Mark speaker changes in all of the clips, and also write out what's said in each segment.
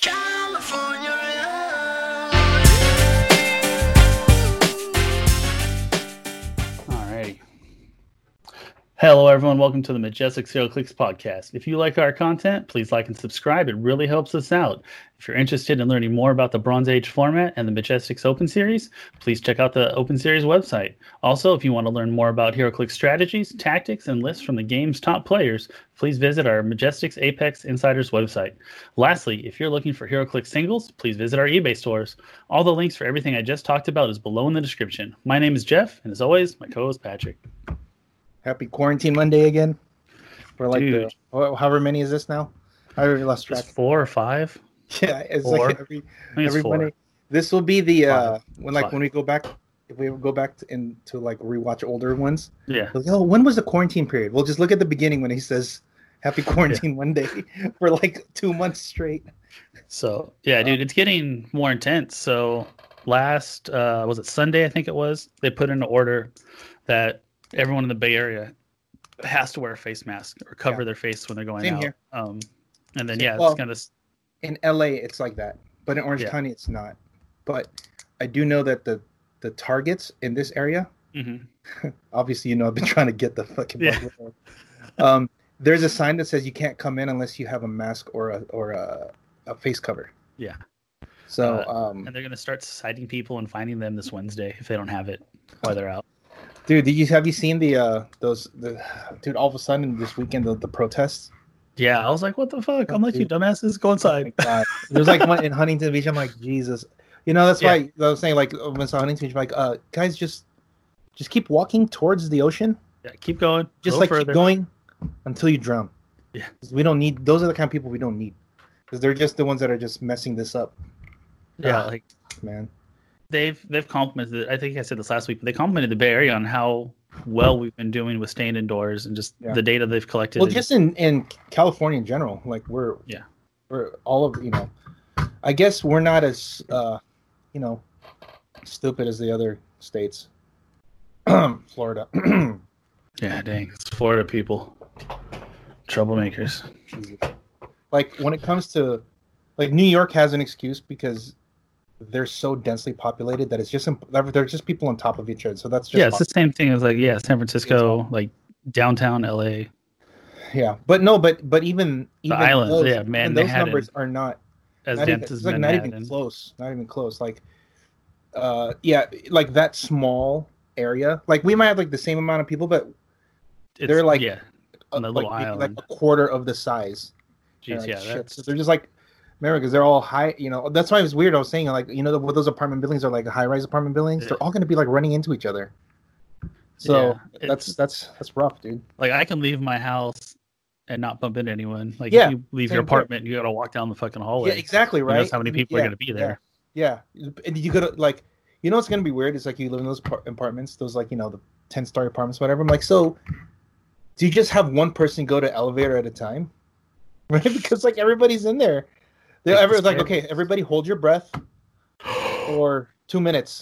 Speaker 1: California.
Speaker 2: Alrighty. Hello, everyone. Welcome to the Majestic Serial Clicks podcast. If you like our content, please like and subscribe. It really helps us out. If you're interested in learning more about the Bronze Age format and the Majestics Open Series, please check out the Open Series website. Also, if you want to learn more about HeroClix strategies, tactics, and lists from the game's top players, please visit our Majestics Apex Insiders website. Lastly, if you're looking for HeroClix singles, please visit our eBay stores. All the links for everything I just talked about is below in the description. My name is Jeff, and as always, my co-host Patrick.
Speaker 3: Happy quarantine Monday again. We're like the,
Speaker 2: Dude.
Speaker 3: ho- however many is this now? I already lost track.
Speaker 2: Just four or five.
Speaker 3: Yeah, it's like
Speaker 2: four.
Speaker 3: every
Speaker 2: I think it's
Speaker 3: every
Speaker 2: four.
Speaker 3: Monday. This will be the uh
Speaker 2: Five.
Speaker 3: when like
Speaker 2: Five.
Speaker 3: when we go back if we go back to, in to like rewatch older ones.
Speaker 2: Yeah.
Speaker 3: Like, oh, when was the quarantine period? We'll just look at the beginning when he says happy quarantine Monday for like 2 months straight.
Speaker 2: So yeah, dude, it's getting more intense. So last uh was it Sunday, I think it was, they put in an order that everyone in the Bay Area has to wear a face mask or cover
Speaker 3: Yeah.
Speaker 2: their face when they're going
Speaker 3: Same
Speaker 2: out.
Speaker 3: here.
Speaker 2: Um and then
Speaker 3: Same-
Speaker 2: yeah,
Speaker 3: well-
Speaker 2: it's gonna s-
Speaker 3: In LA it's like that, but in Orange
Speaker 2: Yeah.
Speaker 3: County it's not. But I do know that the the targets in this area
Speaker 2: mhm.
Speaker 3: obviously you know I've been trying to get the fucking
Speaker 2: Yeah.
Speaker 3: bug report. um there's a sign that says you can't come in unless you have a mask or a or a, a face cover.
Speaker 2: Yeah.
Speaker 3: So
Speaker 2: Uh,
Speaker 3: um
Speaker 2: and they're gonna start citing people and finding them this Wednesday if they don't have it while they're out.
Speaker 3: dude, did you have you seen the uh those the dude all of a sudden this weekend the, the protests?
Speaker 2: Yeah, I was like, what the fuck?
Speaker 3: Oh,
Speaker 2: I'm like, you dumbasses, go inside.
Speaker 3: Like, uh, there's like one in Huntington Beach. I'm like Jesus. You know that's
Speaker 2: Yeah.
Speaker 3: why I was saying like when I saw Huntington Beach, I'm like uh guys just just keep walking towards the ocean.
Speaker 2: Yeah, keep going.
Speaker 3: just
Speaker 2: go
Speaker 3: like
Speaker 2: further.
Speaker 3: keep going until you drown.
Speaker 2: Yeah.
Speaker 3: 'Cause we don't need those are the kind of people we don't need because they're just the ones that are just messing this up,
Speaker 2: Yeah,
Speaker 3: Ah.
Speaker 2: like
Speaker 3: man.
Speaker 2: they've they've complimented i think i said this last week but they complimented the bay area on how well we've been doing with staying indoors and just
Speaker 3: Yeah.
Speaker 2: the data they've collected
Speaker 3: Well,
Speaker 2: is-
Speaker 3: just in in California in general, like we're
Speaker 2: Yeah.
Speaker 3: we're all of you know, I guess we're not as uh, you know, stupid as the other states, Florida.
Speaker 2: yeah dang it's florida people troublemakers
Speaker 3: Jesus. like when it comes to like New York has an excuse because they're so densely populated that it's just imp- they're just people on top of each other. So that's just
Speaker 2: yeah it's the same thing as like yeah san francisco like downtown la
Speaker 3: Yeah, but no, but but even even
Speaker 2: islands,
Speaker 3: those,
Speaker 2: yeah,
Speaker 3: even
Speaker 2: man,
Speaker 3: those
Speaker 2: Manhattan.
Speaker 3: numbers are not
Speaker 2: as
Speaker 3: not even,
Speaker 2: dense as
Speaker 3: it's like not even
Speaker 2: Manhattan.
Speaker 3: close, not even close. Like, uh, yeah, like that small area. Like we might have like the same amount of people, but
Speaker 2: It's-
Speaker 3: they're like-
Speaker 2: yeah
Speaker 3: uh,
Speaker 2: On that
Speaker 3: like,
Speaker 2: little
Speaker 3: maybe, like
Speaker 2: island.
Speaker 3: a quarter of the size. They're
Speaker 2: Jeez,
Speaker 3: like,
Speaker 2: yeah
Speaker 3: shit.
Speaker 2: that's
Speaker 3: So they're just like Americans. They're all high. You know, that's why it was weird. I was saying like you know the, what those apartment buildings are like high rise apartment buildings. They're all going to be like running into each other. So
Speaker 2: Yeah,
Speaker 3: that's
Speaker 2: it's-
Speaker 3: that's that's rough, dude.
Speaker 2: like i can leave my house and not bump into anyone like
Speaker 3: Yeah,
Speaker 2: if you leave
Speaker 3: same here.
Speaker 2: your apartment you gotta walk down the fucking hallway
Speaker 3: Yeah, exactly
Speaker 2: Who
Speaker 3: right.
Speaker 2: knows how many people are
Speaker 3: Yeah.
Speaker 2: gonna be
Speaker 3: yeah.
Speaker 2: there
Speaker 3: Yeah, and you go to like, you know, what's gonna be weird. It's like you live in those par- apartments, those like you know the ten story apartments, whatever. I'm like, so do you just have one person go to elevator at a time, right? Because like everybody's in there. They
Speaker 2: Like,
Speaker 3: everyone's like,
Speaker 2: it's
Speaker 3: okay, everybody hold your breath, or two minutes,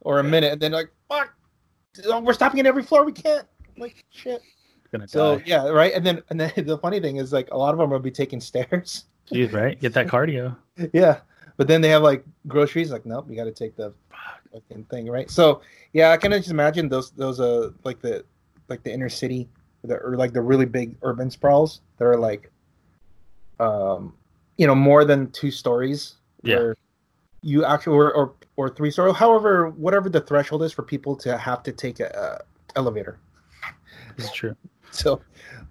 Speaker 3: or a minute, and then like, fuck, oh, we're stopping at every floor we can't. Like shit.
Speaker 2: gonna
Speaker 3: So
Speaker 2: die
Speaker 3: yeah, right. And then and then the funny thing is like a lot of them will be taking stairs.
Speaker 2: Jeez, right get that cardio
Speaker 3: Yeah, but then they have like groceries. Like, nope, you got to take the fucking thing, right? So, yeah, I can just imagine those those uh like the like the inner city, the, or like the really big urban sprawls that are like, um, you know, more than two stories.
Speaker 2: Yeah.
Speaker 3: Where you actually or or, or three story, however, whatever the threshold is for people to have to take a, a elevator.
Speaker 2: it's true
Speaker 3: So,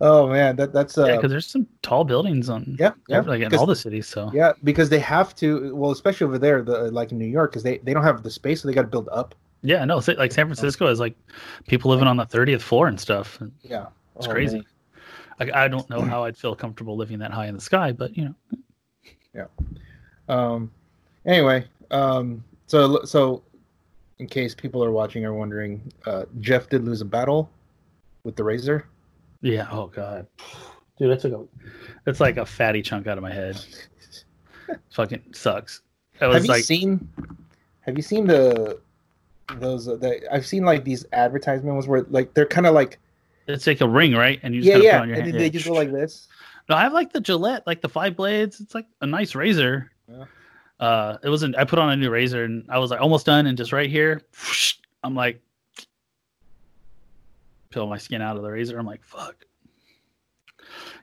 Speaker 3: oh man, that that's uh,
Speaker 2: Yeah, because there's some tall buildings on
Speaker 3: yeah, yeah,
Speaker 2: like in
Speaker 3: 'cause-
Speaker 2: all the cities. So
Speaker 3: Yeah, because they have to. Well, especially over there, the like in New York, because they they don't have the space, so they got to build up.
Speaker 2: yeah, no, so, like San Francisco is like people living on the 30th floor and stuff. and
Speaker 3: Yeah, Oh,
Speaker 2: It's crazy. Like I don't know how I'd feel comfortable living that high in the sky, but you know,
Speaker 3: Um, anyway, um, so so in case people are watching or wondering, uh, Jeff did lose a battle with the razor.
Speaker 2: yeah. Oh god, dude, that's like a that's like a fatty chunk out of my head. Fucking sucks. I
Speaker 3: Have
Speaker 2: was
Speaker 3: you
Speaker 2: like,
Speaker 3: seen? Have you seen the those uh, that I've seen like these advertisement ones where like they're kind of like
Speaker 2: it's like a ring, right? And you just
Speaker 3: yeah
Speaker 2: gotta put
Speaker 3: yeah,
Speaker 2: it on
Speaker 3: and
Speaker 2: your
Speaker 3: then
Speaker 2: hand.
Speaker 3: they
Speaker 2: yeah.
Speaker 3: just go like this.
Speaker 2: no, I have like the Gillette, like the five blades. It's like a nice razor,
Speaker 3: Yeah.
Speaker 2: Uh, it wasn't. I put on a new razor and I was like almost done, and just right here, I'm like, peel my skin out of the razor. I'm like, fuck.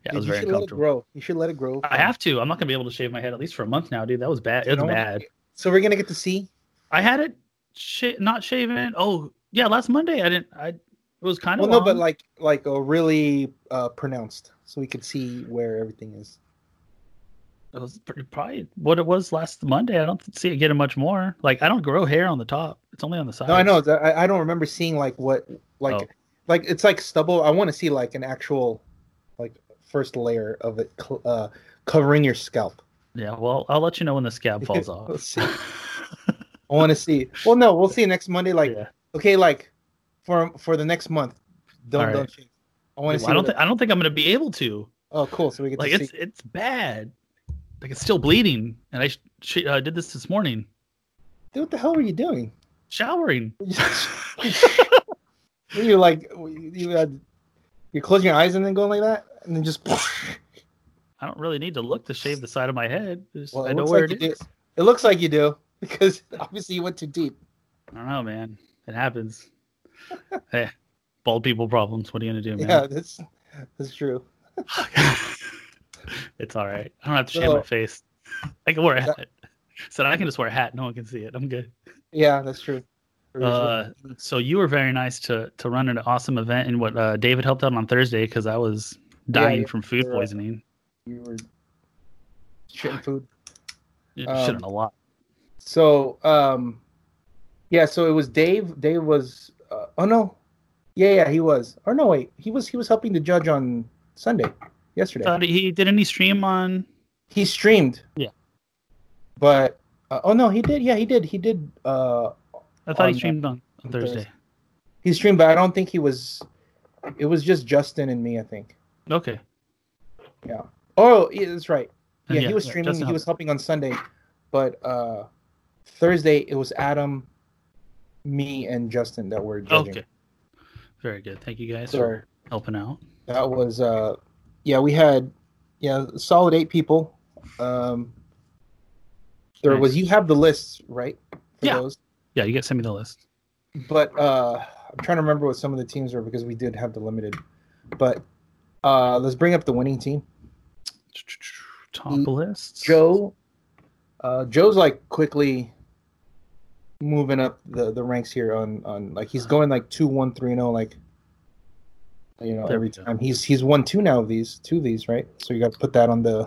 Speaker 2: Yeah, it was
Speaker 3: you
Speaker 2: very
Speaker 3: should let it
Speaker 2: uncomfortable.
Speaker 3: grow. You should let it grow.
Speaker 2: I have to. I'm not gonna be able to shave my head at least for a month now, dude. That was bad. It
Speaker 3: You
Speaker 2: was
Speaker 3: know what?
Speaker 2: bad.
Speaker 3: So we're gonna get to see.
Speaker 2: I had it sh- not shaven. Oh yeah, last Monday I didn't. I it was kind of
Speaker 3: Well, no, but like like a really uh, pronounced, so we could see where everything is.
Speaker 2: it was pretty, probably what it was last Monday. I don't see it getting much more. Like I don't grow hair on the top. It's only on the side.
Speaker 3: No, I know. that- I, I don't remember seeing like what like
Speaker 2: Oh.
Speaker 3: like it's like stubble. I want to see like an actual like first layer of it cl- uh, covering your scalp.
Speaker 2: Yeah, well, I'll let you know when the scab falls off.
Speaker 3: Let's see. I want to see. Well, no, we'll see next Monday. Like
Speaker 2: Yeah.
Speaker 3: okay, like for for the next month, don't
Speaker 2: All right.
Speaker 3: don't shave. I want to
Speaker 2: Well,
Speaker 3: see.
Speaker 2: I don't.
Speaker 3: what
Speaker 2: Th- I don't think I'm gonna be able to.
Speaker 3: it- oh, cool. So we get
Speaker 2: Like
Speaker 3: to see.
Speaker 2: it's it's bad. Like it's still bleeding, and I sh- sh- uh, did this this morning,
Speaker 3: Dude, what the hell were you doing?
Speaker 2: showering.
Speaker 3: You're like you had you close your eyes and then going like that, and then just.
Speaker 2: I don't really need to look to shave the side of my head. Just-
Speaker 3: Well, it
Speaker 2: I know
Speaker 3: looks
Speaker 2: where
Speaker 3: like
Speaker 2: it
Speaker 3: you
Speaker 2: is.
Speaker 3: did- It looks like you do because obviously you went too deep.
Speaker 2: I don't know, man. It happens. hey, bald people problems. What are you gonna do,
Speaker 3: Yeah,
Speaker 2: man?
Speaker 3: that's that's true.
Speaker 2: it's all right. I don't have to shave
Speaker 3: So-
Speaker 2: my face. I can wear a hat. So I can just wear a hat. No one can see it. I'm good.
Speaker 3: Yeah, that's true.
Speaker 2: Uh, So you were very nice to to run an awesome event, and what uh, David helped out on Thursday because I was
Speaker 3: Yeah,
Speaker 2: dying
Speaker 3: yeah,
Speaker 2: from food
Speaker 3: you're, uh,
Speaker 2: poisoning.
Speaker 3: you were shitting food.
Speaker 2: It
Speaker 3: um,
Speaker 2: shouldn't a lot.
Speaker 3: So um, yeah, so it was Dave. Dave was uh, oh no, yeah, yeah, he was. Or no, wait, he was he was helping the judge on Sunday, yesterday.
Speaker 2: Thought he did any stream on.
Speaker 3: he streamed.
Speaker 2: Yeah.
Speaker 3: But uh, oh no, he did. Yeah, he did. He did. Uh,
Speaker 2: I thought he
Speaker 3: On, uh,
Speaker 2: streamed on, on
Speaker 3: on
Speaker 2: Thursday.
Speaker 3: Thursday. he streamed, but I don't think he was. It was just Justin and me, I think.
Speaker 2: Okay.
Speaker 3: Oh, yeah, that's right. Yeah, he was
Speaker 2: yeah,
Speaker 3: streaming.
Speaker 2: Justin
Speaker 3: He was helping on Sunday, but uh, Thursday it was Adam, me, and Justin that were judging.
Speaker 2: Okay. Very good. Thank you guys
Speaker 3: So
Speaker 2: for helping out.
Speaker 3: that was uh, yeah, we had yeah, a solid eight people. Um, there
Speaker 2: Nice.
Speaker 3: was you have the lists right? For
Speaker 2: Yeah.
Speaker 3: Those?
Speaker 2: Yeah, you got to send me the list.
Speaker 3: but uh, I'm trying to remember what some of the teams were because we did have the limited. But uh, let's bring up the winning team.
Speaker 2: Top
Speaker 3: Mm,
Speaker 2: list.
Speaker 3: Joe, uh, Joe's like quickly moving up the, the ranks here on on like he's going like two one three zero like you know
Speaker 2: There
Speaker 3: every
Speaker 2: we go.
Speaker 3: time he's he's won two now of these two of these right so you got to put that on the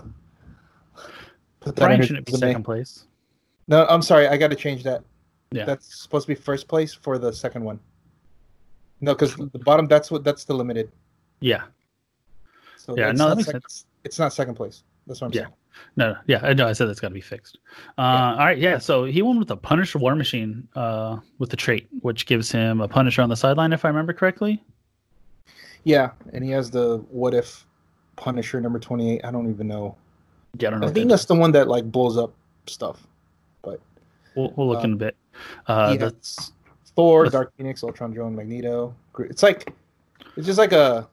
Speaker 3: put that on
Speaker 2: Brian
Speaker 3: your
Speaker 2: shouldn't be
Speaker 3: resume.
Speaker 2: second place.
Speaker 3: no I'm sorry I got to change that
Speaker 2: Yeah.
Speaker 3: that's supposed to be first place for the second one no because the bottom that's what that's the limited
Speaker 2: Yeah.
Speaker 3: So
Speaker 2: Yeah,
Speaker 3: it's
Speaker 2: no, that
Speaker 3: not
Speaker 2: makes
Speaker 3: sec-
Speaker 2: sense.
Speaker 3: It's not second place. That's what I'm
Speaker 2: Yeah.
Speaker 3: saying.
Speaker 2: No, no, yeah, I know. I said that's got to be fixed. Uh, All right, yeah. So he won with the Punisher War Machine uh, with the trait, which gives him a Punisher on the sideline, if I remember correctly.
Speaker 3: Yeah, and he has the what if Punisher number twenty eight. I don't even know.
Speaker 2: Yeah, I don't know.
Speaker 3: I
Speaker 2: what
Speaker 3: think
Speaker 2: that
Speaker 3: that's the one that like blows up stuff.
Speaker 2: is. we'll, we'll look
Speaker 3: uh,
Speaker 2: in a bit. Uh,
Speaker 3: yeah,
Speaker 2: the-
Speaker 3: it's Thor,
Speaker 2: the-
Speaker 3: Dark Phoenix, Ultron, Drone, Magneto. Gr- It's like it's just like a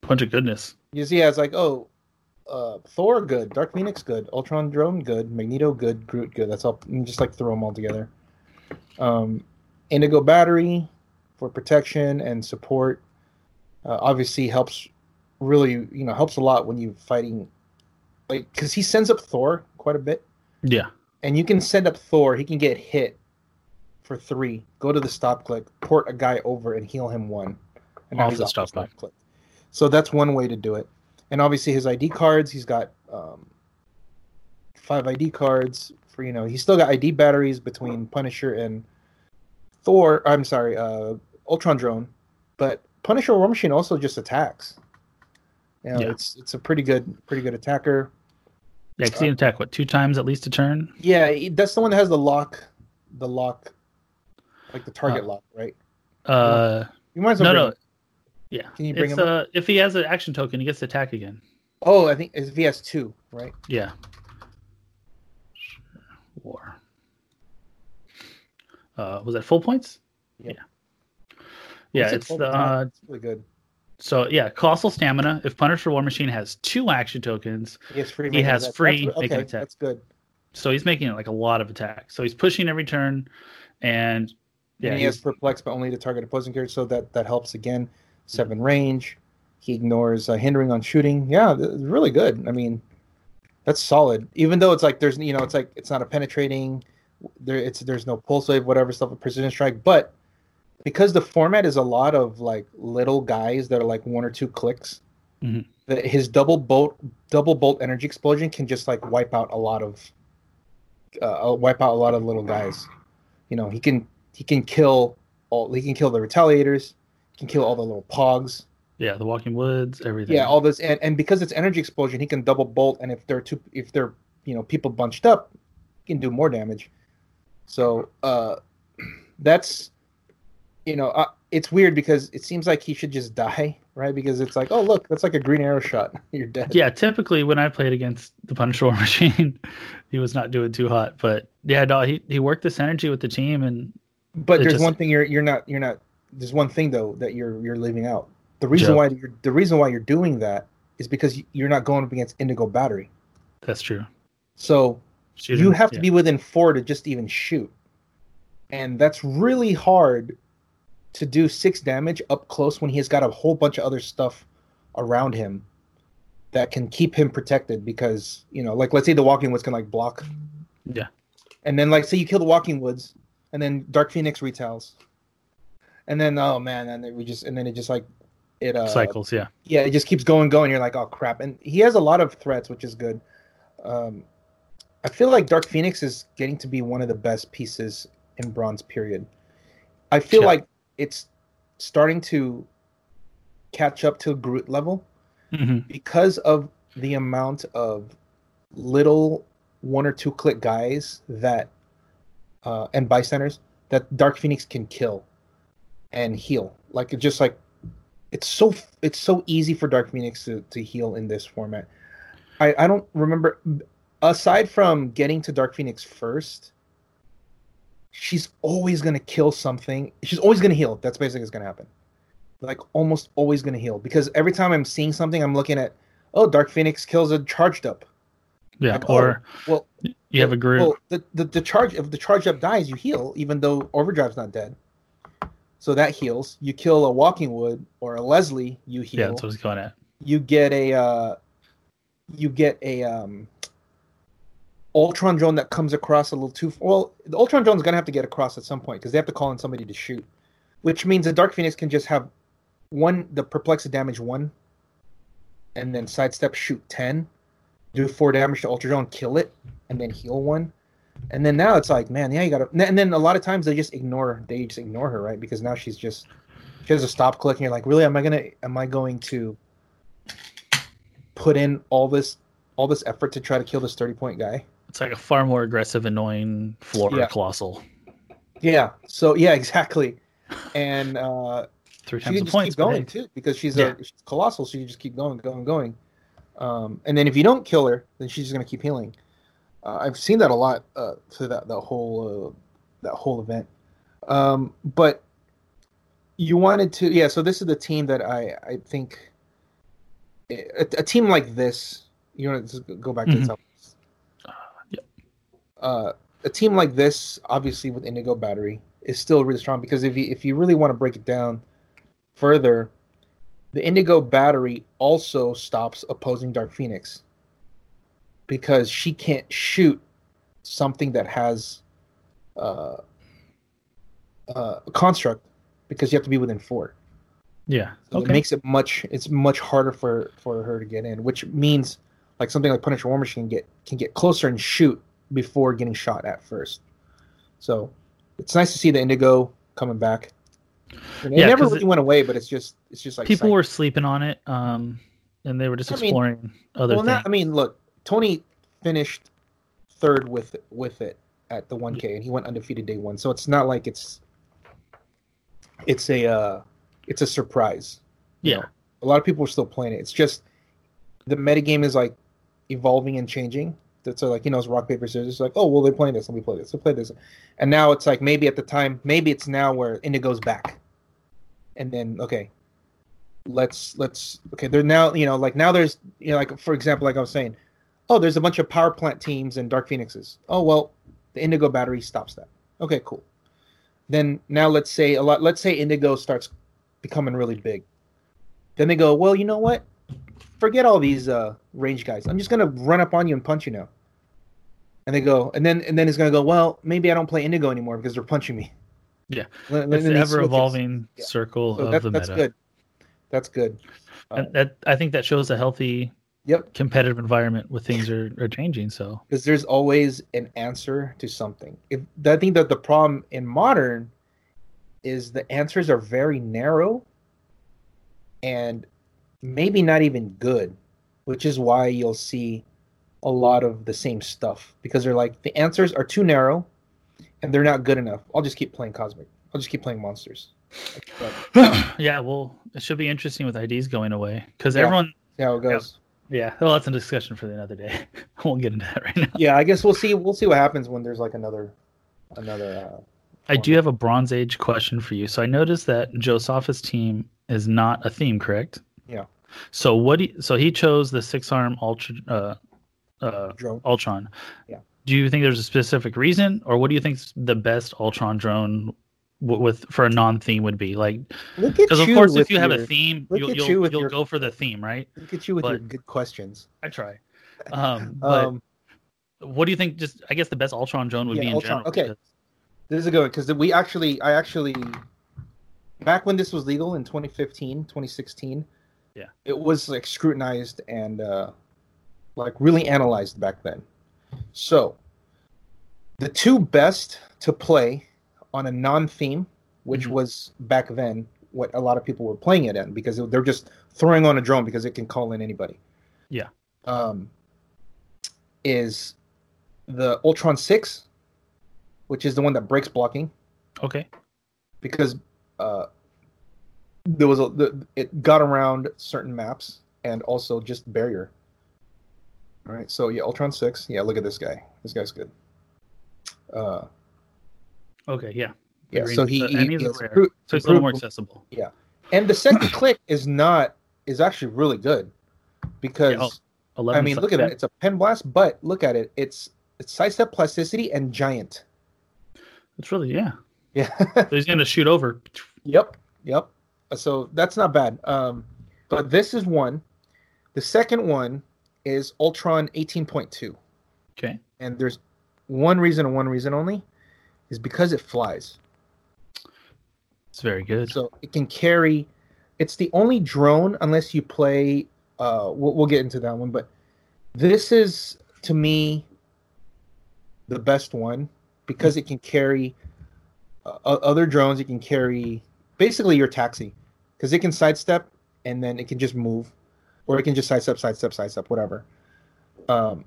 Speaker 2: Punch of goodness.
Speaker 3: you see. It's like oh, uh, Thor good, Dark Phoenix good, Ultron, Drone good, Magneto good, Groot good. That's all. and Just like throw them all together. Um, Indigo Battery for protection and support. uh, obviously helps really you know helps a lot when you're fighting like because he sends up thor quite a bit
Speaker 2: Yeah,
Speaker 3: and you can send up thor he can get hit for three go to the stop click port a guy over and heal him one and now
Speaker 2: Off
Speaker 3: he's
Speaker 2: the stop click.
Speaker 3: click so that's one way to do it and obviously his id cards he's got um, five id cards for you know he's still got id batteries between punisher and thor i'm sorry uh ultron drone but punisher war machine also just attacks yeah,
Speaker 2: Yeah.
Speaker 3: it's it's a pretty good pretty good attacker
Speaker 2: yeah. 'cause he
Speaker 3: Uh,
Speaker 2: can attack what two times at least a turn.
Speaker 3: yeah, he- that's the one that has the lock, the lock, like the target
Speaker 2: Uh,
Speaker 3: lock, right?
Speaker 2: Uh,
Speaker 3: You might as
Speaker 2: no,
Speaker 3: well.
Speaker 2: no.
Speaker 3: bring-
Speaker 2: Yeah,
Speaker 3: Can you bring
Speaker 2: it's,
Speaker 3: him
Speaker 2: uh, if he has an action token, he gets to attack again.
Speaker 3: Oh, I think it's VS two, right?
Speaker 2: Yeah. War. Uh, was that full points?
Speaker 3: Yep.
Speaker 2: Yeah,
Speaker 3: What's it
Speaker 2: it's
Speaker 3: called?
Speaker 2: the uh,
Speaker 3: it's really good.
Speaker 2: so yeah, colossal stamina. If Punisher War Machine has two action tokens,
Speaker 3: He has free.
Speaker 2: he
Speaker 3: making
Speaker 2: has
Speaker 3: attack.
Speaker 2: free
Speaker 3: That's,
Speaker 2: making
Speaker 3: okay,
Speaker 2: attack.
Speaker 3: that's good.
Speaker 2: So he's making like a lot of attacks. So he's pushing every turn, and
Speaker 3: Yeah,
Speaker 2: yeah,
Speaker 3: and he
Speaker 2: he's-
Speaker 3: has perplex, but only to target opposing characters, so that that helps again. Seven range. He ignores uh, hindering on shooting. Yeah, th- it's really good. I mean, that's solid. Even though it's like there's you know it's like it's not a penetrating. There it's there's no pulse wave whatever stuff a precision strike, but because the format is a lot of like little guys that are like one or two clicks,
Speaker 2: Mhm.
Speaker 3: that his double bolt double bolt energy explosion can just like wipe out a lot of uh, wipe out a lot of little guys. You know he can he can kill all he can kill the retaliators he can kill all the little pogs
Speaker 2: yeah, the Walking Woods, everything.
Speaker 3: yeah all those and, and because it's energy explosion he can double bolt and if they're two if they're you know people bunched up he can do more damage so uh that's you know uh, it's weird because it seems like he should just die right because it's like oh look that's like a green arrow shot you're dead
Speaker 2: yeah, typically when I played against the Punisher War Machine, he was not doing too hot. But yeah, no, he, he worked this energy with the team, and
Speaker 3: But
Speaker 2: It
Speaker 3: there's
Speaker 2: just-
Speaker 3: one thing you're you're not you're not there's one thing though that you're you're leaving out. The reason
Speaker 2: Joe.
Speaker 3: why you're the reason why you're doing that is because you're not going up against Indigo Battery.
Speaker 2: that's true.
Speaker 3: So
Speaker 2: Shooting-
Speaker 3: you have to
Speaker 2: yeah.
Speaker 3: be within four to just even shoot, and that's really hard to do six damage up close when he's got a whole bunch of other stuff around him that can keep him protected. Because you know, like let's say the Walking Woods can like block,
Speaker 2: Yeah.
Speaker 3: and then like say you kill the Walking Woods, and then Dark Phoenix retails, and then oh man, and then we just and then it just like it uh,
Speaker 2: cycles. Yeah,
Speaker 3: yeah, it just keeps going, going. You're like, oh crap! And he has a lot of threats, which is good. Um, I feel like Dark Phoenix is getting to be one of the best pieces in Bronze period. I feel
Speaker 2: Yeah.
Speaker 3: like it's starting to catch up to Groot level
Speaker 2: hmm
Speaker 3: because of the amount of little one or two click guys that uh, and bystanders that Dark Phoenix can kill and heal. Like it's just like it's so it's so easy for Dark Phoenix to, to heal in this format. I, I don't remember aside from getting to Dark Phoenix first, she's always gonna kill something. She's always gonna heal. That's basically what's gonna happen. Like almost always gonna heal because every time I'm seeing something, I'm looking at oh Dark Phoenix kills a charged up.
Speaker 2: yeah.
Speaker 3: Like, oh,
Speaker 2: or
Speaker 3: well,
Speaker 2: you have a group.
Speaker 3: Well, the, the the charge if the charge up dies, you heal, even though Overdrive's not dead. So that heals. You kill a Walking Wood or a Leslie, you heal.
Speaker 2: yeah, that's what I was going at.
Speaker 3: you get a uh, you get a um, Ultron drone that comes across a little too. Well, the Ultron drone's gonna have to get across at some point because they have to call in somebody to shoot, which means the Dark Phoenix can just have one the perplex damage one, and then sidestep shoot ten, do four damage to Ultra Drone, kill it, and then heal one. And then now it's like, man, yeah, you gotta. And then a lot of times they just ignore, they just ignore her, right? Because now she's just, she has a stop click, and you're like, really, am I gonna, am I going to put in all this, all this effort to try to kill this thirty point guy?
Speaker 2: It's like a far more aggressive, annoying floor
Speaker 3: Yeah.
Speaker 2: colossal.
Speaker 3: Yeah. So yeah, exactly. And uh,
Speaker 2: Three
Speaker 3: she
Speaker 2: times
Speaker 3: can
Speaker 2: the
Speaker 3: just
Speaker 2: points.
Speaker 3: keep going
Speaker 2: babe.
Speaker 3: too because she's
Speaker 2: Yeah.
Speaker 3: a she's colossal. So you just keep going, going, going. Um, and then if you don't kill her, then she's just gonna keep healing. Uh, I've seen that a lot uh, through that that whole uh, that whole event. Um, but you wanted to, yeah. So this is the team that I I think a, a team like this. You want to just go back to
Speaker 2: Mhm.
Speaker 3: the top. Uh, a team like this, obviously with Indigo Battery, is still really strong because if you if you really want to break it down further, the Indigo Battery also stops opposing Dark Phoenix because she can't shoot something that has uh, uh, a construct because you have to be within four.
Speaker 2: Yeah.
Speaker 3: So It makes it much it's much harder for for her to get in, which means like something like Punisher War Machine can get can get closer and shoot before getting shot at first. So it's nice to see the Indigo coming back. And it
Speaker 2: Yeah,
Speaker 3: never
Speaker 2: 'cause
Speaker 3: really
Speaker 2: it-
Speaker 3: went away, but it's just it's just like
Speaker 2: people
Speaker 3: psych-
Speaker 2: were sleeping on it um and they were just
Speaker 3: I mean,
Speaker 2: exploring other
Speaker 3: well,
Speaker 2: things
Speaker 3: not, I mean, look, Tony finished third with with it at the 1K, and he went undefeated day one. So it's not like it's it's a uh, it's a surprise.
Speaker 2: yeah
Speaker 3: know. a lot of people are still playing it. It's just the metagame is like evolving and changing. That's so, like you know, it's rock paper scissors. Like, oh well, they're playing this. Let me play this. Let me play this. And now it's like maybe at the time, maybe it's now where Indigo's back, and then okay, let's let's okay. They're now you know like now there's you know like for example, like I was saying, oh, there's a bunch of power plant teams and Dark Phoenixes. Oh well, the Indigo battery stops that. Okay, cool. Then now let's say a lot. Let's say Indigo starts becoming really big. Then they go, well, you know what? Forget all these uh, range guys. I'm just gonna run up on you and punch you now. And they go, and then and then it's gonna go. Well, maybe I don't play Indigo anymore because they're punching me.
Speaker 2: Yeah.
Speaker 3: Let- let-
Speaker 2: It's
Speaker 3: let
Speaker 2: the
Speaker 3: me switch
Speaker 2: ever
Speaker 3: it.
Speaker 2: evolving
Speaker 3: Yeah.
Speaker 2: circle
Speaker 3: So
Speaker 2: of
Speaker 3: that-
Speaker 2: the
Speaker 3: that's
Speaker 2: meta.
Speaker 3: good. That's good.
Speaker 2: And that I think that shows a healthy
Speaker 3: Yep.
Speaker 2: competitive environment where things are, are changing. So
Speaker 3: because there's always an answer to something. If I think that the problem in modern is the answers are very narrow and maybe not even good, which is why you'll see a lot of the same stuff because they're like the answers are too narrow and they're not good enough. I'll just keep playing cosmic. I'll just keep playing monsters. But
Speaker 2: yeah, well, it should be interesting with IDs going away because
Speaker 3: Yeah.
Speaker 2: everyone.
Speaker 3: see how it goes.
Speaker 2: Yeah, well, that's a discussion for another day. I won't get into that right now.
Speaker 3: Yeah, I guess we'll see. We'll see what happens when there's like another, another. Uh,
Speaker 2: I do have a Bronze Age question for you. So I noticed that Josephus' team is not a theme, correct?
Speaker 3: Yeah.
Speaker 2: So what? Do you- so he chose the six arm ultra, uh, uh,
Speaker 3: drone.
Speaker 2: Ultron.
Speaker 3: Yeah.
Speaker 2: Do you think there's a specific reason, or what do you think's the best Ultron drone w- with for a non theme would be? Like,
Speaker 3: Look at
Speaker 2: because of
Speaker 3: you
Speaker 2: course, if
Speaker 3: with
Speaker 2: you have a
Speaker 3: your-
Speaker 2: theme,
Speaker 3: look
Speaker 2: you'll
Speaker 3: at
Speaker 2: you'll,
Speaker 3: you
Speaker 2: you
Speaker 3: with
Speaker 2: will
Speaker 3: your-
Speaker 2: go for the theme, right?
Speaker 3: Look at you with your
Speaker 2: But-
Speaker 3: good questions.
Speaker 2: I try. Um, but
Speaker 3: Um,
Speaker 2: what do you think? Just I guess the best Ultron drone would
Speaker 3: Yeah,
Speaker 2: be in
Speaker 3: Ultron.
Speaker 2: general.
Speaker 3: Okay.
Speaker 2: because-
Speaker 3: this is a good because we actually, I actually, back when this was legal in 2015, 2016,
Speaker 2: Yeah.
Speaker 3: it was like scrutinized and uh, like really analyzed back then. So, the two best to play on a non-theme, which
Speaker 2: Mhm.
Speaker 3: was back then what a lot of people were playing it in because they're just throwing on a drone because it can call in anybody.
Speaker 2: Yeah.
Speaker 3: Um, is the Ultron Six, which is the one that breaks blocking
Speaker 2: Okay.
Speaker 3: because uh, there was a the, it got around certain maps and also just barrier. All right, so yeah, Ultron Six. Yeah, look at this guy. This guy's good. Uh,
Speaker 2: Okay. Yeah.
Speaker 3: yeah,
Speaker 2: Agreed.
Speaker 3: so he,
Speaker 2: So-
Speaker 3: he,
Speaker 2: and he's
Speaker 3: he
Speaker 2: a
Speaker 3: has
Speaker 2: rare.
Speaker 3: improved-
Speaker 2: So it's a little more
Speaker 3: improved-
Speaker 2: accessible.
Speaker 3: and the second click is not is actually really good because
Speaker 2: Yeah, oh,
Speaker 3: I
Speaker 2: 11
Speaker 3: mean look at it. It's a pen blast, but look at it. It's it's sidestep plasticity and giant.
Speaker 2: It's really yeah.
Speaker 3: Yeah.
Speaker 2: So he's gonna shoot over.
Speaker 3: Yep. Yep. Uh, So that's not bad. Um, but this is one. The second one is Ultron 18.2.
Speaker 2: Okay.
Speaker 3: And there's one reason and one reason only is because it flies.
Speaker 2: It's very good.
Speaker 3: So it can carry. It's the only drone, unless you play. Uh, we'll, we'll get into that one, but this is to me the best one because it can carry uh, o- other drones. It can carry basically your taxi because it can sidestep and then it can just move, or it can just sidestep, sidestep, sidestep, whatever. Um,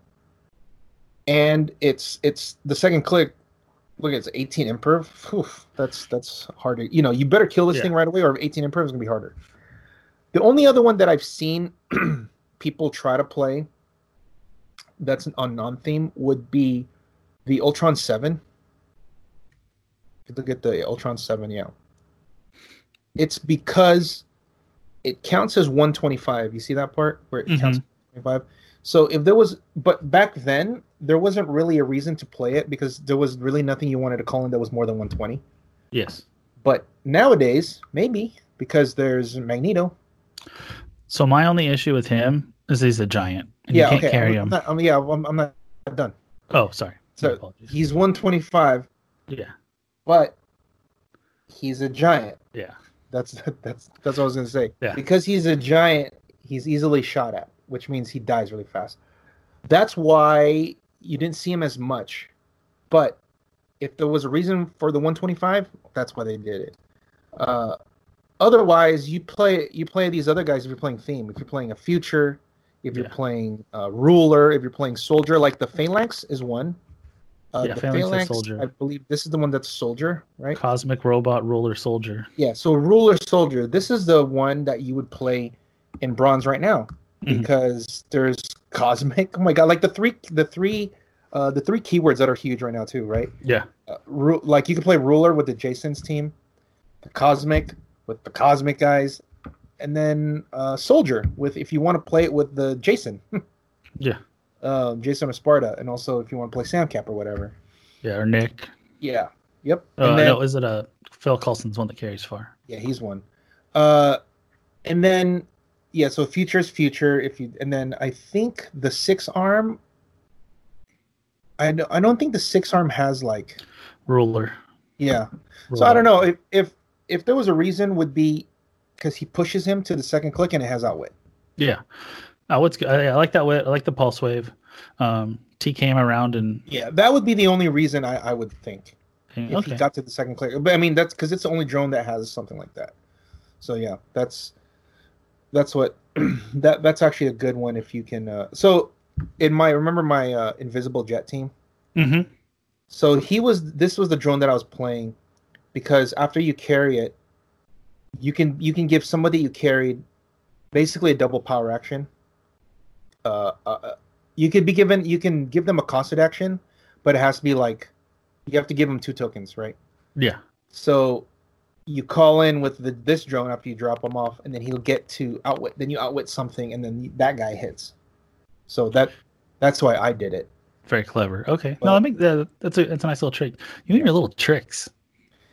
Speaker 3: and it's it's the second click Look, it's 18 improv. Phew, that's that's hard to you know. You better kill this
Speaker 2: Yeah.
Speaker 3: thing right away, or 18 improv is gonna be harder. The only other one that I've seen people try to play that's on non-theme would be the Ultron Seven. If you look at the Ultron Seven, yeah, it's because it counts as 125. You see that part where it counts 25. So if there was, but back then there wasn't really a reason to play it because there was really nothing you wanted to call in that was more than 120.
Speaker 2: yes.
Speaker 3: But nowadays, maybe because there's Magneto.
Speaker 2: So my only issue with him is he's a giant and you
Speaker 3: yeah,
Speaker 2: can't
Speaker 3: okay.
Speaker 2: carry
Speaker 3: I'm, I'm
Speaker 2: him.
Speaker 3: not, I'm, yeah, I'm, I'm not done.
Speaker 2: oh, sorry.
Speaker 3: So-
Speaker 2: My apologies.
Speaker 3: He's 125,
Speaker 2: yeah.
Speaker 3: but he's a giant.
Speaker 2: Yeah.
Speaker 3: That's that's that's what I was gonna say.
Speaker 2: Yeah.
Speaker 3: Because he's a giant, he's easily shot at, which means he dies really fast. That's why you didn't see him as much. But if there was a reason for the 125, that's why they did it. Uh, otherwise, you play you play these other guys if you're playing theme. If you're playing a future, if you're
Speaker 2: Yeah.
Speaker 3: playing uh, ruler, if you're playing soldier, like the phalanx is one. Uh,
Speaker 2: Yeah,
Speaker 3: the
Speaker 2: Phalanx is
Speaker 3: phalanx,
Speaker 2: soldier.
Speaker 3: I believe this is the one that's soldier, right?
Speaker 2: Cosmic robot ruler soldier.
Speaker 3: Yeah, so Ruler Soldier, this is the one that you would play in bronze right now
Speaker 2: Mhm.
Speaker 3: because there's cosmic. Oh my god, like the three the three uh the three keywords that are huge right now too, right?
Speaker 2: Yeah.
Speaker 3: Uh, ru- like you can play Ruler with the Jason's team, the Cosmic with the Cosmic guys, and then uh Soldier with if you want to play it with the Jason.
Speaker 2: Yeah.
Speaker 3: um, Jason of Sparta, and also if you want to play Sandcap or whatever.
Speaker 2: Yeah, or Nick.
Speaker 3: Yeah. Yep.
Speaker 2: Uh,
Speaker 3: and then,
Speaker 2: no, is it a Phil Coulson's one that carries far?
Speaker 3: Yeah, he's one. Uh, and then yeah, so future's future. If you and then I think the six arm. I don't, I don't think the six arm has like
Speaker 2: Ruler.
Speaker 3: yeah.
Speaker 2: Ruler.
Speaker 3: So I don't know if if if there was a reason would be because he pushes him to the second click and it has outwit.
Speaker 2: Yeah. Uh, what's good? I, I like that. wa- I like the pulse wave. Um, T came around and
Speaker 3: Yeah, that would be the only reason I, I would think.
Speaker 2: and-
Speaker 3: if
Speaker 2: okay.
Speaker 3: he got to the second click. But I mean, that's because it's the only drone that has something like that. So yeah, that's that's what that that's actually a good one if you can. Uh, so in my remember my uh, invisible jet team.
Speaker 2: hmm
Speaker 3: So he was this was the drone that I was playing because after you carry it, you can you can give somebody you carried basically a double power action. Uh, uh, uh, you could be given you can give them a constant action, but it has to be like you have to give them two tokens, right?
Speaker 2: Yeah.
Speaker 3: So you call in with the, this drone after you drop him off, and then he'll get to outwit. Then you outwit something, and then that guy hits. So that that's why I did it.
Speaker 2: Very clever. Okay. no,
Speaker 3: Well-
Speaker 2: I make that. That's a that's a nice little trick. You and your little tricks.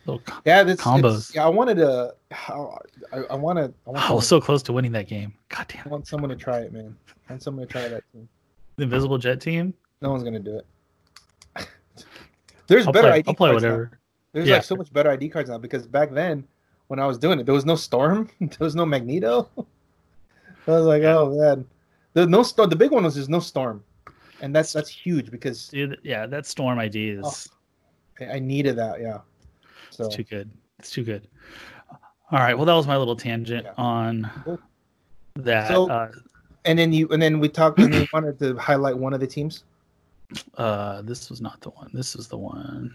Speaker 2: Little. co-
Speaker 3: Yeah, that's it's-
Speaker 2: Combos.
Speaker 3: yeah, I wanted to. I, I want to. I want,
Speaker 2: I was
Speaker 3: someone,
Speaker 2: so close to winning that game. God damn
Speaker 3: I
Speaker 2: it.
Speaker 3: want someone to try it, man. I want someone to try that. Too.
Speaker 2: The Invisible Jet Team.
Speaker 3: No one's gonna do it. There's
Speaker 2: I'll
Speaker 3: better
Speaker 2: play,
Speaker 3: ID
Speaker 2: I'll play
Speaker 3: cards now.
Speaker 2: whatever.
Speaker 3: There's
Speaker 2: Yeah.
Speaker 3: like so much better ID cards now because back then, when I was doing it, there was no Storm, there was no Magneto. I was like, oh man, the no storm. The big one was just no Storm, and that's that's huge because
Speaker 2: Dude, yeah, that Storm ID is
Speaker 3: Oh, I I needed that. Yeah. So
Speaker 2: it's too good. It's too good. All right. Well, that was my little tangent
Speaker 3: Yeah.
Speaker 2: on
Speaker 3: Cool.
Speaker 2: that.
Speaker 3: So-
Speaker 2: uh,
Speaker 3: and then you and then we talked and we wanted to highlight one of the teams.
Speaker 2: uh, this was not the one. This is the one.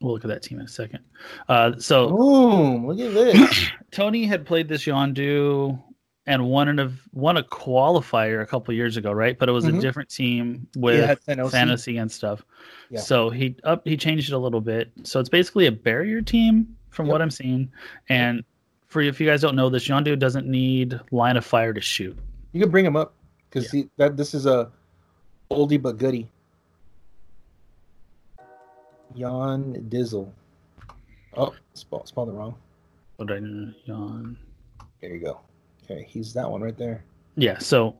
Speaker 2: We'll look at that team in a second. Uh, so
Speaker 3: Oh. Boom! Look at this.
Speaker 2: Tony had played this Yondu and won an ev- won a qualifier a couple years ago, right? But it was a
Speaker 3: Mhm.
Speaker 2: different team
Speaker 3: Yeah,
Speaker 2: with
Speaker 3: Thanos.
Speaker 2: fantasy and stuff.
Speaker 3: Yeah.
Speaker 2: So he up he changed it a little bit. So it's basically a barrier team from what
Speaker 3: Yep.
Speaker 2: I'm seeing. And for if you guys don't know this, Yondu doesn't need line of fire to shoot.
Speaker 3: You can bring him up because that this is a oldie but goodie. Jan Dizzle. Oh, spelled, spelled it wrong.
Speaker 2: What did I do? Yon-
Speaker 3: There you go. Okay, he's that one right there.
Speaker 2: Yeah. So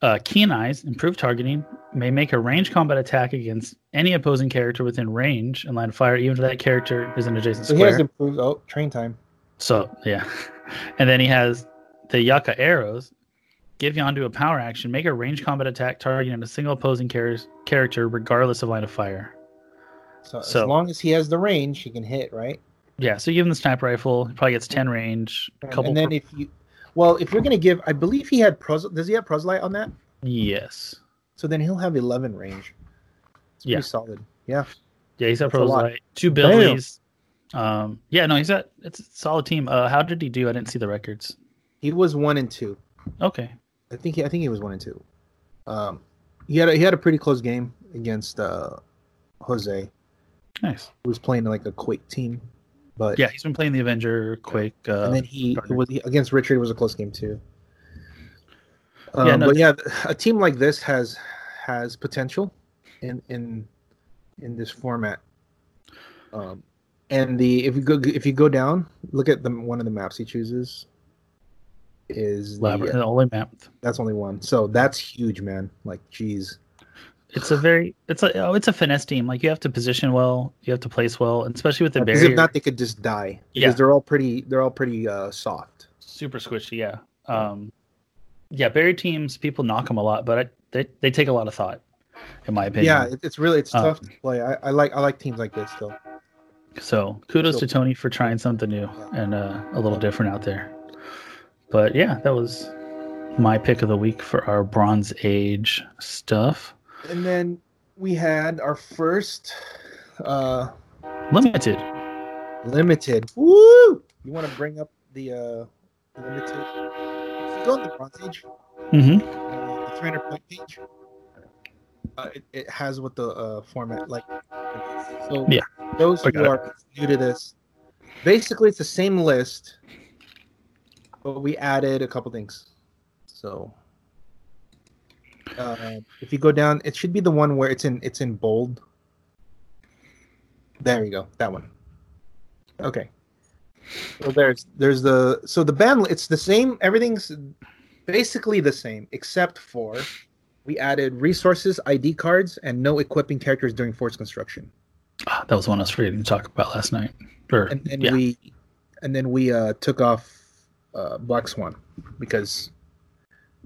Speaker 2: uh, keen eyes, improved targeting, may make a range combat attack against any opposing character within range and line of fire, even if that character is an adjacent
Speaker 3: So
Speaker 2: square.
Speaker 3: he has improved. Oh, train time.
Speaker 2: So yeah, and then he has the Yucca arrows. Give Yondu a power action. Make a range combat attack targeting a single opposing char- character, regardless of line of fire.
Speaker 3: So,
Speaker 2: So-
Speaker 3: as long as he has the range, he can hit right.
Speaker 2: Yeah, so you give him the sniper rifle. He probably gets ten range. A couple.
Speaker 3: and then
Speaker 2: per-
Speaker 3: if you, well, if you're gonna give, I believe he had pros. Does he have proselyte on that?
Speaker 2: yes.
Speaker 3: So then he'll have 11 range. It's pretty
Speaker 2: Yeah.
Speaker 3: solid. Yeah.
Speaker 2: Yeah, he's got
Speaker 3: That's a lot.
Speaker 2: proselyte. Two billies. Um. Yeah. No, he's got it's a solid team. Uh, how did he do? I didn't see the records.
Speaker 3: He was one and two.
Speaker 2: Okay.
Speaker 3: I think he, I think he was one and two. Um, he had a, he had a pretty close game against uh, Jose,
Speaker 2: Nice.
Speaker 3: who was playing like a Quake team, but
Speaker 2: Yeah, he's been playing the Avenger, Quake. Uh,
Speaker 3: and then he
Speaker 2: Gardner.
Speaker 3: was he- against Richard it was a close game too. Um,
Speaker 2: Yeah, no,
Speaker 3: but yeah, a team like this has has potential in in in this format. Um, and the if you go if you go down, look at the one of the maps he chooses is the,
Speaker 2: Labyrinth, the only map.
Speaker 3: that's only one. So that's huge, man. Like, geez.
Speaker 2: It's a very it's a oh, it's a finesse team. Like you have to position well, you have to place well, and especially with the
Speaker 3: Because
Speaker 2: barrier.
Speaker 3: if not, they could just die.
Speaker 2: Yeah.
Speaker 3: Because they're all pretty. They're all pretty uh, soft.
Speaker 2: super squishy, yeah. Um, yeah, barrier teams people knock them a lot, but I, they they take a lot of thought, in my opinion.
Speaker 3: Yeah, it, it's really it's
Speaker 2: Um,
Speaker 3: tough to play. I, I like I like teams like this though.
Speaker 2: So kudos
Speaker 3: So-
Speaker 2: to Tony for trying something new and uh, a little different out there. But yeah, that was my pick of the week for our Bronze Age stuff.
Speaker 3: And then we had our first uh,
Speaker 2: Limited.
Speaker 3: limited. Woo! You want to bring up the uh, limited? If you go on the Bronze Age,
Speaker 2: hmm
Speaker 3: uh, the 300 point page. Uh, it, it has what the uh, format like. So
Speaker 2: Yeah.
Speaker 3: those
Speaker 2: I
Speaker 3: who
Speaker 2: got it.
Speaker 3: are new to this, basically it's the same list, but we added a couple things. So Uh, if you go down, it should be the one where it's in it's in bold. There you go. That one. Okay. So there's there's the so the band it's the same everything's basically the same except for we added resources, ID cards, and no equipping characters during force construction.
Speaker 2: Ah, that was one I was forgetting to talk about last night. Or,
Speaker 3: And then
Speaker 2: yeah.
Speaker 3: we and then we uh, took off uh, Black Swan because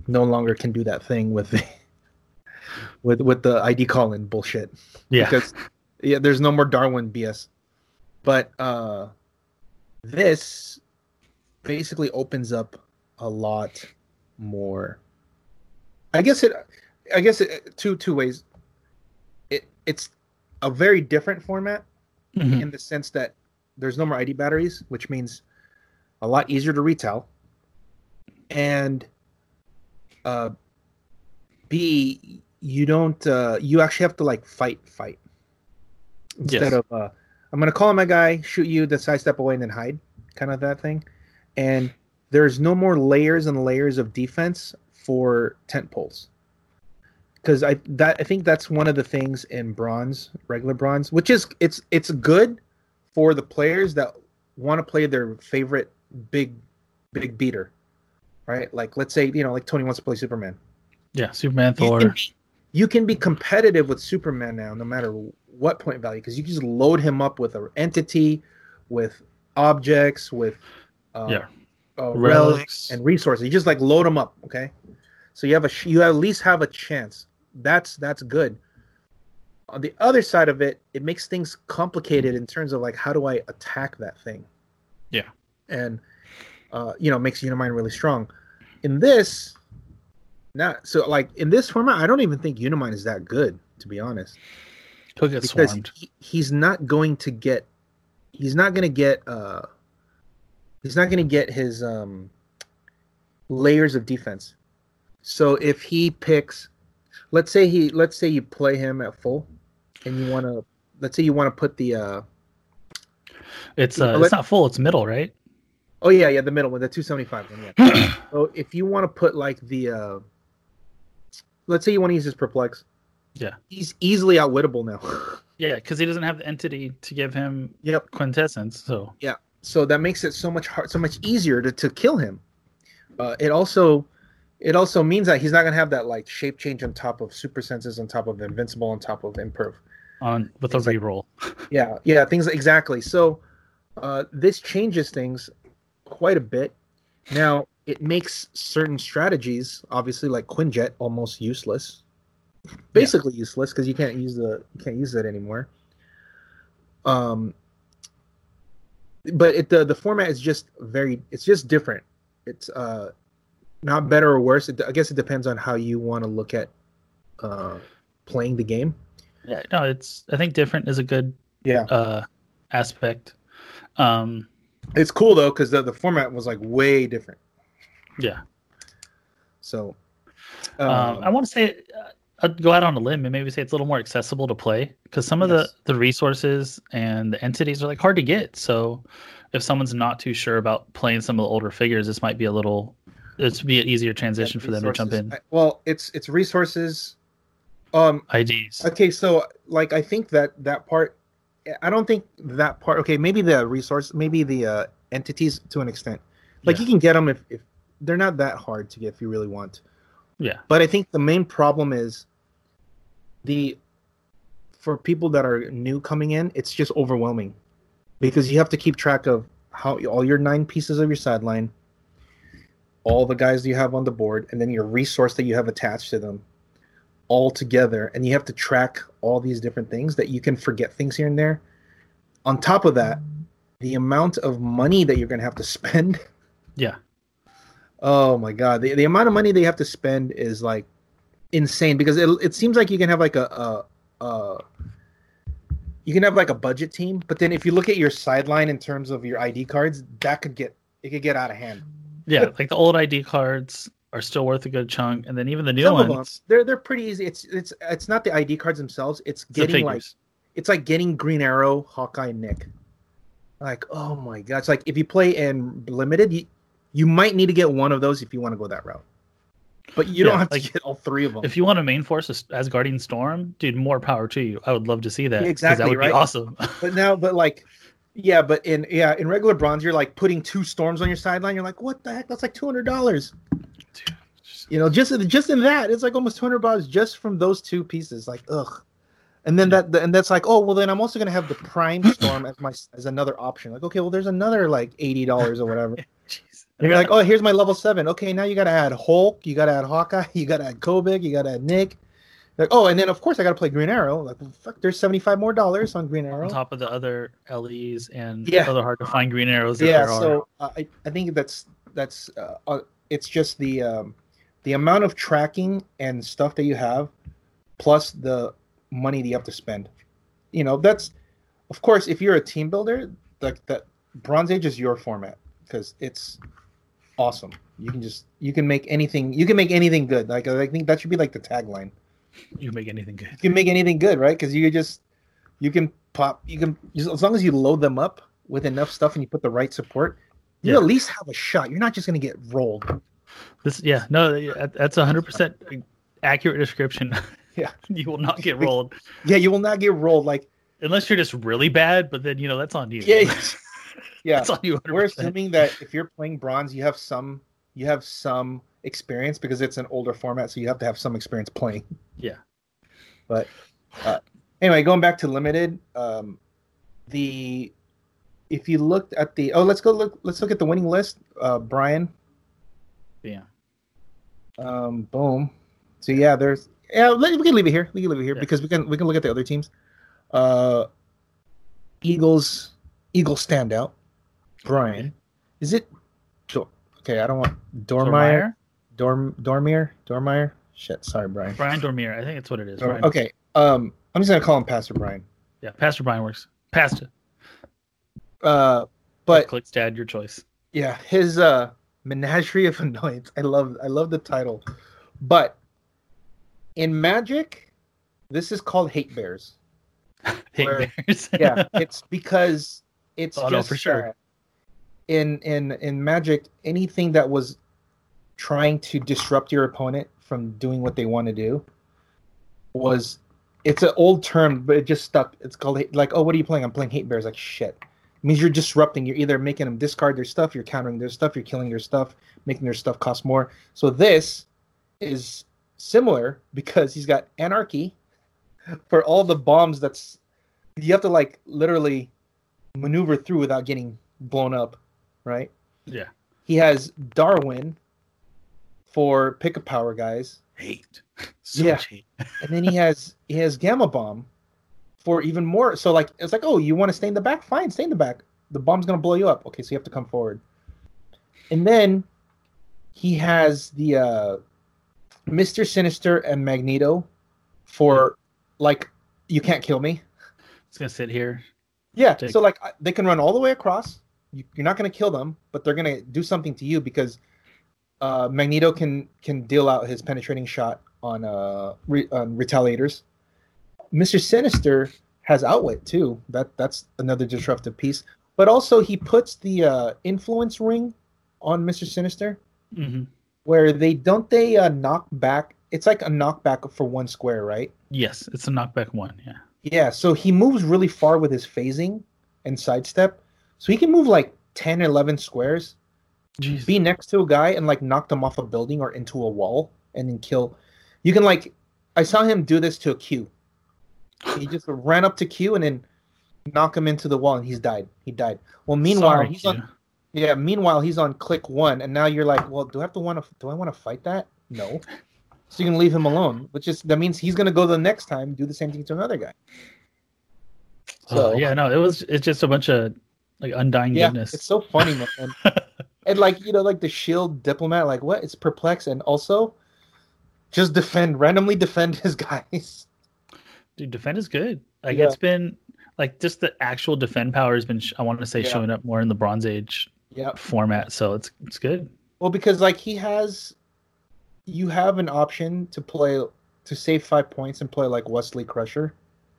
Speaker 3: no longer can do that thing with the with with the ID call in bullshit.
Speaker 2: yeah.
Speaker 3: because yeah, there's no more Darwin BS. But uh this basically opens up a lot more. I guess it I guess it two two ways. It it's a very different format
Speaker 2: Mhm.
Speaker 3: in the sense that there's no more ID batteries, which means a lot easier to retail. And uh, B, you don't uh, you actually have to like fight fight instead
Speaker 2: Yes.
Speaker 3: of uh, I'm gonna call on my guy, shoot you, then sidestep away and then hide, kind of that thing. And there's no more layers and layers of defense for tent poles because I that I think that's one of the things in bronze, regular bronze, which is it's it's good for the players that want to play their favorite big big beater, right? Like let's say you know like Tony wants to play Superman.
Speaker 2: Yeah. Superman,
Speaker 3: You
Speaker 2: Thor.
Speaker 3: can, be- you can be competitive with Superman now, no matter what point value, because you can just load him up with an entity, with objects, with uh,
Speaker 2: Yeah.
Speaker 3: uh, relics
Speaker 2: relics.
Speaker 3: and resources. You just like load them up, okay? So you have a sh- you at least have a chance. That's that's good. On the other side of it, it makes things complicated in terms of like how do I attack that thing?
Speaker 2: Yeah.
Speaker 3: And uh, you know, makes Unimind really strong. In this, not so like in this format, I don't even think Unimind is that good, to be honest
Speaker 2: He'll get
Speaker 3: because
Speaker 2: swarmed.
Speaker 3: he, he's not going to get he's not going to get uh he's not going to get his um layers of defense so if he picks let's say he let's say you play him at full and you want to let's say you want to put the uh
Speaker 2: It's uh,
Speaker 3: Let-
Speaker 2: it's not full. It's middle, right?
Speaker 3: oh yeah yeah the middle one the 275 one yeah so if you want to put like the uh let's say you want to use his perplex
Speaker 2: Yeah.
Speaker 3: he's easily outwittable now
Speaker 2: Yeah, because he doesn't have the entity to give him
Speaker 3: yep
Speaker 2: quintessence. So
Speaker 3: so that makes it so much hard, so much easier to, to kill him. Uh, it also it also means that he's not gonna have that like shape change on top of super senses, on top of invincible, on top of imperv.
Speaker 2: on with a
Speaker 3: It's like-
Speaker 2: reroll.
Speaker 3: Yeah, yeah, things exactly. So uh, this changes things quite a bit. Now it makes certain strategies, obviously like Quinjet, almost useless. Basically useless because you can't use the you can't use that anymore. Um, but it, the the format is just very it's just different. It's uh not better or worse. It, I guess it depends on how you want to look at uh playing the game.
Speaker 2: Yeah, no, it's I think different is a good
Speaker 3: Yeah.
Speaker 2: uh aspect. Um
Speaker 3: It's cool though because the, the format was like way different.
Speaker 2: yeah.
Speaker 3: So,
Speaker 2: Um, I
Speaker 3: um,
Speaker 2: want to say uh, I'd go out on a limb and maybe say it's a little more accessible to play because some of
Speaker 3: Yes.
Speaker 2: the the resources and the entities are like hard to get. So if someone's not too sure about playing some of the older figures, this might be a little it's be an easier transition for them to jump in.
Speaker 3: resources- I- well, it's it's resources. Um.
Speaker 2: IDs.
Speaker 3: Okay. So, like, I think that that part. I don't think that part. Okay. Maybe the resource. Maybe the uh, entities to an extent. Like
Speaker 2: Yeah.
Speaker 3: you can get them if, if they're not that hard to get if you really want.
Speaker 2: Yeah.
Speaker 3: But I think the main problem is the for people that are new coming in, it's just overwhelming because you have to keep track of how all your nine pieces of your sideline, all the guys you have on the board, and then your resource that you have attached to them all together, and you have to track all these different things that you can forget things here and there. On top of that, the amount of money that you're going to have to spend
Speaker 2: Yeah.
Speaker 3: Oh my god, the, the amount of money they have to spend is like insane because it it seems like you can have like a, a, a you can have like a budget team, but then if you look at your sideline in terms of your ID cards, that could get it could get out of hand.
Speaker 2: Yeah, like the old ID cards are still worth a good chunk and then even the new
Speaker 3: Some of them,
Speaker 2: ones
Speaker 3: they're they're pretty easy. It's it's it's not the ID cards themselves. It's
Speaker 2: the
Speaker 3: getting like
Speaker 2: figures.
Speaker 3: it's like getting Green Arrow, Hawkeye, Nick. Like oh my god, it's like if you play in limited, you, you might need to get one of those if you want to go that route. But you
Speaker 2: Yeah,
Speaker 3: don't have
Speaker 2: like-
Speaker 3: to get all three of them.
Speaker 2: If you want to main force as as Guardian Storm, dude, more power to you. I would love to see that. 'cause
Speaker 3: Exactly,
Speaker 2: That would
Speaker 3: right?
Speaker 2: be awesome.
Speaker 3: But now, but like, yeah, but in yeah, in regular bronze, you're like putting two storms on your sideline. You're like, what the heck? That's like two hundred dollars. You know, just just in that, it's like almost two hundred dollars just from those two pieces. Like, ugh. And then that, and that's like, oh well, then I'm also gonna have the prime storm as my as another option. Like, okay, well, there's another like eighty dollars or whatever.
Speaker 2: Jeez.
Speaker 3: And you're like, oh, here's my level seven. Okay, now you gotta add Hulk, you gotta add Hawkeye, you gotta add Kobik, you gotta add Nick. Like, oh, and then of course I gotta play Green Arrow. Like, well, fuck, there's seventy five more dollars on Green Arrow.
Speaker 2: on top of the other LEs and
Speaker 3: Yeah.
Speaker 2: other hard to find green arrows. That
Speaker 3: yeah
Speaker 2: there are.
Speaker 3: so uh, I, I think that's that's uh, uh, it's just the um, the amount of tracking and stuff that you have plus the money that you have to spend you know that's of course if you're a team builder like that bronze age is your format because it's awesome you can just you can make anything you can make anything good like i think that should be like the tagline
Speaker 2: you make anything good.
Speaker 3: you can make anything good, right? Because you just you can pop you can just, as long as you load them up with enough stuff and you put the right support, you
Speaker 2: Yeah.
Speaker 3: at least have a shot. You're not just gonna get rolled.
Speaker 2: This, yeah, no, that- that's a hundred percent accurate description.
Speaker 3: Yeah.
Speaker 2: you will not get rolled
Speaker 3: Yeah, you will not get rolled. Like
Speaker 2: unless you're just really bad. But then you know that's on you.
Speaker 3: yeah, yeah.
Speaker 2: that's on you. 100%.
Speaker 3: We're assuming that if you're playing bronze, you have some you have some experience because it's an older format, so you have to have some experience playing.
Speaker 2: Yeah.
Speaker 3: But uh, anyway, going back to limited, um, the if you looked at the oh, let's go look. Let's look at the winning list, uh, Brian.
Speaker 2: Yeah.
Speaker 3: Um, boom. So yeah, there's yeah. Let, we can leave it here. We can leave it here
Speaker 2: Yeah.
Speaker 3: because we can we can look at the other teams. Uh, Eagles. Eagles standout. Brian, is it? Dor- okay, I don't want Dormeyer.
Speaker 2: Dormier,
Speaker 3: Dorm Dormier. Dormier. Shit, sorry, Brian.
Speaker 2: Brian Dormier. I think that's what it is.
Speaker 3: Dor-
Speaker 2: Brian.
Speaker 3: okay, um, I'm just gonna call him Pastor Brian.
Speaker 2: Yeah, Pastor Brian works. Pastor,
Speaker 3: Uh, but
Speaker 2: click dad, your choice.
Speaker 3: yeah, his uh menagerie of annoyance. I love I love the title. But in Magic, this is called Hate Bears.
Speaker 2: Hey,
Speaker 3: Where-
Speaker 2: Bears.
Speaker 3: Yeah, it's because it's
Speaker 2: Oh, no,
Speaker 3: just
Speaker 2: for sure.
Speaker 3: uh, in in in Magic, anything that was trying to disrupt your opponent from doing what they want to do was it's an old term, but it just stuck. It's called hate- like, oh, what are you playing? I'm playing Hate Bears. Like shit. It means you're disrupting. You're either making them discard their stuff, you're countering their stuff, you're killing their stuff, making their stuff cost more. So this is similar because he's got anarchy for all the bombs that's you have to like literally maneuver through without getting blown up, right?
Speaker 2: Yeah.
Speaker 3: He has Darwin for pick a power guys,
Speaker 2: hate. So
Speaker 3: Yeah.
Speaker 2: much hate.
Speaker 3: and then he has he has Gamma Bomb for even more. So like it's like oh you want to stay in the back, fine, stay in the back. The bomb's gonna blow you up. Okay, so you have to come forward, and then he has the uh, Mister Sinister and Magneto for like you can't kill me.
Speaker 2: It's gonna sit here.
Speaker 3: Yeah.
Speaker 2: Take-
Speaker 3: So like I- they can run all the way across. You, you're not going to kill them, but they're going to do something to you because uh, Magneto can can deal out his penetrating shot on uh re, on retaliators. Mister Sinister has outwit too. That that's another disruptive piece. But also he puts the uh, influence ring on Mister Sinister,
Speaker 2: hmm
Speaker 3: where they don't they uh, knock back. It's like a knockback for one square, right?
Speaker 2: Yes, it's a knockback one. Yeah.
Speaker 3: Yeah, so he moves really far with his phasing and sidestep. So he can move like 10, 11 squares,
Speaker 2: Jeez.
Speaker 3: be next to a guy and like knock them off a building or into a wall and then kill. You can like, I saw him do this to a Q. He just ran up to Q and then knock him into the wall and he's died. He died. Well, meanwhile,
Speaker 2: Sorry,
Speaker 3: he's
Speaker 2: Q.
Speaker 3: on, yeah, meanwhile, he's on click one. And now you're like, well, do I have to want to, do I want to fight that? No. So you can leave him alone, which is, that means he's going to go the next time, do the same thing to another guy.
Speaker 2: oh, yeah, no, it was. It's just a bunch of like undying
Speaker 3: yeah,
Speaker 2: goodness.
Speaker 3: it's so funny, man. And, and, like you know, like the shield diplomat, like what? It's perplexed and also just defend randomly defend his guys.
Speaker 2: Dude, defend is good. Like
Speaker 3: Yeah.
Speaker 2: it's been like just the actual defend power has been. Sh- I want to say
Speaker 3: Yeah.
Speaker 2: showing up more in the Bronze Age
Speaker 3: Yeah.
Speaker 2: format, so it's it's good.
Speaker 3: Well, because like he has, you have an option to play to save five points and play like Wesley Crusher,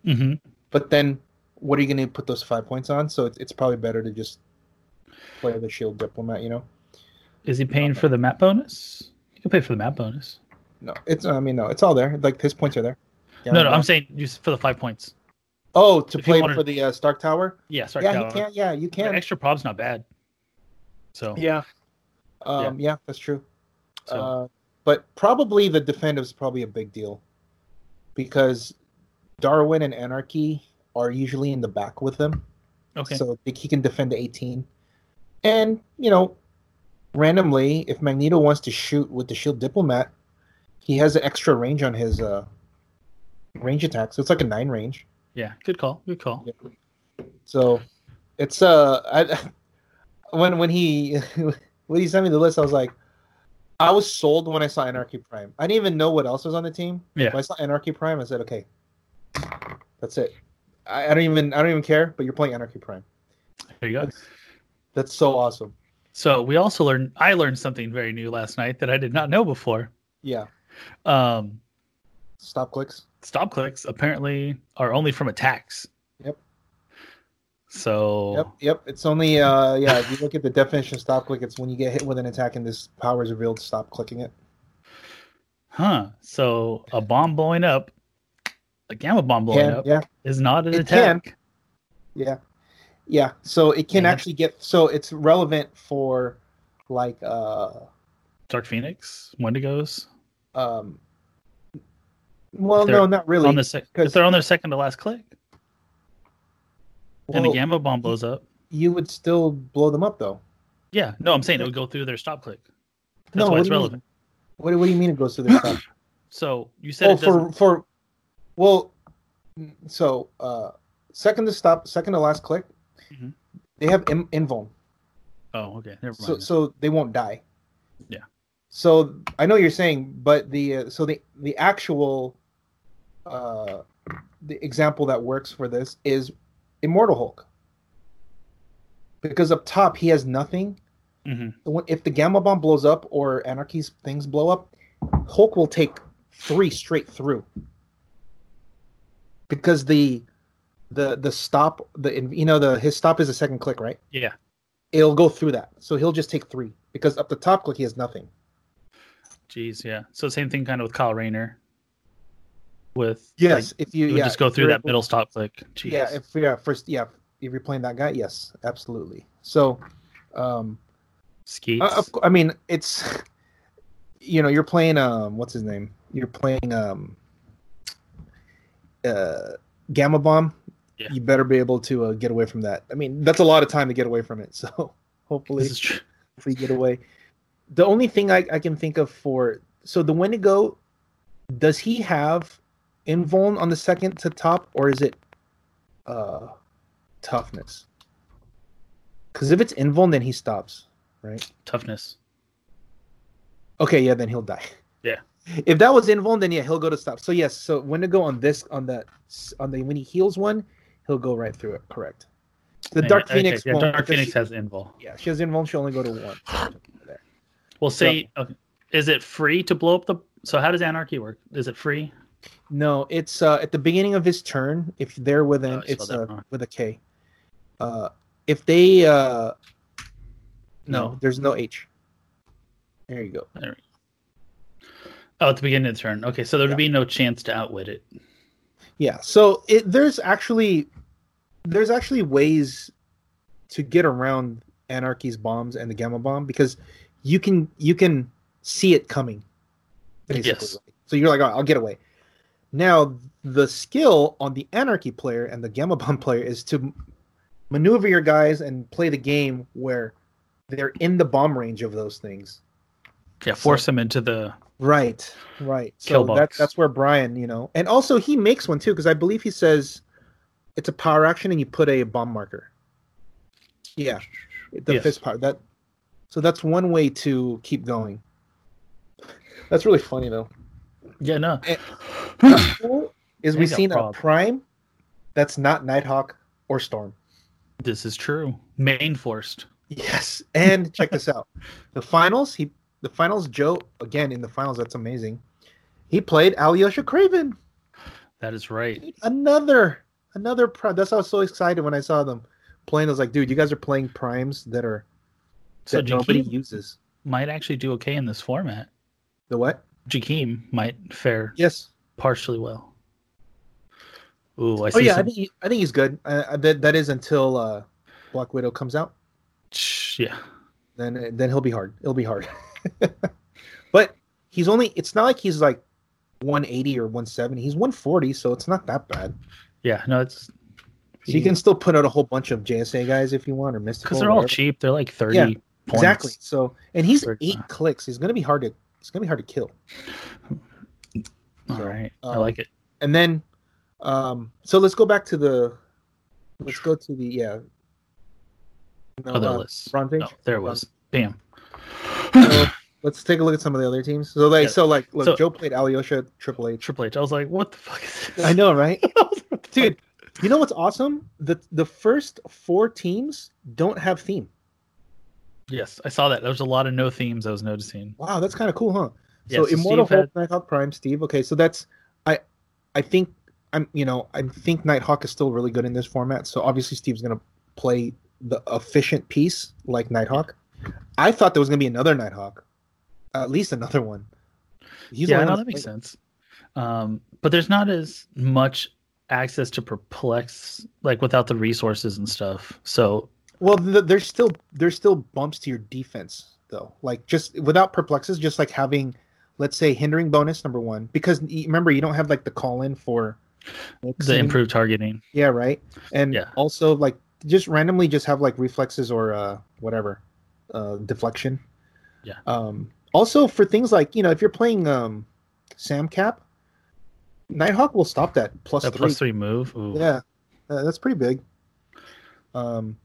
Speaker 2: hmm
Speaker 3: but then what are you going to put those five points on? So it's it's probably better to just play the shield diplomat, you know.
Speaker 2: Is he paying for the map bonus? He can pay for the map bonus.
Speaker 3: No, it's. I mean, no, it's all there. Like his points are there. Yeah,
Speaker 2: no, no, I'm saying just for the five points.
Speaker 3: Oh, to
Speaker 2: if you
Speaker 3: play
Speaker 2: wanted-
Speaker 3: for the uh, Stark Tower.
Speaker 2: Yeah, sorry.
Speaker 3: yeah,
Speaker 2: Cal,
Speaker 3: you can. Yeah, you
Speaker 2: the
Speaker 3: can.
Speaker 2: Extra prob's not bad. So
Speaker 3: Yeah. Um, yeah. that's true.
Speaker 2: So-
Speaker 3: Uh, but probably the defensive is probably a big deal because Darwin and Anarchy are usually in the back with him,
Speaker 2: okay.
Speaker 3: so they- he can defend the 18. And you know, randomly, if Magneto wants to shoot with the Shield Diplomat, he has an extra range on his uh, range attack, so it's like a nine range.
Speaker 2: yeah, good call. Good call.
Speaker 3: Yeah. So it's uh I, when when he when he sent me the list, I was like, I was sold when I saw Anarchy Prime. I didn't even know what else was on the team.
Speaker 2: Yeah.
Speaker 3: When I saw Anarchy Prime, I said, okay, that's it. I, I don't even I don't even care, but you're playing Anarchy Prime.
Speaker 2: There you go.
Speaker 3: That's so awesome.
Speaker 2: So we also learned. I learned something very new last night that I did not know before.
Speaker 3: Yeah.
Speaker 2: Um,
Speaker 3: Stop clicks.
Speaker 2: stop clicks apparently are only from attacks.
Speaker 3: Yep.
Speaker 2: So
Speaker 3: Yep, yep. It's only uh yeah, if you look at the definition of stop click, it's when you get hit with an attack and this power is revealed, stop clicking it.
Speaker 2: huh. So a bomb blowing up, a gamma bomb blowing
Speaker 3: Can,
Speaker 2: up
Speaker 3: yeah.
Speaker 2: is not an
Speaker 3: It can.
Speaker 2: attack.
Speaker 3: Yeah. Yeah. So it can
Speaker 2: Yeah.
Speaker 3: actually get so it's relevant for like uh
Speaker 2: Dark Phoenix, Wendigos
Speaker 3: um well
Speaker 2: If they're
Speaker 3: no not really
Speaker 2: on the sec- if
Speaker 3: because-
Speaker 2: they're on their second to last click and the
Speaker 3: Well,
Speaker 2: gamma bomb blows up.
Speaker 3: you would still blow them up though.
Speaker 2: Yeah, no, I'm saying it would go through their stop click. That's
Speaker 3: no,
Speaker 2: why
Speaker 3: what
Speaker 2: it's
Speaker 3: do you
Speaker 2: relevant.
Speaker 3: mean? What, what do you mean it goes through the top?
Speaker 2: So you said
Speaker 3: oh,
Speaker 2: it doesn't.
Speaker 3: for for well so uh second to stop second to last click
Speaker 2: Mhm.
Speaker 3: they have in, invuln
Speaker 2: Oh, okay, never mind.
Speaker 3: so so they won't die.
Speaker 2: Yeah.
Speaker 3: So I know what you're saying, but the uh, so the the actual uh the example that works for this is Immortal Hulk. Because up top he has nothing.
Speaker 2: Mhm.
Speaker 3: When- If the gamma bomb blows up or Anarchy's things blow up, Hulk will take three straight through. Because the the the stop the you know the his stop is a second click, right?
Speaker 2: Yeah.
Speaker 3: it'll go through that. So he'll just take three because up the top click he has nothing.
Speaker 2: Jeez, yeah. So same thing kind of with Kyle Rayner. With like,
Speaker 3: if you
Speaker 2: you would
Speaker 3: yeah,
Speaker 2: just go
Speaker 3: if
Speaker 2: through
Speaker 3: you're-
Speaker 2: that middle stop click. Jeez.
Speaker 3: Yeah, if yeah first yeah if you're playing that guy, yes, absolutely. So, um,
Speaker 2: Skeets.
Speaker 3: I, uh, of cou- I mean it's you know you're playing um what's his name you're playing um uh gamma bomb.
Speaker 2: Yeah.
Speaker 3: You better be able to uh, get away from that. I mean that's a lot of time to get away from it. So hopefully
Speaker 2: this is true.
Speaker 3: if we get away. The only thing I, I can think of for so the Wendigo, does he have invuln on the second to top, or is it uh toughness? Because if it's invuln, then he stops, right?
Speaker 2: toughness.
Speaker 3: Okay, yeah, then he'll die.
Speaker 2: Yeah.
Speaker 3: If that was invuln, then yeah, he'll go to stop. So yes, so Wendigo on this on that on the when he heals one, he'll go right through it. Correct. The
Speaker 2: Yeah,
Speaker 3: Dark
Speaker 2: okay,
Speaker 3: Phoenix.
Speaker 2: Yeah,
Speaker 3: won't,
Speaker 2: Dark
Speaker 3: because
Speaker 2: Phoenix
Speaker 3: She,
Speaker 2: has invul.
Speaker 3: yeah, she has invuln. She'll only go to one.
Speaker 2: Well, say, okay, is it free to blow up the? So how does anarchy work? Is it free?
Speaker 3: No, it's uh, at the beginning of his turn. If they're within,
Speaker 2: Oh, I
Speaker 3: it's
Speaker 2: spelled that
Speaker 3: uh,
Speaker 2: wrong.
Speaker 3: with a K. Uh, if they uh, no,
Speaker 2: No.
Speaker 3: there's no H. There you go.
Speaker 2: Oh, at the beginning of the turn. Okay, so there would
Speaker 3: Yeah.
Speaker 2: be no chance to outwit it.
Speaker 3: Yeah. So it, there's actually there's actually ways to get around Anarchy's bombs and the Gamma bomb because you can you can see it coming.
Speaker 2: Yes.
Speaker 3: So you're like, all right, I'll get away. Now the skill on the Anarchy player and the Gamma bomb player is to maneuver your guys and play the game where they're in the bomb range of those things.
Speaker 2: Yeah, force them into the.
Speaker 3: Right, right.
Speaker 2: Kill
Speaker 3: So that,
Speaker 2: box.
Speaker 3: that's where Brian, you know, and also he makes one too because I believe he says it's a power action and you put a bomb marker. Yeah, the
Speaker 2: Yes.
Speaker 3: fist power. That so that's one way to keep going. That's really funny though.
Speaker 2: Yeah, no.
Speaker 3: Eh. What's cool is
Speaker 2: They
Speaker 3: we've
Speaker 2: got
Speaker 3: seen a
Speaker 2: problems.
Speaker 3: prime that's not Nighthawk or Storm.
Speaker 2: this is true. Main forced.
Speaker 3: Yes, and check this out. The finals, he the finals. Joe again in the finals. That's amazing. He played Alyosha Craven.
Speaker 2: That is right.
Speaker 3: Dude, another another prime. That's why I was so excited when I saw them playing. I was like, dude, you guys are playing primes that are
Speaker 2: So
Speaker 3: that nobody
Speaker 2: Jakey
Speaker 3: uses.
Speaker 2: might actually do okay in this format.
Speaker 3: The what?
Speaker 2: Jakeem might fare
Speaker 3: Yes.
Speaker 2: partially well. Ooh, I see.
Speaker 3: Oh yeah, I
Speaker 2: some-
Speaker 3: think he- I think he's good. I, I, that that is until uh, Black Widow comes out.
Speaker 2: Shh, yeah.
Speaker 3: Then then he'll be hard. It'll be hard. but he's only. It's not like he's like 180 or 170. He's 140, so it's not that bad.
Speaker 2: Yeah, no, it's
Speaker 3: So you can still put out a whole bunch of JSA guys if you want, or mystical.
Speaker 2: because they're all
Speaker 3: whatever.
Speaker 2: cheap. They're like thirty
Speaker 3: Yeah,
Speaker 2: points.
Speaker 3: Exactly. So and he's
Speaker 2: Thirty
Speaker 3: eight
Speaker 2: five.
Speaker 3: clicks. He's gonna be hard to. It's gonna be hard to kill.
Speaker 2: All
Speaker 3: So,
Speaker 2: right, I
Speaker 3: um,
Speaker 2: like it.
Speaker 3: and then um so let's go back to the let's go to the yeah no,
Speaker 2: Other
Speaker 3: uh,
Speaker 2: lists.
Speaker 3: Bronze Age.
Speaker 2: No, there it was. Bam.
Speaker 3: So let's take a look at some of the other teams. So like
Speaker 2: Yeah.
Speaker 3: so like look,
Speaker 2: So-
Speaker 3: Joe played Alyosha Triple H.
Speaker 2: Triple H. I was like, what the fuck is this?
Speaker 3: I know, right?
Speaker 2: I was like, what the fuck?
Speaker 3: Dude, you know what's awesome? The the first four teams don't have theme.
Speaker 2: Yes, I saw that. There was a lot of no themes I was noticing.
Speaker 3: Wow, that's kind of cool, huh?
Speaker 2: Yeah,
Speaker 3: so,
Speaker 2: so
Speaker 3: Immortal
Speaker 2: Steve had-
Speaker 3: Hulk, Nighthawk Prime, Steve. Okay, so that's I I think I'm you know, I think Nighthawk is still really good in this format. So obviously Steve's gonna play the efficient piece like Nighthawk. I thought there was gonna be another Nighthawk. At least another one. He's the
Speaker 2: yeah,
Speaker 3: only
Speaker 2: no,
Speaker 3: one
Speaker 2: that makes
Speaker 3: that's played.
Speaker 2: sense. Um, but there's not as much access to perplex like without the resources and stuff. So
Speaker 3: Well, th- there's still there's still bumps to your defense though. Like just without perplexes, just like having, let's say, hindering bonus number one because y- remember you don't have like the call in for
Speaker 2: the improved targeting.
Speaker 3: Yeah, right. And
Speaker 2: Yeah.
Speaker 3: also like just randomly just have like reflexes or uh whatever. Uh deflection.
Speaker 2: Yeah.
Speaker 3: Um also for things like, you know, if you're playing um Sam Cap, Nighthawk will stop that plus
Speaker 2: That
Speaker 3: three.
Speaker 2: plus three move. Ooh.
Speaker 3: Yeah. Uh, that's pretty big. Um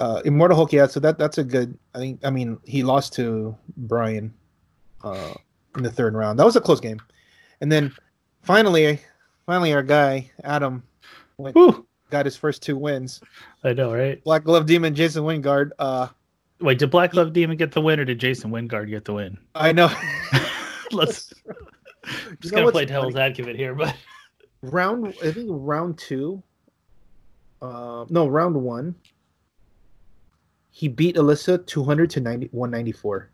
Speaker 3: uh Immortal Hulk, yeah, so that that's a good I think I mean he lost to Brian uh in the third round. That was a close game. And then finally finally our guy, Adam, went
Speaker 2: Woo!
Speaker 3: got his first two wins.
Speaker 2: I know, right?
Speaker 3: Black Glove Demon Jason Wingard. Uh,
Speaker 2: Wait, did Black Love Demon get the win or did Jason Wingard get the win?
Speaker 3: I know.
Speaker 2: Let's
Speaker 3: You
Speaker 2: just
Speaker 3: know
Speaker 2: gonna
Speaker 3: what's
Speaker 2: play devil's
Speaker 3: funny?
Speaker 2: advocate here, but
Speaker 3: round. I think round two. Uh, no, round one. He beat Alyssa two hundred to 90, 194.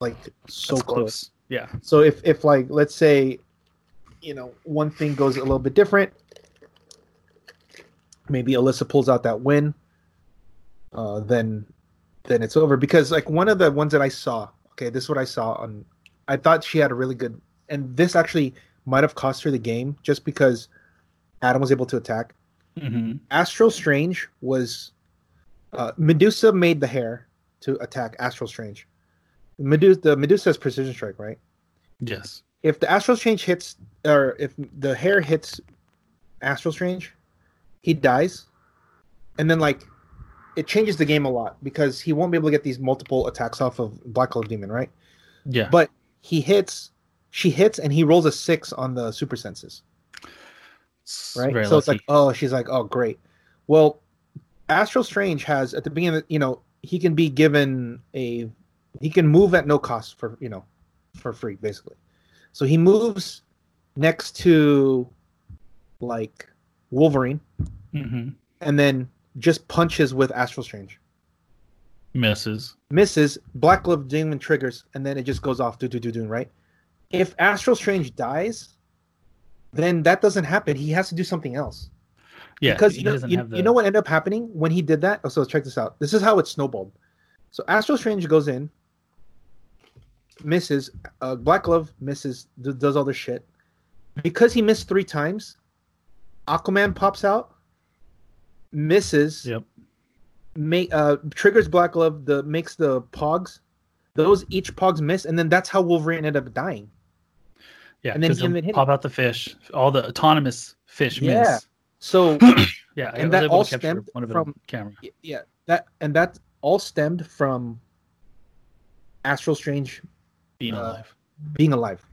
Speaker 3: Like so
Speaker 2: That's
Speaker 3: close.
Speaker 2: Yeah.
Speaker 3: So if if like let's say, you know, one thing goes a little bit different, maybe Alyssa pulls out that win, uh, then then it's over because like one of the ones that I saw. Okay, this is what I saw on. I thought she had a really good, and this actually might have cost her the game just because Adam was able to attack.
Speaker 2: hmm
Speaker 3: Astral Strange was uh, Medusa made the hair to attack Astral Strange. Medusa, the Medusa has precision strike, right?
Speaker 2: Yes.
Speaker 3: if the astral strange hits or if the hair hits astral strange he dies and then like it changes the game a lot because he won't be able to get these multiple attacks off of black hole demon right
Speaker 2: Yeah.
Speaker 3: but he hits she hits and he rolls a six on the super senses
Speaker 2: It's
Speaker 3: right?
Speaker 2: very
Speaker 3: so it's like,
Speaker 2: lucky.
Speaker 3: oh, she's like, oh, great. Well, Astral Strange has at the beginning, you know, he can be given a, he can move at no cost for you know, for free basically. So he moves next to, like, Wolverine,
Speaker 2: hmm
Speaker 3: and then just punches with Astral Strange,
Speaker 2: misses.
Speaker 3: misses, Black Glove Demon triggers, and then it just goes off, do do do do, right? If Astral Strange dies, then that doesn't happen. He has to do something else.
Speaker 2: Yeah.
Speaker 3: because you
Speaker 2: he
Speaker 3: know,
Speaker 2: doesn't
Speaker 3: you,
Speaker 2: have the
Speaker 3: you know what ended up happening when he did that. Oh, so check this out. This is how it snowballed. So Astral Strange goes in, misses. Uh, Black Glove misses. d- does all this shit because he missed three times. Aquaman pops out, misses.
Speaker 2: Yep.
Speaker 3: Make uh, triggers Black Glove. The makes the Pogs. Those each Pogs miss, and then that's how Wolverine ended up dying.
Speaker 2: Yeah,
Speaker 3: and then
Speaker 2: 'cause
Speaker 3: him
Speaker 2: they'll
Speaker 3: and him.
Speaker 2: pop out the fish. All the autonomous fish
Speaker 3: Yeah.
Speaker 2: miss.
Speaker 3: So
Speaker 2: Yeah, I
Speaker 3: And
Speaker 2: was
Speaker 3: that
Speaker 2: able
Speaker 3: all
Speaker 2: to capture
Speaker 3: stemmed
Speaker 2: one of it
Speaker 3: from-
Speaker 2: on camera.
Speaker 3: Y- yeah that and that all stemmed from astral strange
Speaker 2: Being
Speaker 3: uh,
Speaker 2: alive
Speaker 3: being alive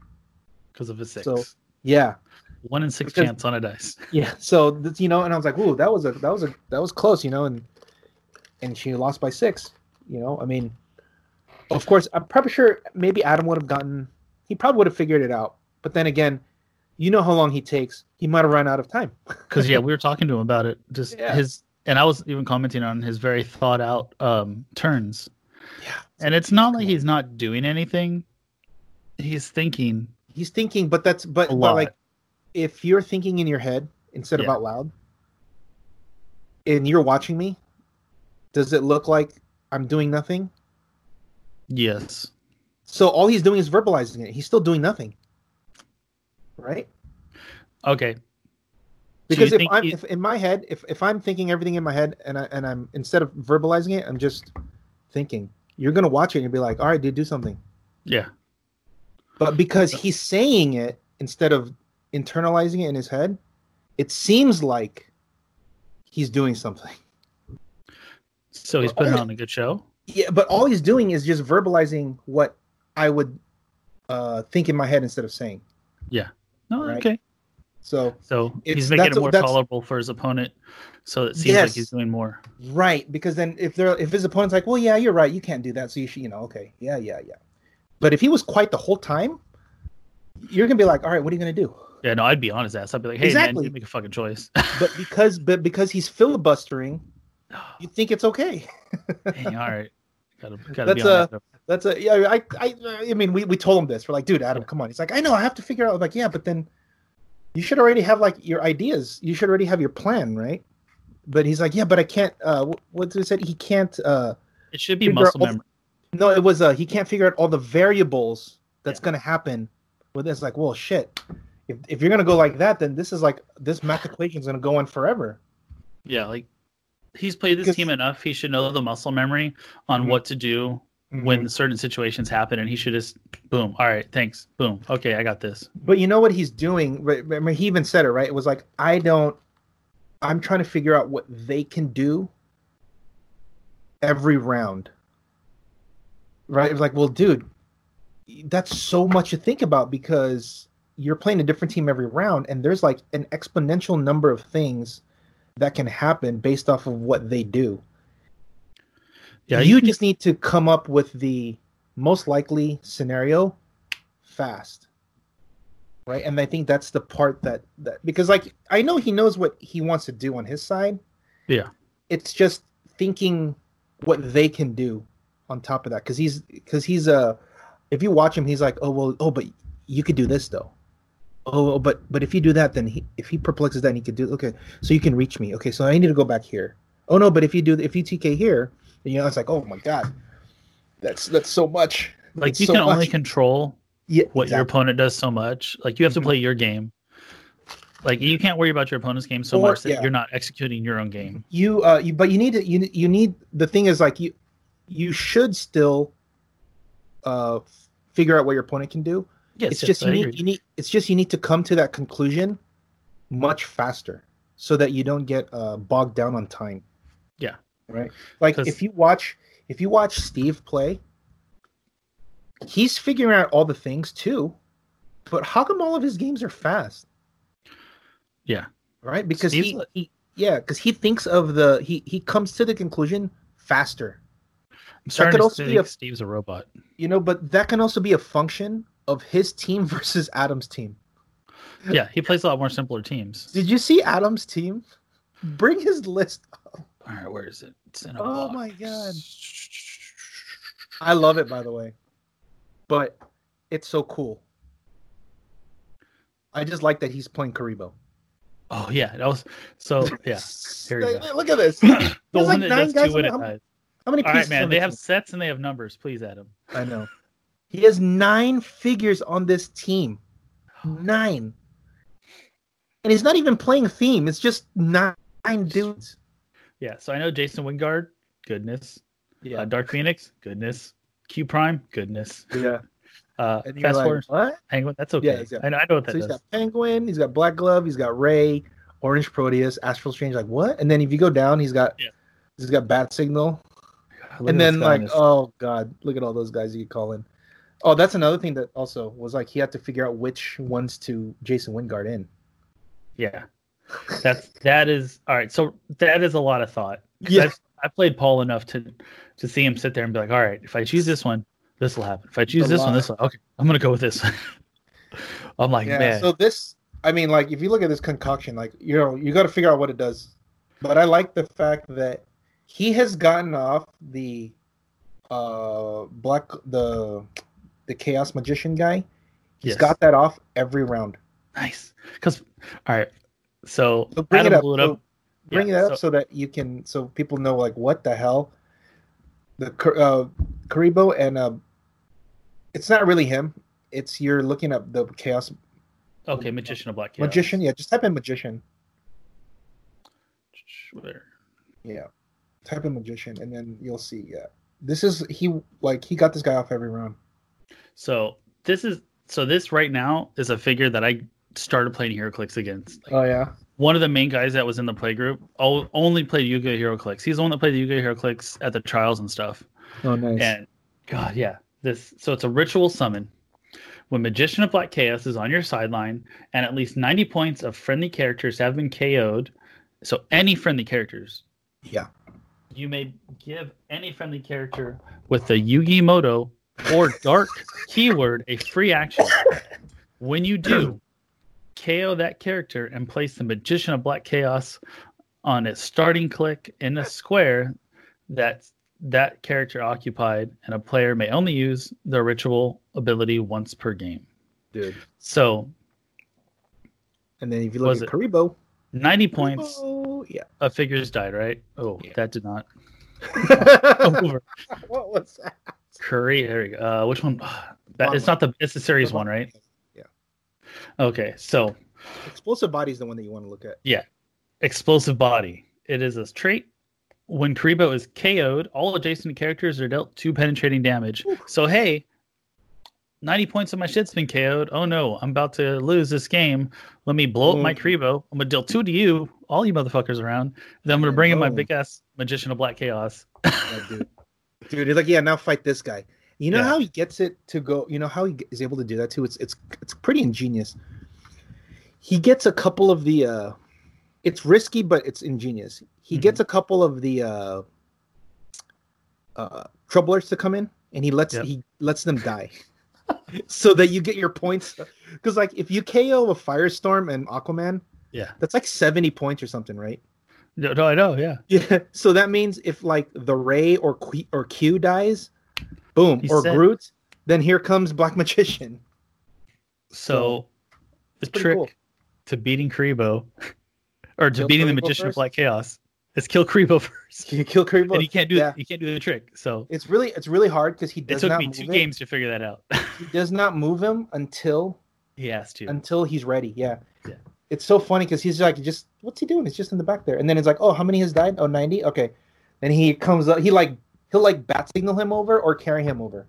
Speaker 2: because of a six.
Speaker 3: so- yeah
Speaker 2: one in six
Speaker 3: because-
Speaker 2: chance on a dice.
Speaker 3: yeah so that's- you know and i was like ooh that was a that was a that was close you know and and she lost by six you know i mean of course i'm probably sure maybe adam would have gotten he probably would have figured it out but then again you know how long he takes he might have run out of time
Speaker 2: Because yeah, we were talking to him about it. Just
Speaker 3: Yeah.
Speaker 2: his and I was even commenting on his very thought out um turns.
Speaker 3: yeah
Speaker 2: And it's not like he's not doing anything. he's thinking.
Speaker 3: He's thinking, but that's but,
Speaker 2: A
Speaker 3: but
Speaker 2: lot.
Speaker 3: like if you're thinking in your head instead of
Speaker 2: Yeah.
Speaker 3: out loud, and you're watching me, does it look like I'm doing nothing?
Speaker 2: Yes.
Speaker 3: So all he's doing is verbalizing it. He's still doing nothing, right?
Speaker 2: Okay. So you
Speaker 3: Because if
Speaker 2: think
Speaker 3: I'm
Speaker 2: he-
Speaker 3: if in my head, if, if I'm thinking everything in my head, and I and I'm instead of verbalizing it, I'm just thinking. You're gonna watch it and you'll be like, "All right, dude, do something."
Speaker 2: Yeah.
Speaker 3: But because he's saying it instead of internalizing it in his head, it seems like he's doing something.
Speaker 2: So he's putting on a good show.
Speaker 3: Yeah, but all he's doing is just verbalizing what I would uh, think in my head instead of saying.
Speaker 2: No,
Speaker 3: Right.
Speaker 2: okay.
Speaker 3: So
Speaker 2: So
Speaker 3: It's-
Speaker 2: he's making it
Speaker 3: that's-
Speaker 2: more
Speaker 3: that's-
Speaker 2: tolerable for his opponent. So it seems like
Speaker 3: Yes.
Speaker 2: he's doing more.
Speaker 3: right, because then if they're if his opponent's like, well, yeah, you're right, you can't do that, so you should, you know, okay, yeah, yeah, yeah. But if he was quiet the whole time, you're gonna be like, all right, what are you gonna do?
Speaker 2: Yeah, no, I'd be on his ass. I'd be like, hey, man,
Speaker 3: Exactly.
Speaker 2: you make a fucking choice.
Speaker 3: But because but because he's filibustering, you think it's okay.
Speaker 2: Dang, all right. Gotta, gotta be
Speaker 3: That's,
Speaker 2: on
Speaker 3: uh,
Speaker 2: that.
Speaker 3: That's a yeah. I I I mean, we we told him this. We're like, dude, Adam, come on. He's like, I know. I have to figure out. I'm like, yeah, but then you should already have like your ideas. You should already have your plan, right? But he's like, yeah, but I can't. Uh, wh- what did he said? He can't. Uh,
Speaker 2: It should be
Speaker 3: figure
Speaker 2: muscle
Speaker 3: out-
Speaker 2: memory.
Speaker 3: no, it was. Uh, he can't figure out all the variables that's
Speaker 2: Yeah.
Speaker 3: gonna happen with this. Like, well, shit. If if you're gonna go like that, then this is like this math equation's gonna go on forever.
Speaker 2: Yeah, like he's played this
Speaker 3: Because-
Speaker 2: team enough. He should know the muscle memory on
Speaker 3: Mhm.
Speaker 2: what to do
Speaker 3: Mm-hmm.
Speaker 2: when certain situations happen, and he should just boom. All right, thanks. Boom. Okay, I got this.
Speaker 3: But you know what he's doing? Right- I mean, he even said it, right? It was like, I don't, I'm trying to figure out what they can do every round. Right? It was like, well, dude, that's so much to think about because you're playing a different team every round, and there's like an exponential number of things that can happen based off of what they do.
Speaker 2: Yeah,
Speaker 3: you just need to come up with the most likely scenario fast. Right? And I think that's the part that that because like I know he knows what he wants to do on his side.
Speaker 2: Yeah.
Speaker 3: It's just thinking what they can do on top of that cuz he's cuz he's a if you watch him he's like, "Oh, well, oh, but you could do this though." Oh, but but if you do that, then he if he perplexes that, and he could do okay. So you can reach me. Okay, so I need to go back here. Oh no, but if you do if you TK here, you know, it's like, oh my god, that's that's so much.
Speaker 2: like
Speaker 3: it's
Speaker 2: you
Speaker 3: so
Speaker 2: can only
Speaker 3: much.
Speaker 2: control
Speaker 3: Yeah,
Speaker 2: what your
Speaker 3: exactly.
Speaker 2: opponent does so much. Like you have to
Speaker 3: Mhm.
Speaker 2: play your game. Like you can't worry about your opponent's game so
Speaker 3: Or-
Speaker 2: much that
Speaker 3: yeah.
Speaker 2: you're not executing your own game.
Speaker 3: you uh you but you need to you you need the thing is like you you should still uh figure out what your opponent can do.
Speaker 2: Yes,
Speaker 3: It's
Speaker 2: yes,
Speaker 3: just
Speaker 2: I
Speaker 3: you need,
Speaker 2: agree.
Speaker 3: you need it's just you need to come to that conclusion much faster so that you don't get uh bogged down on time.
Speaker 2: Yeah.
Speaker 3: Right. Like
Speaker 2: 'Cause-
Speaker 3: if you watch if you watch Steve play, he's figuring out all the things too. But how come all of his games are fast?
Speaker 2: Yeah.
Speaker 3: Right? Because
Speaker 2: Steve's
Speaker 3: he,
Speaker 2: like-
Speaker 3: he yeah, because he thinks of the he he comes to the conclusion faster.
Speaker 2: I'm starting
Speaker 3: could
Speaker 2: to
Speaker 3: also be
Speaker 2: think
Speaker 3: a-
Speaker 2: Steve's a robot.
Speaker 3: You know, but that can also be a function of his team versus Adam's team.
Speaker 2: Yeah, he plays a lot more simpler teams.
Speaker 3: Did you see Adam's team? Bring his list.
Speaker 2: All right, where is it? It's in a
Speaker 3: Oh
Speaker 2: box.
Speaker 3: my God. I love it, by the way. But it's so cool. I just like that he's playing Karibo.
Speaker 2: Oh yeah, that was so Oh, yeah. Here you
Speaker 3: Like,
Speaker 2: go.
Speaker 3: look at this. How
Speaker 2: the
Speaker 3: There's
Speaker 2: one
Speaker 3: like nine
Speaker 2: that does
Speaker 3: guys
Speaker 2: two at
Speaker 3: in
Speaker 2: a
Speaker 3: the-
Speaker 2: time.
Speaker 3: many
Speaker 2: All
Speaker 3: pieces?
Speaker 2: right, man.
Speaker 3: on
Speaker 2: They
Speaker 3: the
Speaker 2: have
Speaker 3: team?
Speaker 2: sets and they have numbers. Please, Adam.
Speaker 3: I know. He has nine figures on this team. Nine. And he's not even playing theme. It's just nine dudes.
Speaker 2: Yeah. So I know Jason Wingard. Goodness.
Speaker 3: Yeah.
Speaker 2: Uh, Dark Phoenix. Goodness. Q Prime. Goodness.
Speaker 3: Yeah.
Speaker 2: Uh,
Speaker 3: And you're
Speaker 2: fast
Speaker 3: like,
Speaker 2: forward.
Speaker 3: what?
Speaker 2: Penguin. That's okay.
Speaker 3: Yeah, exactly.
Speaker 2: I, know, I know what
Speaker 3: so
Speaker 2: that
Speaker 3: he's
Speaker 2: does.
Speaker 3: got Penguin, he's got Black Glove, he's got Ray, Orange Proteus, Astral Strange, like what? And then if you go down, he's got
Speaker 2: Yeah.
Speaker 3: he's got Bat Signal.
Speaker 2: Look at
Speaker 3: and
Speaker 2: this
Speaker 3: then
Speaker 2: guy on
Speaker 3: like,
Speaker 2: this.
Speaker 3: oh god, look at all those guys you could call in. Oh, that's another thing that also was like he had to figure out which ones to Jason Wingard in.
Speaker 2: yeah. That's that is all right. So that is a lot of thought. 'Cause
Speaker 3: Yeah.
Speaker 2: I've, I played Paul enough to to see him sit there and be like, all right, if I choose this one, this will happen. If I choose
Speaker 3: a
Speaker 2: this one,
Speaker 3: lot.
Speaker 2: this one. Okay, I'm gonna go with this. I'm like,
Speaker 3: yeah.
Speaker 2: man.
Speaker 3: So this, I mean, like if you look at this concoction, like you know, you got to figure out what it does. But I like the fact that he has gotten off the uh black the the chaos magician guy He's
Speaker 2: Yes.
Speaker 3: got that off every round.
Speaker 2: Nice. Because all right, so
Speaker 3: So bring
Speaker 2: Adam
Speaker 3: it up.
Speaker 2: blew it up.
Speaker 3: so bring
Speaker 2: Yeah,
Speaker 3: it up
Speaker 2: so-
Speaker 3: so, that you can so people know like what the hell. The Ker- uh, Karibo and uh, it's not really him. It's you're looking up the chaos
Speaker 2: okay, magician of black. Chaos.
Speaker 3: magician. Yeah, just type in magician.
Speaker 2: Where?
Speaker 3: Yeah. Type in magician and then you'll see. Yeah. This is he like he got this guy off every round.
Speaker 2: So this is so this right now is a figure that I started playing HeroClix against. Like,
Speaker 3: Oh yeah.
Speaker 2: one of the main guys that was in the play group o- only played Yu-Gi-Oh! HeroClix. He's the one that played the Yu-Gi-Oh! HeroClix at the trials and stuff.
Speaker 3: Oh nice.
Speaker 2: And God, yeah, this so it's a ritual summon. When Magician of Black Chaos is on your sideline, and at least 90 points of friendly characters have been KO'd, so any friendly characters,
Speaker 3: Yeah.
Speaker 2: you may give any friendly character with the Yugi Moto or Dark keyword a free action. When you do, KO that character and place the Magician of Black Chaos on its starting click in a square that that character occupied, and a player may only use their ritual ability once per game.
Speaker 3: Dude.
Speaker 2: So
Speaker 3: And then if you
Speaker 2: Was
Speaker 3: look at
Speaker 2: it-
Speaker 3: Karibo.
Speaker 2: ninety points
Speaker 3: Karibo, yeah.
Speaker 2: of figures died, right? Oh,
Speaker 3: Yeah.
Speaker 2: that did not come
Speaker 3: what
Speaker 2: over.
Speaker 3: was that?
Speaker 2: Curry, there we go. Uh, which one? That,
Speaker 3: Bottom
Speaker 2: it's not the it's the
Speaker 3: Uh-huh.
Speaker 2: series one, right? Okay, so
Speaker 3: Explosive body is the one that you want to look at.
Speaker 2: explosive body. It is a trait. When Karibo is KO'd, all adjacent characters are dealt two penetrating damage.
Speaker 3: Oof.
Speaker 2: So hey, 90 points of my shit's been KO'd. Oh no, I'm about to lose this game. Let me blow up my
Speaker 3: Mm.
Speaker 2: Karibo. I'm gonna deal two to you, all you motherfuckers around. Then I'm gonna
Speaker 3: Yeah,
Speaker 2: bring in my
Speaker 3: boom.
Speaker 2: big ass magician of black chaos.
Speaker 3: Like, dude. dude, he's like, yeah, now fight this guy. You know
Speaker 2: Yeah.
Speaker 3: how he gets it to go. You know how he is able to do that too. It's it's it's pretty ingenious. He gets a couple of the. uh It's risky, but it's ingenious. He
Speaker 2: Mhm.
Speaker 3: gets a couple of the uh uh troublers to come in, and he lets
Speaker 2: Yep.
Speaker 3: he lets them die, so that you get your points. Because like if you KO a firestorm and Aquaman,
Speaker 2: Yeah.
Speaker 3: that's like seventy points or something, right?
Speaker 2: No, no, I know, yeah.
Speaker 3: Yeah. So that means if like the Ray or Q, or Q dies, boom,
Speaker 2: He
Speaker 3: or
Speaker 2: said-
Speaker 3: Groot, then here comes Black Magician.
Speaker 2: So the
Speaker 3: pretty
Speaker 2: trick
Speaker 3: cool.
Speaker 2: to beating Karibo or to
Speaker 3: Kill
Speaker 2: beating the
Speaker 3: Karibo
Speaker 2: magician of
Speaker 3: first?
Speaker 2: black chaos is kill Karibo first.
Speaker 3: Can you kill Karibo?
Speaker 2: and you can't do
Speaker 3: yeah.
Speaker 2: you can't do the trick. So
Speaker 3: It's really it's really hard because he
Speaker 2: it
Speaker 3: does
Speaker 2: took
Speaker 3: not
Speaker 2: me
Speaker 3: move
Speaker 2: two
Speaker 3: him.
Speaker 2: games to figure that out.
Speaker 3: He does not move him until
Speaker 2: he has to.
Speaker 3: until he's ready. Yeah.
Speaker 2: Yeah.
Speaker 3: It's so funny because he's like just what's he doing? It's just in the back there. And then it's like, oh, how many has died? Oh, 90? Okay. And he comes up, he like he'll like bat signal him over or carry him over.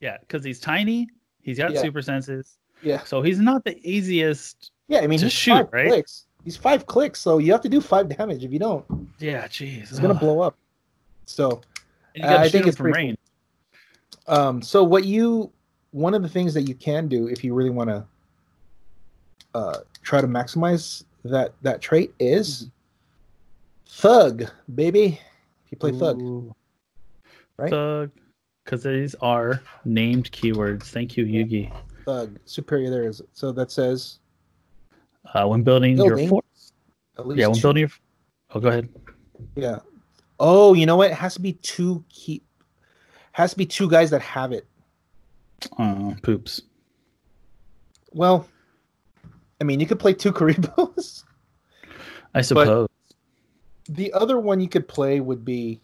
Speaker 2: yeah, because he's tiny. He's got
Speaker 3: Yeah.
Speaker 2: super senses,
Speaker 3: Yeah.
Speaker 2: so he's not the easiest.
Speaker 3: Yeah, I mean
Speaker 2: To
Speaker 3: he's
Speaker 2: shoot,
Speaker 3: five
Speaker 2: right?
Speaker 3: clicks. He's five clicks, so you have to do five damage. If you don't,
Speaker 2: Yeah, jeez,
Speaker 3: it's gonna
Speaker 2: ugh.
Speaker 3: blow up. So
Speaker 2: And you gotta
Speaker 3: I
Speaker 2: shoot
Speaker 3: think
Speaker 2: him
Speaker 3: it's
Speaker 2: from
Speaker 3: pretty
Speaker 2: range.
Speaker 3: um so what you one of the things that you can do if you really want to uh try to maximize that that trait is thug baby if you play thug
Speaker 2: Mm-hmm. Ooh.
Speaker 3: right?
Speaker 2: Thug, because these are named keywords. Thank you,
Speaker 3: Yeah.
Speaker 2: Yugi.
Speaker 3: thug superior there is so that says
Speaker 2: Uh, when building, your
Speaker 3: Building.
Speaker 2: force,
Speaker 3: at least
Speaker 2: yeah, when
Speaker 3: two-
Speaker 2: building your. Oh, go ahead.
Speaker 3: yeah oh you know what it has to be two key has to be two guys that have it
Speaker 2: Uh, poops.
Speaker 3: well i mean you could play two karibos
Speaker 2: I suppose.
Speaker 3: the other one you could play would be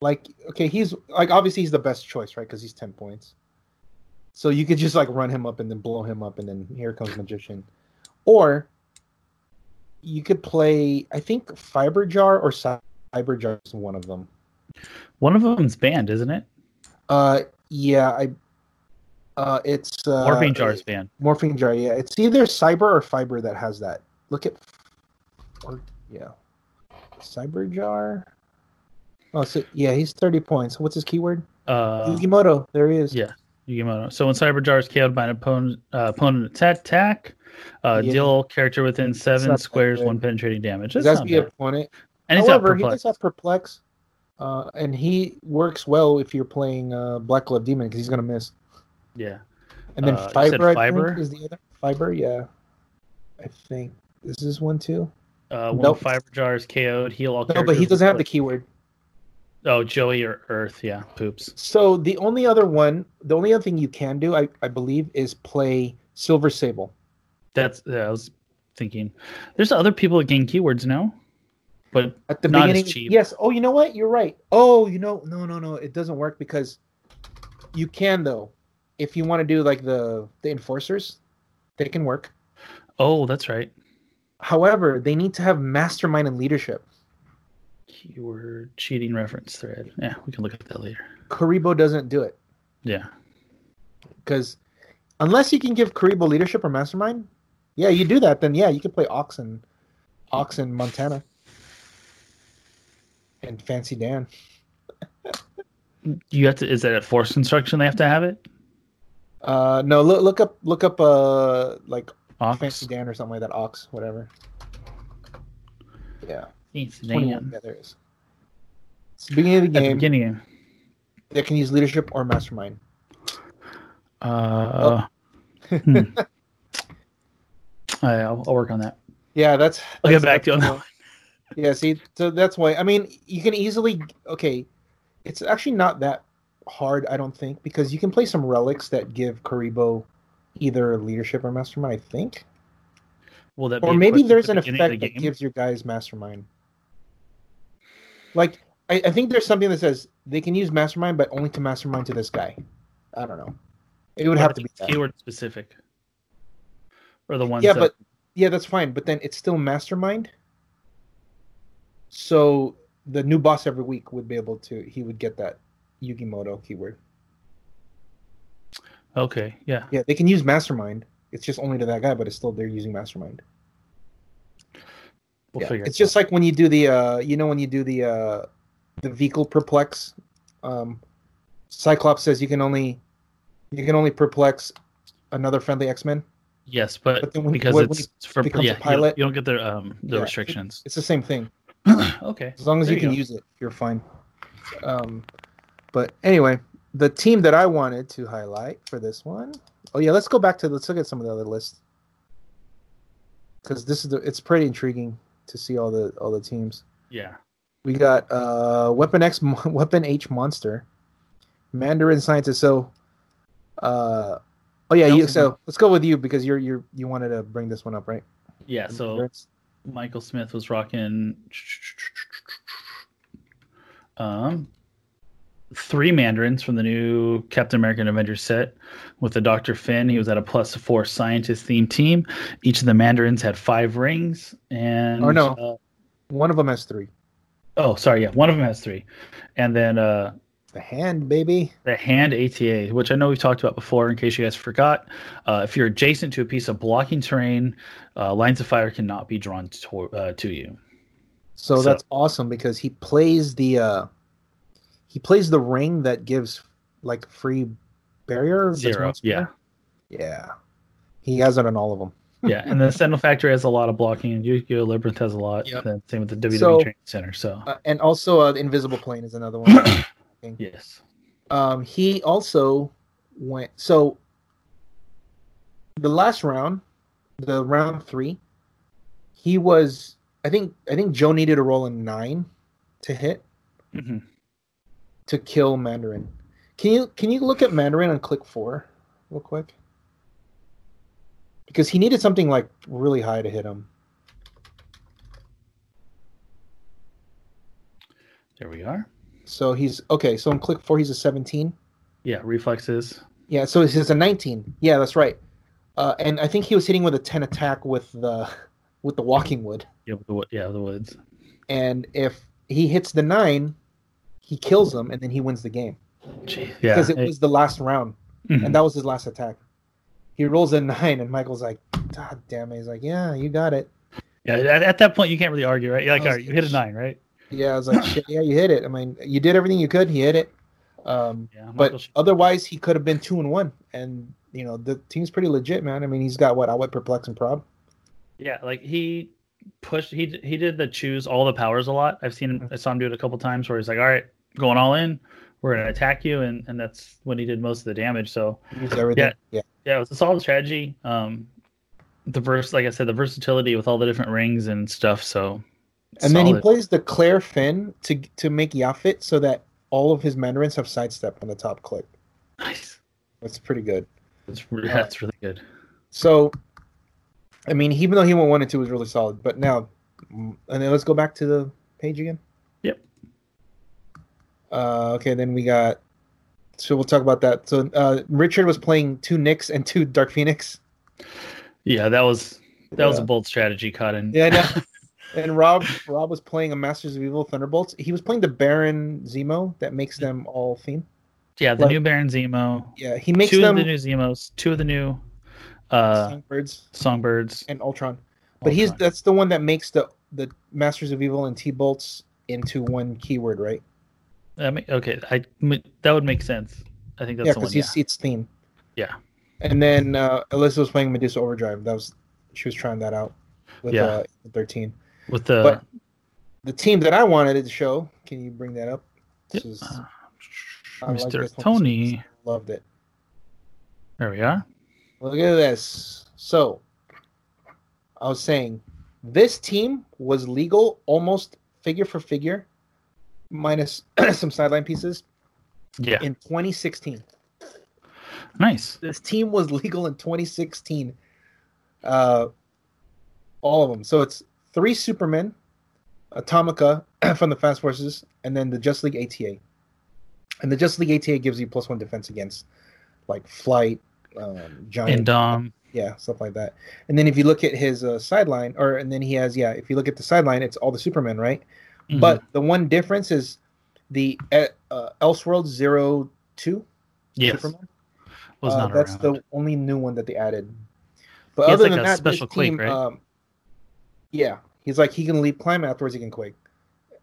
Speaker 3: like okay he's like obviously he's the best choice right because he's 10 points so you could just like run him up and then blow him up and then here comes magician or you could play i think fiber jar or cyber jar is one of them
Speaker 2: One of them's banned, isn't it?
Speaker 3: uh yeah i uh it's uh
Speaker 2: Morphine jar's banned.
Speaker 3: morphine jar yeah it's either cyber or fiber that has that look at or yeah cyber jar oh so yeah he's 30 points what's his keyword
Speaker 2: Uh,
Speaker 3: yukimoto there he is
Speaker 2: yeah. Yugimoto. So when Cyberjar is KO'd by an opponent, uh, opponent attack, attack uh,
Speaker 3: Yeah.
Speaker 2: deal character within
Speaker 3: not
Speaker 2: seven
Speaker 3: that
Speaker 2: squares,
Speaker 3: good.
Speaker 2: one penetrating damage. That's
Speaker 3: that's
Speaker 2: not
Speaker 3: the
Speaker 2: bad.
Speaker 3: opponent
Speaker 2: And he's
Speaker 3: however
Speaker 2: However,
Speaker 3: he does have perplex uh, and he works well if you're playing uh, black glove demon because he's gonna miss
Speaker 2: yeah.
Speaker 3: and then
Speaker 2: Uh, you said
Speaker 3: fiber, I think,
Speaker 2: Fiber?
Speaker 3: is the other fiber yeah i think is this one too
Speaker 2: Uh, when
Speaker 3: Nope.
Speaker 2: Fiberjar is KO'd, heal all
Speaker 3: no
Speaker 2: characters.
Speaker 3: but he doesn't have the
Speaker 2: with-
Speaker 3: keyword
Speaker 2: Oh, Joey or Earth. Yeah. Poops.
Speaker 3: So the only other one, the only other thing you can do, I, I believe, is play Silver Sable.
Speaker 2: That's yeah, I was thinking. There's other people that gain keywords now, but
Speaker 3: At the
Speaker 2: Not as
Speaker 3: beginning,
Speaker 2: cheap.
Speaker 3: yes. Oh, you know what? You're right. Oh, you know, no, no, no. It doesn't work because you can though. If you want to do like the the enforcers, they can work.
Speaker 2: oh, that's right.
Speaker 3: However, they need to have mastermind and leadership.
Speaker 2: Keyword cheating reference thread. Yeah, we can look at that later.
Speaker 3: Karibo doesn't do it
Speaker 2: Yeah.
Speaker 3: because unless you can give Karibo leadership or mastermind, yeah, you do that. Then yeah, you can play Ox and Ox and Montana and Fancy Dan.
Speaker 2: You have to is that a force construction they have to have it?
Speaker 3: Uh, no, look, look up, look up, uh, like
Speaker 2: Ox.
Speaker 3: Fancy Dan or something like that. Ox, whatever. Yeah,
Speaker 2: Fancy
Speaker 3: 21.
Speaker 2: Dan.
Speaker 3: Yeah, there it is. It's the beginning of the
Speaker 2: At the
Speaker 3: game.
Speaker 2: beginning.
Speaker 3: They can use leadership or mastermind.
Speaker 2: Uh,
Speaker 3: Oh.
Speaker 2: hmm. I- I'll, I'll work on that.
Speaker 3: Yeah, that's.
Speaker 2: I'll get
Speaker 3: that's-
Speaker 2: back to you on
Speaker 3: that's-
Speaker 2: that one.
Speaker 3: Yeah, see, so that's why. I mean, you can easily. Okay, it's actually not that hard, I don't think, because you can play some relics that give Karibo either leadership or mastermind, I think.
Speaker 2: Will that
Speaker 3: Or
Speaker 2: be a
Speaker 3: maybe
Speaker 2: question at
Speaker 3: there's
Speaker 2: the
Speaker 3: an
Speaker 2: beginning of
Speaker 3: effect
Speaker 2: the
Speaker 3: that
Speaker 2: game?
Speaker 3: gives your guys mastermind. Like, I, I think there's something that says they can use mastermind, but only to mastermind to this guy. I don't know. It would
Speaker 2: Or
Speaker 3: have
Speaker 2: I
Speaker 3: to be
Speaker 2: think it's
Speaker 3: that.
Speaker 2: keyword specific. Or the ones
Speaker 3: Yeah,
Speaker 2: that
Speaker 3: but yeah, that's fine. But then it's still mastermind. So the new boss every week would be able to. He would get that Yugimoto keyword.
Speaker 2: okay, yeah.
Speaker 3: Yeah, they can use mastermind. It's just only to that guy, but it's still they're using mastermind.
Speaker 2: We'll
Speaker 3: yeah.
Speaker 2: figure
Speaker 3: It's
Speaker 2: it out.
Speaker 3: just like when you do the, uh, you know, when you do the uh, the vehicle perplex. Um, Cyclops says you can only you can only perplex another friendly X Men.
Speaker 2: yes, but,
Speaker 3: but then when-
Speaker 2: because
Speaker 3: when- when
Speaker 2: it's for
Speaker 3: becomes a
Speaker 2: yeah, you don't- You,
Speaker 3: pilot-
Speaker 2: don't get the um the
Speaker 3: Yeah.
Speaker 2: restrictions.
Speaker 3: It's the same thing.
Speaker 2: okay.
Speaker 3: As long as
Speaker 2: There you
Speaker 3: you can
Speaker 2: go.
Speaker 3: use it, you're fine. Um, but anyway, the team that I wanted to highlight for this one. Oh yeah, let's go back to let's look at some of the other lists because this is the, it's pretty intriguing to see all the all the teams.
Speaker 2: Yeah.
Speaker 3: We got uh, Weapon X, Mon- Weapon H Monster, Mandarin Scientist. So, uh, oh yeah, you,
Speaker 2: Nelson.
Speaker 3: so let's go with you because you're you're you wanted to bring this one up, right?
Speaker 2: Yeah, so Michael Smith was rocking um three mandarins from the new Captain American Avengers set with the Dr. Finn. He was at a plus four scientist themed team. Each of the mandarins had five rings and
Speaker 3: Oh, no.
Speaker 2: uh,
Speaker 3: one of them has three.
Speaker 2: oh sorry, yeah, one of them has three. And then uh
Speaker 3: The hand, baby.
Speaker 2: The hand ATA, which I know we've talked about before, in case you guys forgot, uh, if you're adjacent to a piece of blocking terrain, uh, lines of fire cannot be drawn to, uh, to you.
Speaker 3: So,
Speaker 2: So-
Speaker 3: that's awesome because he plays the uh he plays the ring that gives like free barrier that's
Speaker 2: Zero.
Speaker 3: one
Speaker 2: Yeah,
Speaker 3: square? Yeah. He has it on all of them.
Speaker 2: yeah. And the Sentinel Factory has a lot of blocking. and Yukio Labyrinth has a lot.
Speaker 3: Yep.
Speaker 2: and Same with the WWE
Speaker 3: So-
Speaker 2: Training Center. So
Speaker 3: Uh, and also uh, the invisible plane is another one.
Speaker 2: yes,
Speaker 3: um he also went so the last round, the round 3, he was I think I think Joe needed a roll in 9 to hit
Speaker 2: hmm
Speaker 3: to kill Mandarin. Can you can you look at Mandarin and click four real quick? Because he needed something like really high to hit him.
Speaker 2: there we are.
Speaker 3: So he's okay, so in click four he's a seventeen.
Speaker 2: Yeah, reflexes.
Speaker 3: Yeah, so he's he's a nineteen. Yeah, that's right. Uh, and I think he was hitting with a ten attack with the with the walking wood.
Speaker 2: Yeah, with the, wo- yeah, the woods.
Speaker 3: And if he hits the nine, he kills him and then he wins the game.
Speaker 2: Jeez. Yeah,
Speaker 3: Because it was the last round.
Speaker 2: Mhm.
Speaker 3: and that was his last attack. He rolls a nine, and Michael's like, "God damn it!" He's like, "Yeah, you got it."
Speaker 2: yeah. At, at that point, you can't really argue, right? You're like,
Speaker 3: I was
Speaker 2: all right, you hit a nine, right?
Speaker 3: Yeah, I was like, "Shit, yeah, you hit it." I mean, you did everything you could. He hit it, um,
Speaker 2: Yeah, Michael
Speaker 3: but
Speaker 2: Sh-
Speaker 3: otherwise, he could have been two and one. And you know, the team's pretty legit, man. I mean, he's got what I would perplex and prob.
Speaker 2: Yeah, like he pushed. He d- he did the choose all the powers a lot. I've seen him. I saw him do it a couple times where he's like, "All right, going all in. We're gonna attack you," and and that's when he did most of the damage. So
Speaker 3: He used everything.
Speaker 2: Yeah.
Speaker 3: yeah.
Speaker 2: yeah, it was a solid strategy. Um, the verse, like I said, the versatility with all the different rings and stuff. So
Speaker 3: And then he
Speaker 2: solid.
Speaker 3: plays the Claire Finn to to make Yafit so that all of his mandarins have sidestep on the top click.
Speaker 2: nice.
Speaker 3: That's pretty good.
Speaker 2: That's, re- that's really good.
Speaker 3: So, I mean, even though Hemo one and two was really solid, but now, and then let's go back to the page again.
Speaker 2: Yep.
Speaker 3: Uh, okay, then we got. So we'll talk about that. So uh, Richard was playing two Knicks and two Dark Phoenix.
Speaker 2: Yeah, that was that was a
Speaker 3: Yeah.
Speaker 2: bold strategy, Cotton.
Speaker 3: Yeah, I know. and Rob Rob was playing a Masters of Evil Thunderbolts. He was playing the Baron Zemo that makes them all theme.
Speaker 2: yeah, the
Speaker 3: Like-
Speaker 2: new Baron Zemo,
Speaker 3: Yeah, he makes
Speaker 2: two
Speaker 3: them
Speaker 2: of the new Zemos, two of the new uh,
Speaker 3: songbirds
Speaker 2: songbirds.
Speaker 3: and Ultron. But he's
Speaker 2: Ultron.
Speaker 3: that's the one that makes the the Masters of Evil and T bolts into one keyword, right?
Speaker 2: I mean, okay, I m- that would make sense. I think that's
Speaker 3: yeah,
Speaker 2: the one.
Speaker 3: because
Speaker 2: Yeah.
Speaker 3: he's it's theme.
Speaker 2: Yeah.
Speaker 3: And then uh, Alyssa was playing Medusa Overdrive. That was she was trying that out with
Speaker 2: Yeah.
Speaker 3: uh, thirteen.
Speaker 2: with the
Speaker 3: but- The team that I wanted to show. Can you bring that up? This
Speaker 2: Yep.
Speaker 3: is-
Speaker 2: Uh,
Speaker 3: I like
Speaker 2: Mr.
Speaker 3: this one.
Speaker 2: Tony.
Speaker 3: Loved it.
Speaker 2: There we are.
Speaker 3: Look at this. So, I was saying, this team was legal almost figure for figure, minus some sideline pieces
Speaker 2: Yeah,
Speaker 3: in 2016.
Speaker 2: nice.
Speaker 3: This team was legal in 2016. Uh, all of them. So it's three Supermen, Atomica from the Fast Forces, and then the Just League ATA. And the Just League ATA gives you plus one defense against like flight, um, giant,
Speaker 2: And uh, Dom,
Speaker 3: yeah, stuff like that. And then if you look at his uh, sideline, or and then he has yeah, if you look at the sideline, it's all the Supermen, right?
Speaker 2: mhm,
Speaker 3: But the one difference is the uh, uh, Elseworld Zero Two
Speaker 2: yes,
Speaker 3: Superman.
Speaker 2: mm-hmm, was
Speaker 3: Uh,
Speaker 2: not
Speaker 3: that's
Speaker 2: around.
Speaker 3: the only new one that they added. But
Speaker 2: He has,
Speaker 3: other
Speaker 2: like,
Speaker 3: than
Speaker 2: a
Speaker 3: that,
Speaker 2: special
Speaker 3: this
Speaker 2: quake,
Speaker 3: team,
Speaker 2: right?
Speaker 3: um, yeah, he's like he can leap climb afterwards. He can quake,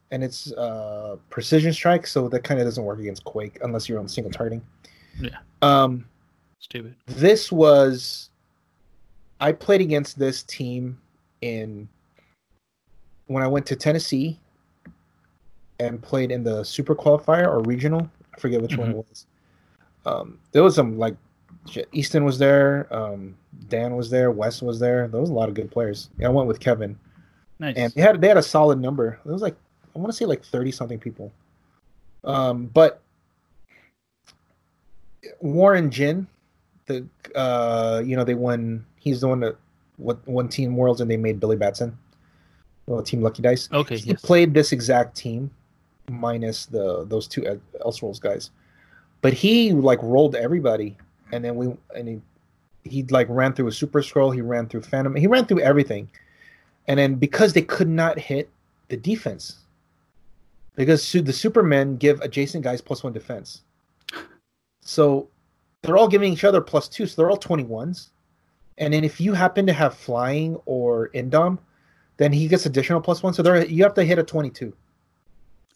Speaker 3: and it's uh, precision strike, so that kind of doesn't work against quake unless you're on single targeting.
Speaker 2: Yeah.
Speaker 3: Um,
Speaker 2: Stupid.
Speaker 3: this was I played against this team in when I went to Tennessee and played in the super qualifier or regional. I forget which one it was. Um, there was some like shit. Easton was there, um, Dan was there, Wes was there. There was a lot of good players. Yeah, I went with Kevin,
Speaker 2: Nice.
Speaker 3: and they had they had a solid number. It was like I want to say like thirty something people. Um, but Warren Jin, the uh, you know they won. He's the one that what one team worlds and they made Billy Batson, well, Team Lucky Dice.
Speaker 2: okay.
Speaker 3: He
Speaker 2: Yes.
Speaker 3: played this exact team, minus the those two Ed- Elseworlds guys, but he like rolled everybody, and then we and he he like ran through a super scroll. He ran through Phantom. He ran through everything, and then because they could not hit the defense, because su- the Supermen give adjacent guys plus one defense, so they're all giving each other plus two, so they're all twenty ones. And then if you happen to have flying or indom, then he gets additional plus one. So there you have to hit a twenty-two,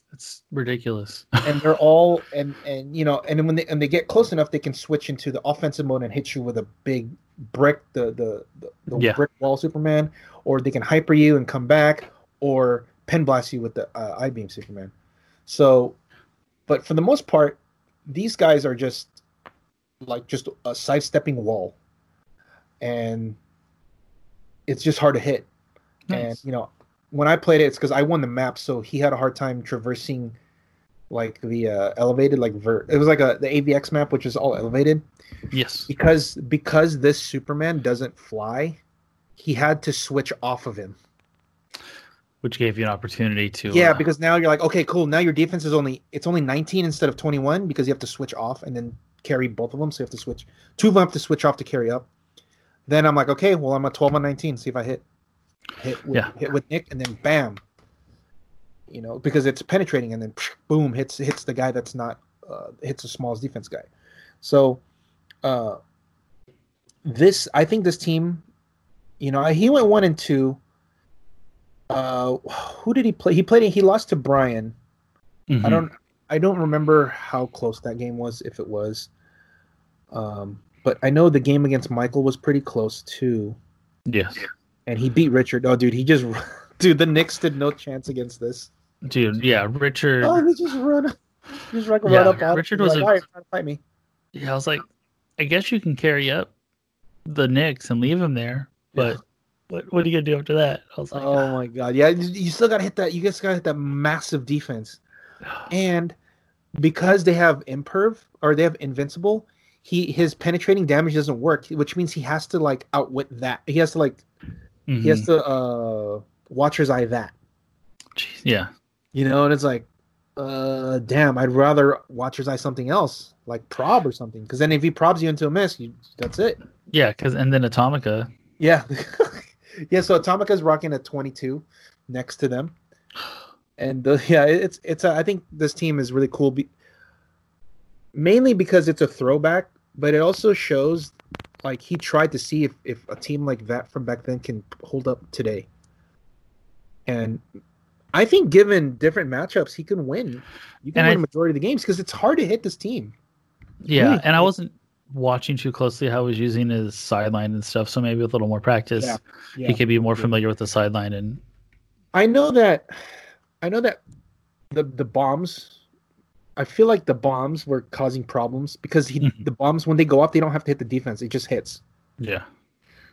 Speaker 2: That's ridiculous.
Speaker 3: and they're all and and you know and when they and they get close enough, they can switch into the offensive mode and hit you with a big brick, the the the, the
Speaker 2: Yeah.
Speaker 3: brick wall Superman, or they can hyper you and come back, or pen blast you with the uh, I beam Superman. So, but for the most part, these guys are just like just a sidestepping wall, and it's just hard to hit. And
Speaker 2: nice.
Speaker 3: you know, when I played it, it's because I won the map, so he had a hard time traversing like the uh, elevated, like vert. It was like a the AVX map, which is all elevated
Speaker 2: yes.
Speaker 3: because because this Superman doesn't fly. He had to switch off of him.
Speaker 2: Which gave you an opportunity to.
Speaker 3: Yeah,
Speaker 2: uh,
Speaker 3: because now you're like, okay, cool. Now your defense is only it's only 19 instead of 21 because you have to switch off and then carry both of them. So you have to switch two of them have to switch off to carry up. Then I'm like, okay, well I'm a 12 on 19. See if I hit hit with,
Speaker 2: Yeah.
Speaker 3: hit with Nick and then bam. You know, because it's penetrating and then boom hits hits the guy that's not uh, hits the smallest defense guy. So uh, this I think this team, you know, he went one and two. Uh, who did he play? He played. He lost to Brian. I
Speaker 2: mhm.
Speaker 3: don't. I don't remember how close that game was, if it was. Um, but I know the game against Michael was pretty close too,
Speaker 2: Yes.
Speaker 3: and he beat Richard. Oh, dude, he just, dude, the Knicks did no chance against this.
Speaker 2: Dude. Yeah. Richard.
Speaker 3: Oh, they just run, just like
Speaker 2: Yeah,
Speaker 3: run up on
Speaker 2: Richard
Speaker 3: him,
Speaker 2: was
Speaker 3: like,
Speaker 2: a-
Speaker 3: "All right, try to fight me.
Speaker 2: Yeah, I was like, I guess you can carry up the Knicks and leave him there, but what what are you gonna do after that? I was like, ah.
Speaker 3: Oh my god, yeah, you- you still gotta hit that. You guys gotta hit that massive defense. and because they have imperv or they have invincible he his penetrating damage doesn't work, which means he has to like outwit that. He has to like
Speaker 2: mm-hmm.
Speaker 3: he has to uh watcher's eye that.
Speaker 2: Jeez, yeah.
Speaker 3: You know, and it's like, uh damn, I'd rather watcher's eye something else, like prob or something. Because then if he probs you into a miss, you that's it.
Speaker 2: Yeah, because and then Atomica.
Speaker 3: Yeah. yeah, so Atomica's rocking a twenty two next to them. And uh, yeah, it's it's uh, I think this team is really cool be- mainly because it's a throwback, but it also shows like he tried to see if, if a team like that from back then can hold up today. And I think given different matchups, he can win. You can
Speaker 2: And
Speaker 3: win
Speaker 2: I-
Speaker 3: a majority of the games because it's hard to hit this team.
Speaker 2: Yeah,
Speaker 3: Really?
Speaker 2: and I wasn't watching too closely how he was using his sideline and stuff, so maybe with a little more practice,
Speaker 3: Yeah, yeah.
Speaker 2: he could be more
Speaker 3: Yeah.
Speaker 2: familiar with the sideline and
Speaker 3: I know that I know that the the bombs I feel like the bombs were causing problems because he
Speaker 2: Mhm.
Speaker 3: the bombs when they go up they don't have to hit the defense, it just hits.
Speaker 2: yeah.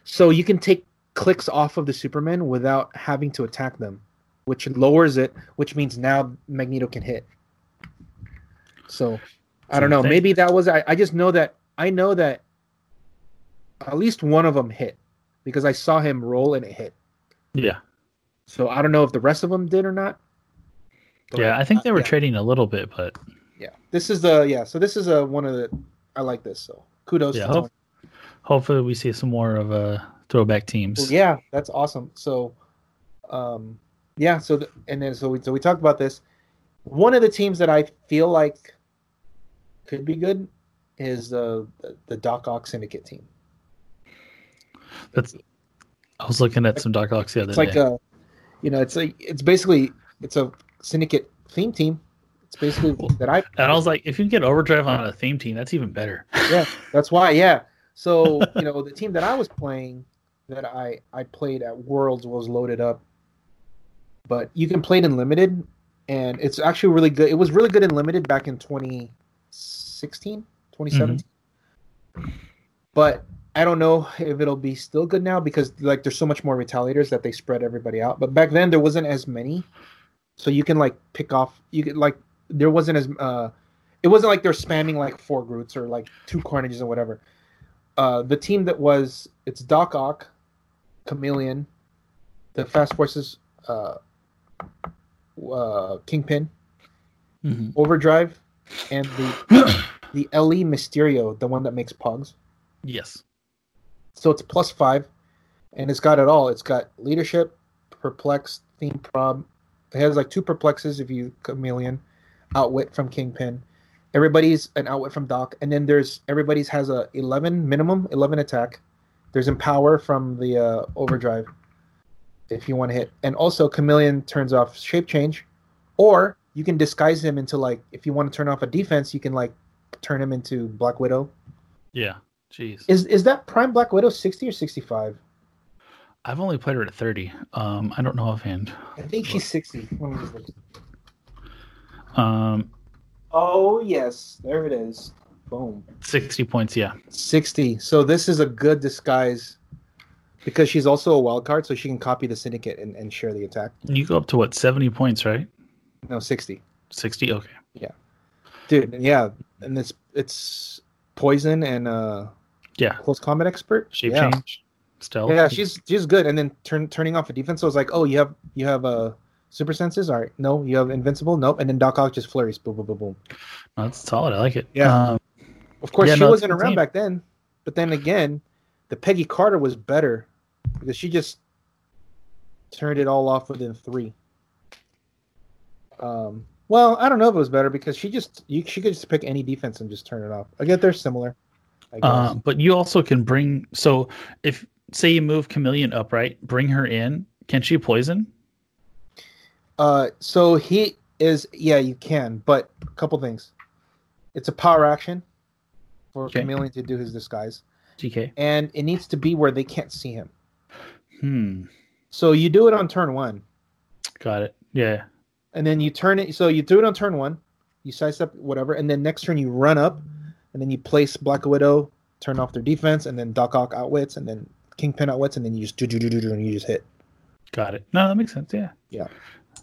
Speaker 3: So you can take clicks off of the Superman without having to attack them, which lowers it, which means now Magneto can hit. So I don't know.
Speaker 2: Something.
Speaker 3: Maybe that was I, I just know that I know that at least one of them hit because I saw him roll and it hit.
Speaker 2: Yeah.
Speaker 3: So I don't know if the rest of them did or not. But,
Speaker 2: Yeah, I think they
Speaker 3: uh,
Speaker 2: were
Speaker 3: yeah,
Speaker 2: trading a little bit, but
Speaker 3: yeah. This is the yeah. So this is uh one of the I like this. So kudos.
Speaker 2: Yeah,
Speaker 3: to Tony.
Speaker 2: hopefully we see some more of uh throwback teams.
Speaker 3: Well, yeah, that's awesome. So, um, yeah. So th- and then so we so we talked about this. One of the teams that I feel like could be good is uh, the the Doc Ock Syndicate team.
Speaker 2: That's- I was looking at some Doc Ock the other
Speaker 3: it's like
Speaker 2: day.
Speaker 3: a, you know, it's a it's basically it's a syndicate theme team. It's basically that I
Speaker 2: and I was like, if you can get overdrive on a theme team, that's even better.
Speaker 3: yeah, that's why. Yeah. So you know, the team that I was playing, that I I played at Worlds was loaded up, but you can play it in limited, and it's actually really good. It was really good in limited back in 2016, 2017. But I don't know if it'll be still good now because like there's so much more retaliators that they spread everybody out. But back then there wasn't as many, so you can like pick off. You could like there wasn't as uh it wasn't like they're spamming like four Groots or like two Carnages or whatever. Uh, the team that was it's Doc Ock, Chameleon, the Fast Forces, uh, uh, Kingpin, Mm-hmm.
Speaker 2: Mhm.
Speaker 3: Overdrive, and the the Le Mysterio, the one that makes Pugs.
Speaker 2: Yes.
Speaker 3: So it's plus five, and it's got it all. It's got leadership, perplex, theme prob. It has like two perplexes if you chameleon, outwit from Kingpin. Everybody's an outwit from Doc, and then there's everybody's has a eleven minimum, eleven attack. There's empower from the uh, overdrive, if you want to hit, and also chameleon turns off shape change, or you can disguise him into like if you want to turn off a defense, you can like turn him into Black Widow.
Speaker 2: Yeah. Jeez.
Speaker 3: Is is that Prime Black Widow sixty or sixty five?
Speaker 2: I've only played her at 30. Um, I don't know offhand.
Speaker 3: I think she's 60. Let me just look.
Speaker 2: Um,
Speaker 3: Oh, yes. There it is. Boom.
Speaker 2: 60 points, yeah.
Speaker 3: 60. So this is a good disguise because she's also a wild card, so she can copy the syndicate and, and share the attack.
Speaker 2: You go up to what, 70 points, right?
Speaker 3: No, 60.
Speaker 2: 60? Okay.
Speaker 3: Dude, yeah. And it's it's poison and uh
Speaker 2: Yeah.
Speaker 3: close combat expert.
Speaker 2: Shape
Speaker 3: yeah.
Speaker 2: change, stealth.
Speaker 3: Yeah, she's she's good. And then turn, turning off a defense, so it's like, oh, you have you have uh super senses. All right, no, you have invincible. Nope. And then Doc Ock just flurries. Boom, boom, boom, boom.
Speaker 2: That's solid. I like it.
Speaker 3: Yeah.
Speaker 2: Um,
Speaker 3: Of course,
Speaker 2: Yeah,
Speaker 3: she
Speaker 2: no, it's
Speaker 3: wasn't
Speaker 2: the
Speaker 3: around
Speaker 2: team.
Speaker 3: back then. But then again, the Peggy Carter was better because she just turned it all off within three. Um, well, I don't know if it was better because she just you, she could just pick any defense and just turn it off. I get they're similar. I guess.
Speaker 2: Um, but you also can bring so if say you move Chameleon up, right? Bring her in. Can she poison?
Speaker 3: Uh, so he is yeah, you can, but a couple things. It's a power action for
Speaker 2: Okay.
Speaker 3: Chameleon to do his disguise,
Speaker 2: GK.
Speaker 3: and it needs to be where they can't see him.
Speaker 2: Hmm.
Speaker 3: So you do it on turn one.
Speaker 2: Got it. Yeah.
Speaker 3: and then you turn it. So you do it on turn one, you sidestep whatever, and then next turn you run up, and then you place Black Widow, turn off their defense, and then Doc Ock outwits, and then Kingpin outwits, and then you just do do do do do, and you just hit.
Speaker 2: Got it. No, that makes sense. Yeah.
Speaker 3: Yeah.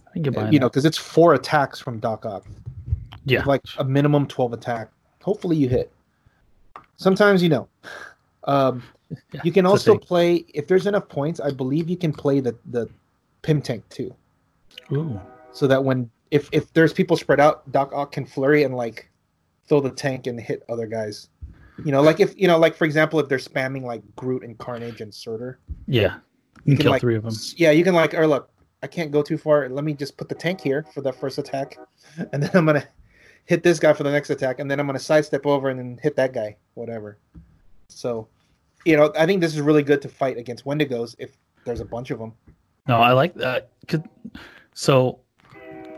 Speaker 2: I can get by.
Speaker 3: you know, because it's four attacks from Doc Ock,
Speaker 2: Yeah.
Speaker 3: like a minimum twelve attack. Hopefully you hit. sometimes you know. Um,
Speaker 2: Yeah,
Speaker 3: you can
Speaker 2: it's a
Speaker 3: also
Speaker 2: thing.
Speaker 3: play if there's enough points. I believe you can play the the pim tank too,
Speaker 2: Ooh.
Speaker 3: so that when if if there's people spread out, Doc Ock can flurry and like fill the tank and hit other guys. You know, like if you know, like for example, if they're spamming like Groot and Carnage and Surtur,
Speaker 2: Yeah. You can
Speaker 3: can,
Speaker 2: kill
Speaker 3: like,
Speaker 2: three of them.
Speaker 3: S- Yeah, you can like, or look, I can't go too far. Let me just put the tank here for the first attack, and then I'm gonna hit this guy for the next attack, and then I'm gonna sidestep over and then hit that guy, whatever. So, you know, I think this is really good to fight against Wendigos if there's a bunch of them.
Speaker 2: No, I like that. Could, so,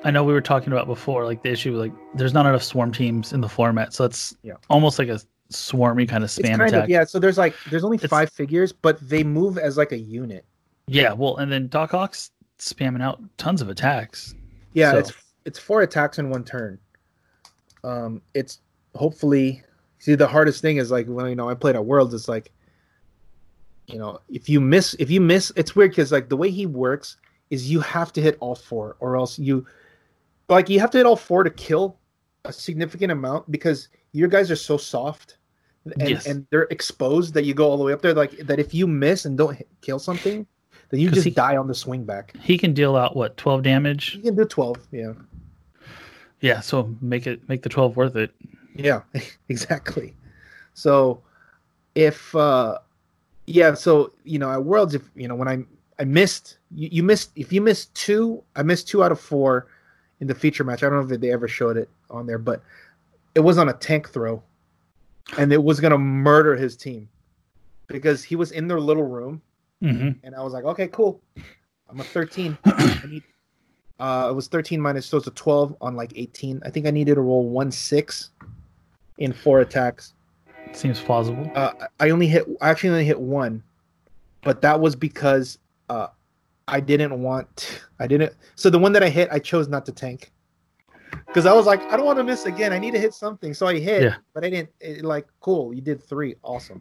Speaker 2: I know we were talking about before, like the issue, with, like there's not enough swarm teams in the format, so it's
Speaker 3: Yeah.
Speaker 2: almost like a swarmy kind of
Speaker 3: It's
Speaker 2: spam
Speaker 3: kind
Speaker 2: attack.
Speaker 3: of yeah. So there's like there's only
Speaker 2: It's-
Speaker 3: five figures, but they move as like a unit.
Speaker 2: Yeah, well, and then Doc Ock's spamming out tons of attacks.
Speaker 3: Yeah,
Speaker 2: So-
Speaker 3: it's it's four attacks in one turn. Um, it's hopefully see the hardest thing is like when you know I played at Worlds, it's like you know if you miss if you miss it's weird because like the way he works is you have to hit all four or else you like you have to hit all four to kill a significant amount because your guys are so soft and,
Speaker 2: Yes.
Speaker 3: and they're exposed that you go all the way up there like that if you miss and don't hit, kill something then you
Speaker 2: 'Cause
Speaker 3: just
Speaker 2: he-
Speaker 3: die on the swing back
Speaker 2: He can deal out what twelve damage.
Speaker 3: you can do 12 yeah
Speaker 2: Yeah, so make it make the twelve worth it.
Speaker 3: Yeah, exactly. So if uh yeah, so you know, at Worlds if you know when I I missed you, you missed if you missed two, I missed two out of four in the feature match. I don't know if they ever showed it on there, but it was on a tank throw and it was going to murder his team because he was in their little room
Speaker 2: hmm
Speaker 3: and I was like, okay, cool. I'm a 13. I need, uh, it was 13 minus, so it's a 12 on like 18. I think I needed to roll one six in four attacks.
Speaker 2: Seems plausible.
Speaker 3: Uh, I only hit, I actually only hit one, but that was because uh, I didn't want, I didn't. So the one that I hit, I chose not to tank because I was like, I don't want to miss again. I need to hit something. So I hit,
Speaker 2: Yeah.
Speaker 3: but I didn't. It, like, cool, you did three, awesome.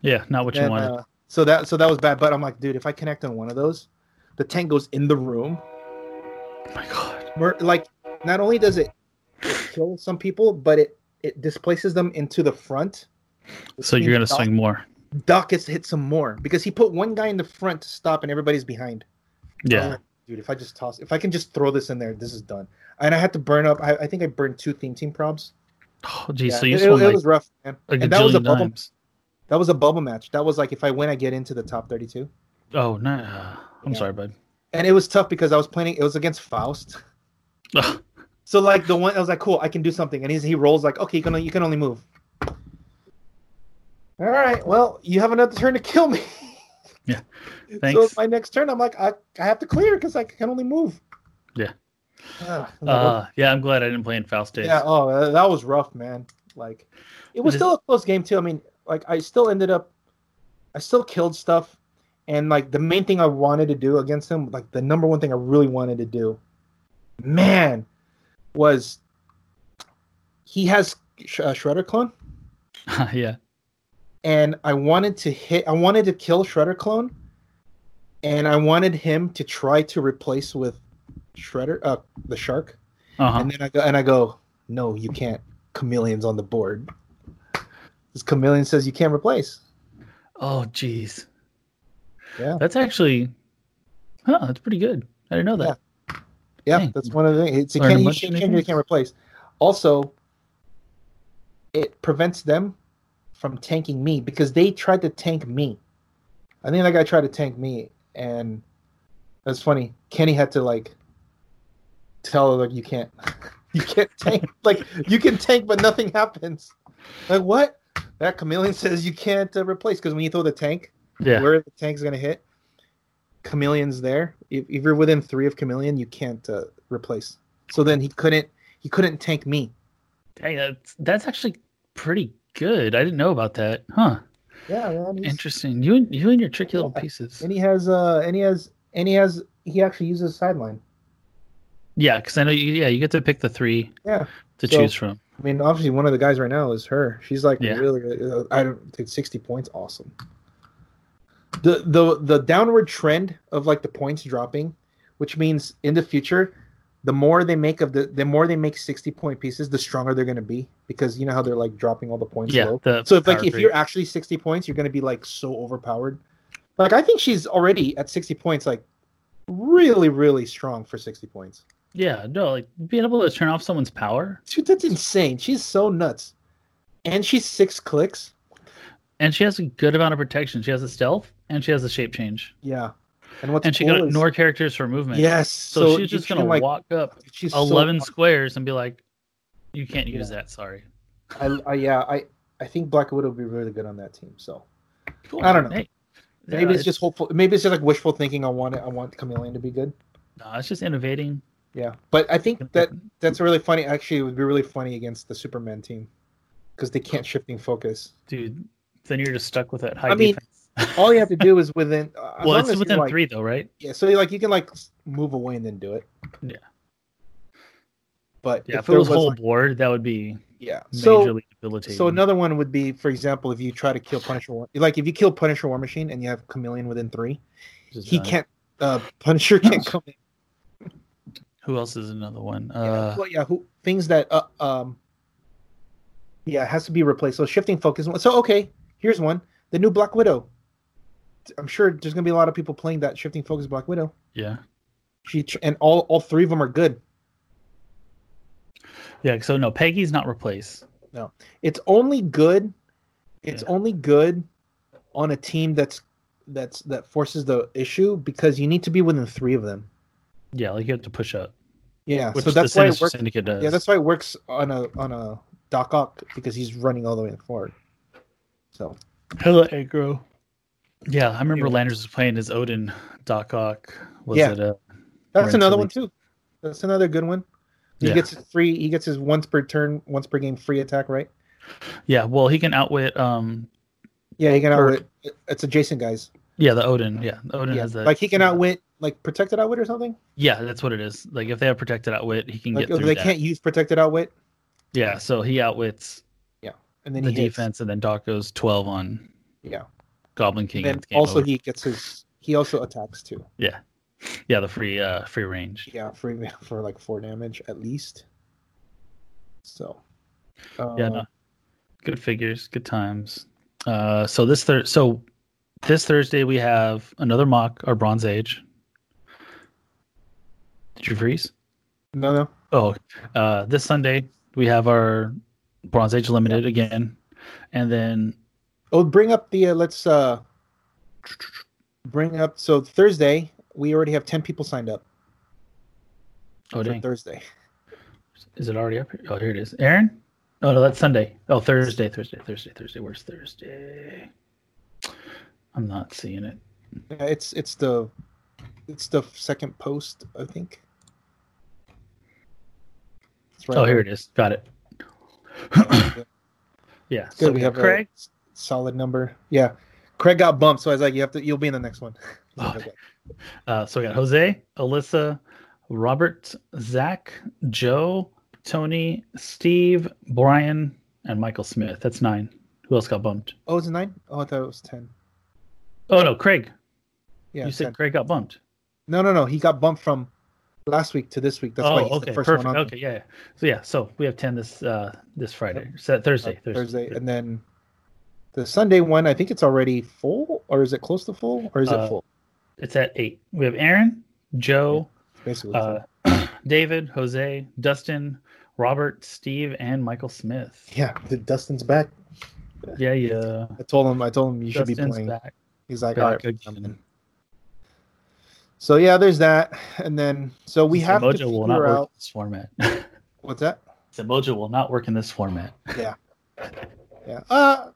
Speaker 2: Yeah, not what you
Speaker 3: Then,
Speaker 2: wanted.
Speaker 3: uh, so that so that was bad. But I'm like, dude, if I connect on one of those, the tank goes in the room.
Speaker 2: oh my god.
Speaker 3: Mur- like, not only does it kill some people, but it it displaces them into the front. which
Speaker 2: So you're gonna
Speaker 3: means Doc-
Speaker 2: swing more.
Speaker 3: Doc gets hit some more because he put one guy in the front to stop, and everybody's behind. I'm
Speaker 2: Yeah.
Speaker 3: like, dude, if I just toss, if I can just throw this in there, this is done. And I had to burn up. I, I think I burned two theme team props.
Speaker 2: Oh geez,
Speaker 3: Yeah,
Speaker 2: so you
Speaker 3: it,
Speaker 2: swung
Speaker 3: it
Speaker 2: like
Speaker 3: was rough, man.
Speaker 2: a
Speaker 3: and that was a
Speaker 2: gajillion
Speaker 3: bubble-
Speaker 2: times.
Speaker 3: That was a bubble match. That was like if I win, I get into the top thirty-two.
Speaker 2: Oh no. I'm
Speaker 3: Yeah.
Speaker 2: sorry, bud.
Speaker 3: And it was tough because I was playing. It was against Faust.
Speaker 2: Ugh.
Speaker 3: So like the one I was like, cool, I can do something, and he's, he rolls like, okay, you can you can only move. All right, well, you have another turn to kill me.
Speaker 2: Yeah,
Speaker 3: So
Speaker 2: thanks.
Speaker 3: my next turn, I'm like, I, I have to clear because I can only move.
Speaker 2: Yeah.
Speaker 3: Ah, I'm like,
Speaker 2: Uh, yeah, I'm glad I didn't play in Faust days.
Speaker 3: yeah. Oh, uh, that was rough, man. Like, it was
Speaker 2: It is-
Speaker 3: still a close game too. I mean, like, I still ended up, I still killed stuff, and like the main thing I wanted to do against him, like the number one thing I really wanted to do, man, was he has sh- uh, Shredder clone,
Speaker 2: yeah.
Speaker 3: and I wanted to hit, I wanted to kill Shredder clone, and I wanted him to try to replace with Shredder, uh, the shark.
Speaker 2: Uh-huh.
Speaker 3: And then I go, and I go, no, you can't. Chameleon's on the board. This chameleon says you can't replace.
Speaker 2: Oh geez.
Speaker 3: Yeah.
Speaker 2: That's actually huh, that's pretty good. I didn't know that.
Speaker 3: Yeah,
Speaker 2: Dang.
Speaker 3: that's one of the things. It's, you
Speaker 2: Learn a
Speaker 3: can't, you
Speaker 2: bunch
Speaker 3: can't,
Speaker 2: of new
Speaker 3: change it, you
Speaker 2: things.
Speaker 3: can't replace. Also, it prevents them from tanking me because they tried to tank me. I think that guy tried to tank me, and that's funny. Kenny had to like tell her like you can't, you can't tank. like you can tank, but nothing happens. Like what? That chameleon says you can't uh, replace because when you throw the tank,
Speaker 2: Yeah.
Speaker 3: where the tank's gonna hit. Chameleon's there. If, if you're within three of Chameleon, you can't uh, replace. So then he couldn't he couldn't tank me.
Speaker 2: Dang, that's that's actually pretty good. I didn't know about that. Huh.
Speaker 3: Yeah, man. he's-
Speaker 2: Interesting. You and you and your tricky little
Speaker 3: Yeah.
Speaker 2: pieces.
Speaker 3: And he has uh and he has and he has he actually uses sideline.
Speaker 2: Yeah, because I know you yeah, you get to pick the three
Speaker 3: Yeah.
Speaker 2: to
Speaker 3: So-
Speaker 2: choose from.
Speaker 3: I mean, obviously one of the guys right now is her. She's like
Speaker 2: Yeah.
Speaker 3: really uh, I don't dude, sixty points, awesome. The the the downward trend of like the points dropping, which means in the future, the more they make of the the more they make sixty point pieces, the stronger they're gonna be. because you know how they're like dropping all the points
Speaker 2: Yeah.
Speaker 3: low.
Speaker 2: The
Speaker 3: So if like
Speaker 2: power
Speaker 3: if
Speaker 2: creep.
Speaker 3: you're actually 60 points, you're going to be like so overpowered. Like I think she's already at 60 points like really really strong for 60 points.
Speaker 2: yeah, no, like being able to turn off someone's power,
Speaker 3: Dude, that's insane. She's so nuts. And she's 6 clicks.
Speaker 2: and she has a good amount of protection. She has a stealth, and she has a shape change,
Speaker 3: Yeah. And what's
Speaker 2: and she
Speaker 3: cool
Speaker 2: can
Speaker 3: is-
Speaker 2: ignore characters for movement.
Speaker 3: Yes.
Speaker 2: so,
Speaker 3: So,
Speaker 2: she's just
Speaker 3: she can,
Speaker 2: gonna
Speaker 3: like,
Speaker 2: walk up
Speaker 3: she's so-
Speaker 2: eleven squares and be like, "You can't use
Speaker 3: Yeah.
Speaker 2: that." Sorry.
Speaker 3: I, I, yeah, I I think Black Widow would be really good on that team. So
Speaker 2: Cool.
Speaker 3: I don't know.
Speaker 2: Hey.
Speaker 3: maybe
Speaker 2: Yeah,
Speaker 3: it's just hopeful. Maybe it's just like wishful thinking. I want it. I want Chameleon to be good.
Speaker 2: nah, it's just innovating.
Speaker 3: Yeah, but I think that that's really funny. Actually, it would be really funny against the Superman team because they can't shifting focus.
Speaker 2: dude, then you're just stuck with that high
Speaker 3: I mean,
Speaker 2: defense.
Speaker 3: All you have to do is within. uh, as
Speaker 2: well,
Speaker 3: long
Speaker 2: it's
Speaker 3: as you're,
Speaker 2: within
Speaker 3: like-
Speaker 2: three though, right?
Speaker 3: Yeah, so like you can like s- move away and then do it.
Speaker 2: Yeah.
Speaker 3: But
Speaker 2: Yeah, if, it
Speaker 3: there
Speaker 2: was, whole
Speaker 3: like-
Speaker 2: board, that would be
Speaker 3: yeah. So
Speaker 2: majorly debilitating.
Speaker 3: So another one would be, for example, if you try to kill Punisher, War- like if you kill Punisher War Machine and you have Chameleon within three,
Speaker 2: Just
Speaker 3: he
Speaker 2: done.
Speaker 3: can't. Uh, Punisher can't come in.
Speaker 2: Who else is another one?
Speaker 3: Yeah,
Speaker 2: Uh,
Speaker 3: well, yeah, who, things that uh, um, yeah, it has to be replaced. So shifting focus. So okay, here's one: the new Black Widow. I'm sure there's gonna be a lot of people playing that shifting focus Black Widow.
Speaker 2: yeah,
Speaker 3: She tr- and all all three of them are good.
Speaker 2: yeah. So no, Peggy's not replaced.
Speaker 3: It's only good. It's
Speaker 2: Yeah.
Speaker 3: only good on a team that's that's that forces the issue because you need to be within three of them.
Speaker 2: Yeah, like you have to push up,
Speaker 3: Yeah,
Speaker 2: which
Speaker 3: so that's
Speaker 2: the
Speaker 3: why it
Speaker 2: Sinister
Speaker 3: works.
Speaker 2: Syndicate does.
Speaker 3: Yeah, that's why it works on a on a Doc Ock because he's running all the way forward. So
Speaker 2: hella aggro. Yeah, I remember
Speaker 3: Anyway.
Speaker 2: Landers was playing his Odin Doc Ock. Was
Speaker 3: Yeah.
Speaker 2: it uh,
Speaker 3: that's
Speaker 2: Right,
Speaker 3: another
Speaker 2: so
Speaker 3: one too. That's another good one. He
Speaker 2: Yeah.
Speaker 3: gets his free. He gets his once per turn, once per game free attack, right?
Speaker 2: yeah? Well, he can outwit. Um,
Speaker 3: Yeah, he can
Speaker 2: Or-
Speaker 3: outwit. It's adjacent guys.
Speaker 2: yeah, the Odin. Yeah, the Odin
Speaker 3: Yeah,
Speaker 2: has that.
Speaker 3: like he can outwit, like protected outwit or something.
Speaker 2: Yeah, that's what it is. Like if they have protected outwit, he can
Speaker 3: Like
Speaker 2: get
Speaker 3: if
Speaker 2: through
Speaker 3: they
Speaker 2: that.
Speaker 3: can't use protected outwit,
Speaker 2: Yeah, so he outwits
Speaker 3: and then
Speaker 2: the
Speaker 3: he hits.
Speaker 2: defense, and then Doc goes twelve on
Speaker 3: Yeah,
Speaker 2: Goblin King.
Speaker 3: and
Speaker 2: it's game
Speaker 3: also
Speaker 2: over.
Speaker 3: he gets his. He also attacks too.
Speaker 2: yeah, the free uh free range.
Speaker 3: Yeah, for for like four damage at least. So. Uh,
Speaker 2: Yeah, no. good figures, good times. Uh, so this thir- so this Thursday we have another mock our Bronze Age. Did you freeze?
Speaker 3: no, no.
Speaker 2: Oh, uh, this Sunday we have our Bronze Age Limited again, and then
Speaker 3: Oh, bring up the uh, let's uh bring up so Thursday we already have 10 people signed up
Speaker 2: oh
Speaker 3: for
Speaker 2: dang,
Speaker 3: Thursday.
Speaker 2: Is it already up here? Oh, here it is. Aaron? Oh, no, that's Sunday. Oh, Thursday, Thursday, Thursday, Thursday. Where's Thursday? I'm not seeing it.
Speaker 3: Yeah, it's it's the it's the second post, I think. It's
Speaker 2: Oh, here it is. Got it. yeah.
Speaker 3: Good,
Speaker 2: So
Speaker 3: we have a
Speaker 2: Craig.
Speaker 3: s- solid number. Yeah. Craig got bumped, so I was like, you have to you'll be in the next one.
Speaker 2: Oh,
Speaker 3: Okay.
Speaker 2: Uh, so we got Jose, Alyssa, Robert, Zach, Joe, Tony, Steve, Brian, and Michael Smith. That's nine. Who else got bumped?
Speaker 3: Oh, it's nine? Oh, I thought it was ten.
Speaker 2: Oh, no, Craig.
Speaker 3: Yeah.
Speaker 2: you said
Speaker 3: 10.
Speaker 2: Craig got bumped.
Speaker 3: No, no, no. He got bumped from last week to this week. That's why
Speaker 2: oh,
Speaker 3: he's
Speaker 2: okay,
Speaker 3: the first
Speaker 2: perfect.
Speaker 3: one on
Speaker 2: Okay, yeah, yeah. So yeah, so we have ten this uh this Friday, so Thursday, Thursday.
Speaker 3: uh, Thursday, and then the Sunday one. I think it's already full, or is it close to full, or is
Speaker 2: Uh,
Speaker 3: it full?
Speaker 2: It's at eight. We have Aaron, Joe,
Speaker 3: Basically,
Speaker 2: uh, David, Jose, Dustin, Robert, Steve, and Michael Smith.
Speaker 3: yeah. The Dustin's back.
Speaker 2: Yeah, yeah.
Speaker 3: I told him. I told him you should be
Speaker 2: Dustin's
Speaker 3: playing.
Speaker 2: back.
Speaker 3: He's like,
Speaker 2: back
Speaker 3: all right.
Speaker 2: again.
Speaker 3: I'm in." So yeah, there's that, and then so we
Speaker 2: So
Speaker 3: have to
Speaker 2: Mojo will not
Speaker 3: figure
Speaker 2: work
Speaker 3: out
Speaker 2: in this format. so
Speaker 3: what's that.
Speaker 2: Mojo will not work in this format.
Speaker 3: Yeah. Uh,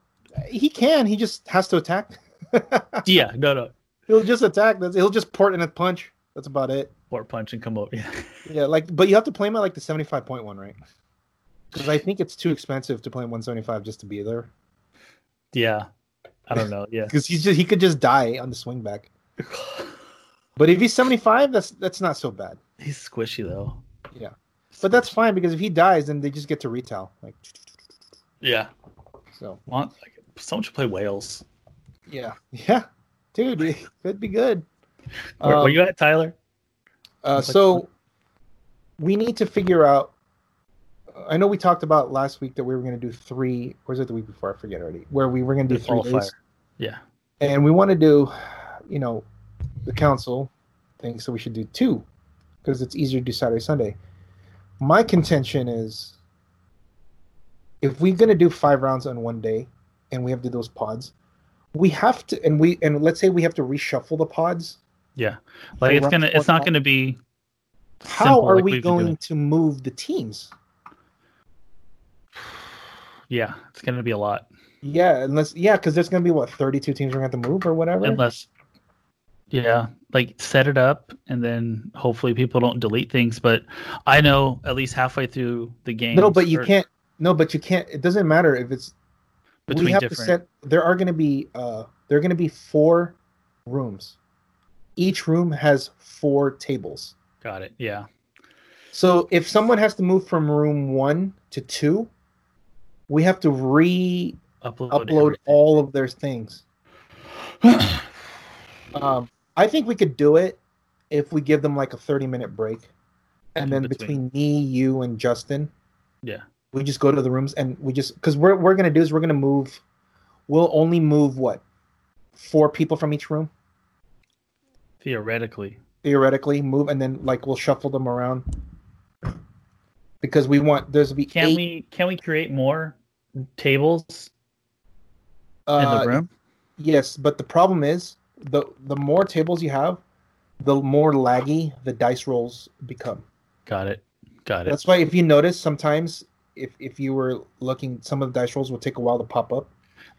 Speaker 3: he can. He just has to attack.
Speaker 2: yeah, no, no.
Speaker 3: he'll just attack. That's, he'll just port in a punch. That's about it.
Speaker 2: Or punch and come over. Yeah.
Speaker 3: Yeah, like, but you have to play him at like the seventy-five point one, right? Because I think it's too expensive to play him one seventy-five just to be there.
Speaker 2: yeah. I don't know. Yeah.
Speaker 3: because he's just he could just die on the swing back. But if he's seventy five, that's that's not so bad.
Speaker 2: He's squishy though.
Speaker 3: Yeah. But that's fine because if he dies, then they just get to retail. Like
Speaker 2: yeah.
Speaker 3: so,
Speaker 2: Want like, someone should play Wales.
Speaker 3: yeah, yeah, dude, it could be good.
Speaker 2: Where, where
Speaker 3: Um,
Speaker 2: you at, Tyler?
Speaker 3: uh, so we need to figure out I know we talked about last week that we were going to do three. Or was it the week before? I forget already. Where we were going to do
Speaker 2: The
Speaker 3: three
Speaker 2: qualifier.
Speaker 3: days,
Speaker 2: Yeah.
Speaker 3: and we want to do, you know, the council thinks that we should do two because it's easier to do Saturday Sunday. My contention is, if we're going to do five rounds on one day, and we have to do those pods, we have to, and we and let's say we have to reshuffle the pods.
Speaker 2: Yeah.
Speaker 3: for
Speaker 2: Like it's
Speaker 3: round
Speaker 2: gonna it's not
Speaker 3: four-
Speaker 2: gonna be
Speaker 3: How
Speaker 2: simple
Speaker 3: are
Speaker 2: like
Speaker 3: we
Speaker 2: we've been
Speaker 3: going
Speaker 2: doing.
Speaker 3: to move the teams?
Speaker 2: Yeah, it's gonna be a lot.
Speaker 3: Yeah, unless yeah, because there's gonna be what 32 teams we're gonna have to move or whatever.
Speaker 2: Unless Yeah. Like set it up and then hopefully people don't delete things. But I know at least halfway through the game
Speaker 3: no, but you
Speaker 2: or
Speaker 3: can't. No, but you can't. It doesn't matter if it's. we
Speaker 2: between
Speaker 3: have
Speaker 2: different
Speaker 3: to set. There are gonna be uh, there are gonna be four rooms. Each room has four tables.
Speaker 2: got it. Yeah.
Speaker 3: So if someone has to move from room one to two, we have to re
Speaker 2: Upload,
Speaker 3: upload all of their things.
Speaker 2: everything.
Speaker 3: Um, I think we could do it if we give them like a 30 minute break. And
Speaker 2: In
Speaker 3: then
Speaker 2: between.
Speaker 3: between. me, you, and Justin,
Speaker 2: Yeah.
Speaker 3: we just go to the rooms and we just because we're we're gonna do is we're gonna move. We'll only move what four people from each room
Speaker 2: Theoretically.
Speaker 3: theoretically. Move and then like we'll shuffle them around because we want there's be
Speaker 2: Can
Speaker 3: eight,
Speaker 2: we can we create more tables in
Speaker 3: uh,
Speaker 2: the room?
Speaker 3: Yes, but the problem is the the more tables you have, the more laggy the dice rolls become.
Speaker 2: Got it. Got it.
Speaker 3: That's why if you notice sometimes if if you were looking some of the dice rolls will take a while to pop up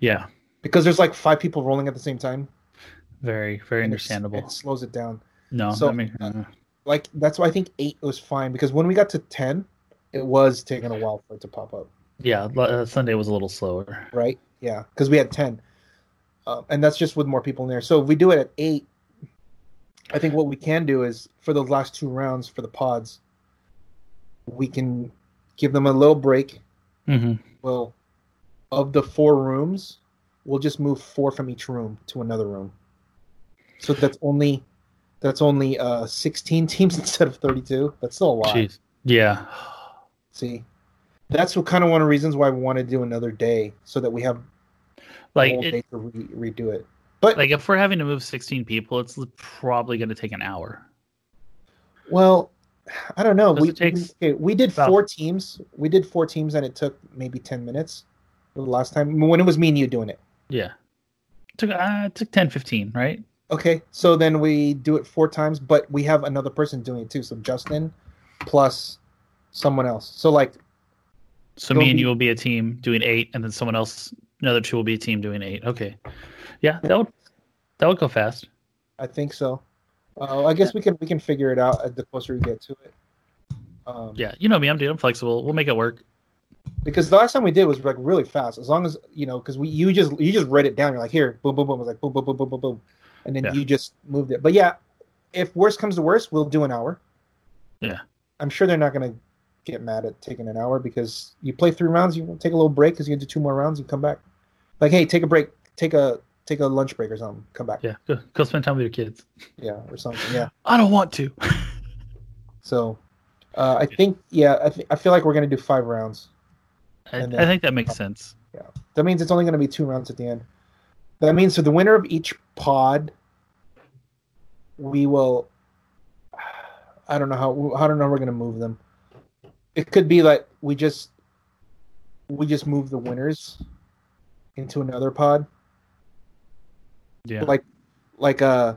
Speaker 2: Yeah.
Speaker 3: because there's like five people rolling at the same time.
Speaker 2: Very, very
Speaker 3: and it's-
Speaker 2: understandable.
Speaker 3: It slows it down.
Speaker 2: no,
Speaker 3: so,
Speaker 2: I mean,
Speaker 3: uh, Like that's why I think 8 was fine because when we got to 10, it was taking a while for it to pop up,
Speaker 2: yeah, uh, Sunday was a little slower.
Speaker 3: right? Yeah, cuz we had 10. Uh, and that's just with more people in there. So if we do it at 8, I think what we can do is for those last two rounds for the pods, we can give them a little break Mm-hmm.
Speaker 2: hmm
Speaker 3: Well, of the four rooms, we'll just move four from each room to another room. So that's only that's only uh 16 teams instead of 32. That's still a lot.
Speaker 2: Jeez. Yeah.
Speaker 3: See, that's what kind of one of the reasons why we want to do another day so that we have
Speaker 2: Like,
Speaker 3: all
Speaker 2: it-
Speaker 3: day to re- redo it. But
Speaker 2: like if we're having to move 16 people, it's probably going to take an hour.
Speaker 3: well, I don't know.
Speaker 2: Does
Speaker 3: We
Speaker 2: it takes
Speaker 3: okay, we did
Speaker 2: about-
Speaker 3: four teams. We did four teams and it took maybe 10 minutes the last time when it was me and you doing it.
Speaker 2: Yeah. took uh, it took 10, 15, right?
Speaker 3: Okay, so then we do it four times, but we have another person doing it too. So Justin plus someone else. So like
Speaker 2: So
Speaker 3: It'll
Speaker 2: me and
Speaker 3: be-
Speaker 2: you will be a team doing eight, and then someone else, another two will be a team doing eight. Okay. Yeah, that would that would go fast.
Speaker 3: I think so. Uh, I guess we can we can figure it out uh, the closer we get to it. Um,
Speaker 2: Yeah, you know me, I'm dude. I'm flexible. We'll make it work.
Speaker 3: Because the last time we did was like really fast. As long as you know, because we you just you just read it down. You're like here, boom, boom, boom. It was like boom, boom, boom, boom, boom, boom, and then
Speaker 2: Yeah.
Speaker 3: you just moved it. But yeah, if worst comes to worst, we'll do an hour.
Speaker 2: Yeah.
Speaker 3: I'm sure they're not gonna get mad at taking an hour because you play three rounds, you take a little break because you do two more rounds, you come back. Like hey, take a break, take a take a lunch break or something, come back.
Speaker 2: Yeah, go, go spend time with your kids.
Speaker 3: yeah or something. Yeah.
Speaker 2: I don't want to.
Speaker 3: So uh, I think yeah, I, th- I feel like we're gonna do five rounds.
Speaker 2: I,
Speaker 3: And
Speaker 2: I
Speaker 3: then-
Speaker 2: think that makes sense.
Speaker 3: That means it's only going to be two rounds at the end. That means for the winner of each pod, we will. I don't know how. I don't know how we're going to move them. It could be like we just we just move the winners into another pod,
Speaker 2: Yeah.
Speaker 3: like like uh.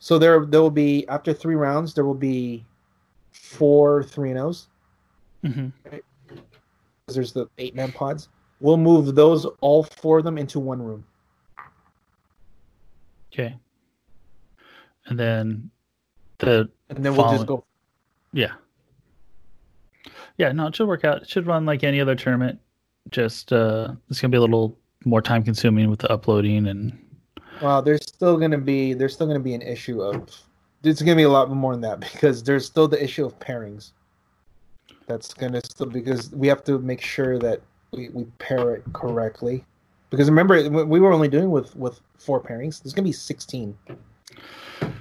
Speaker 3: So there there will be after three rounds there will be four three and O's.
Speaker 2: Mhm.
Speaker 3: 'cause there's the eight man pods. We'll move those all four of them into one room.
Speaker 2: Okay. And then the
Speaker 3: and then we'll just go.
Speaker 2: yeah. Yeah, no, it should work out. It should run like any other tournament. Just uh it's gonna be a little more time consuming with the uploading and
Speaker 3: Wow, there's still gonna be there's still gonna be an issue of it's gonna be a lot more than that because there's still the issue of pairings. That's gonna still because we have to make sure that we, we pair it correctly. Because remember, we- we were only doing with with four pairings. There's gonna be sixteen.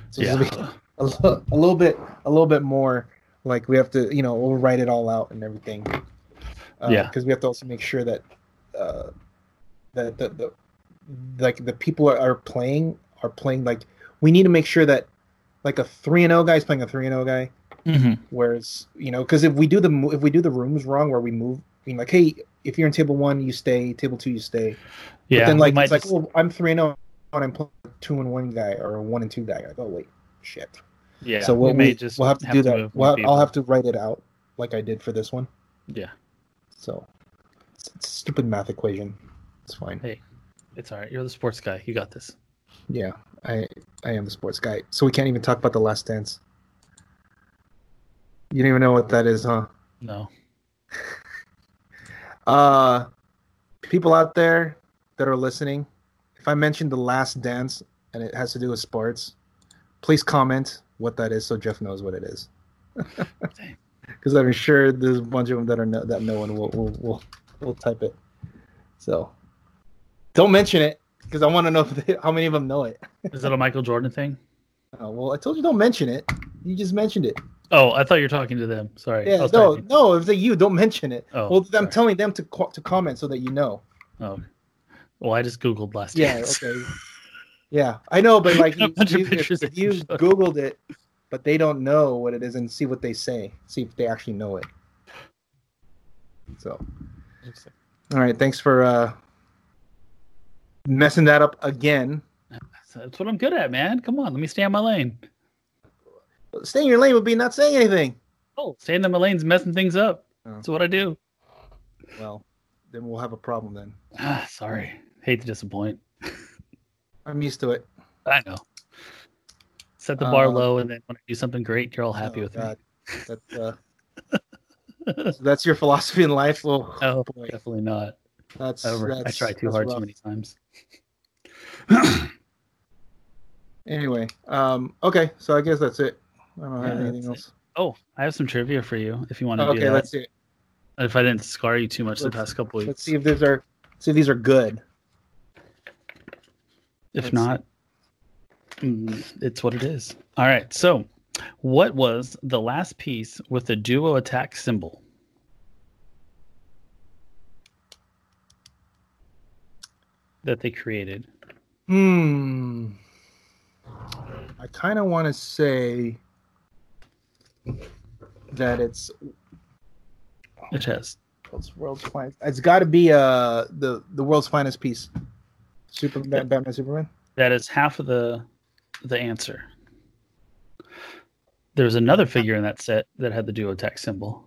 Speaker 3: So
Speaker 2: yeah.
Speaker 3: it's gonna be a, li- a little bit a little bit more Like we have to, you know, we'll write it all out and everything. Uh,
Speaker 2: Yeah.
Speaker 3: Because we have to also make sure that, uh, that the, the like the people are, are playing are playing like we need to make sure that like a three and O guy is playing a three and O guy.
Speaker 2: Mm-hmm.
Speaker 3: Whereas you know, because if we do the mo- if we do the rooms wrong, where we move, being like, hey, if you're in table one, you stay. Table two, you stay.
Speaker 2: Yeah.
Speaker 3: but then
Speaker 2: we
Speaker 3: like
Speaker 2: might
Speaker 3: it's like, oh,
Speaker 2: just-
Speaker 3: well, I'm three and zero, and I'm playing a two and one guy or a one and two guy. You're like, oh wait, shit.
Speaker 2: yeah.
Speaker 3: so we'll,
Speaker 2: we may
Speaker 3: we-
Speaker 2: just
Speaker 3: we'll have to do that.
Speaker 2: move
Speaker 3: We'll,
Speaker 2: more
Speaker 3: I'll
Speaker 2: people.
Speaker 3: have to write it out like I did for this one.
Speaker 2: Yeah.
Speaker 3: So it's, it's a stupid math equation. It's fine.
Speaker 2: It's all right. You're the sports guy. You got this.
Speaker 3: Yeah, I I am the sports guy, so we can't even talk about the Last Dance. You don't even know what that is, huh?
Speaker 2: No.
Speaker 3: Uh, people out there that are listening, if I mentioned the last dance and it has to do with sports, please comment what that is so Jeff knows what it is. Because I'm sure there's a bunch of them that are no, that no one will will will, will type it. So don't mention it because I want to know if they, how many of them know it.
Speaker 2: Is that a Michael Jordan thing?
Speaker 3: Uh, well, I told you don't mention it. You just mentioned it.
Speaker 2: Oh, I thought you were talking to them. Oh, Sorry. I
Speaker 3: Yeah,
Speaker 2: was
Speaker 3: no,
Speaker 2: typing.
Speaker 3: no. If they you don't mention it.
Speaker 2: Oh,
Speaker 3: well, I'm
Speaker 2: sorry.
Speaker 3: telling them to co- to comment so that you know.
Speaker 2: Oh. Well, I just Googled last
Speaker 3: Yeah,
Speaker 2: dance.
Speaker 3: okay. Yeah, I know, but like
Speaker 2: A
Speaker 3: you,
Speaker 2: bunch of
Speaker 3: you- if-
Speaker 2: pictures
Speaker 3: if
Speaker 2: that
Speaker 3: you
Speaker 2: you showed.
Speaker 3: Googled it, but they don't know what it is and see what they say, see if they actually know it. So, all right, thanks for uh messing that up again.
Speaker 2: That's what I'm good at, man. Come on. Let me stay on my lane.
Speaker 3: Staying in your lane would be not saying anything.
Speaker 2: Oh, staying on my lane's messing things up.
Speaker 3: Oh.
Speaker 2: That's what I do.
Speaker 3: Well, then we'll have a problem then.
Speaker 2: Ah, sorry. Hate to disappoint.
Speaker 3: I'm used to it.
Speaker 2: I know. Set the bar
Speaker 3: Um,
Speaker 2: low, and then when I do something great, you're all happy
Speaker 3: Oh,
Speaker 2: with
Speaker 3: God. That's, uh, so that's your philosophy in life. Oh,
Speaker 2: me. No,
Speaker 3: boy,
Speaker 2: definitely not.
Speaker 3: that's,
Speaker 2: I, Uh, over, I
Speaker 3: that's-
Speaker 2: try too
Speaker 3: that's
Speaker 2: hard
Speaker 3: rough.
Speaker 2: too many times.
Speaker 3: Anyway, um, okay, so I guess that's it. I don't
Speaker 2: Yeah,
Speaker 3: have anything
Speaker 2: that's
Speaker 3: else.
Speaker 2: Oh, I have some trivia for you if you want to do
Speaker 3: Oh, Okay,
Speaker 2: that.
Speaker 3: let's see. it.
Speaker 2: If I didn't scar you too much the
Speaker 3: Let's-
Speaker 2: past couple weeks.
Speaker 3: Let's see if these are see if these are good.
Speaker 2: If
Speaker 3: Let's see.
Speaker 2: not, mm, it's what it is. All right. So, what was the last piece with the duo attack symbol? That they created.
Speaker 3: Hmm. I kind of want to say that it's
Speaker 2: It has.
Speaker 3: it's world's finest. It's got to be uh the the world's finest piece. Superman,
Speaker 2: Yeah.
Speaker 3: Batman, Superman.
Speaker 2: That is half of the the answer. There was another figure in that set that had the duo attack symbol.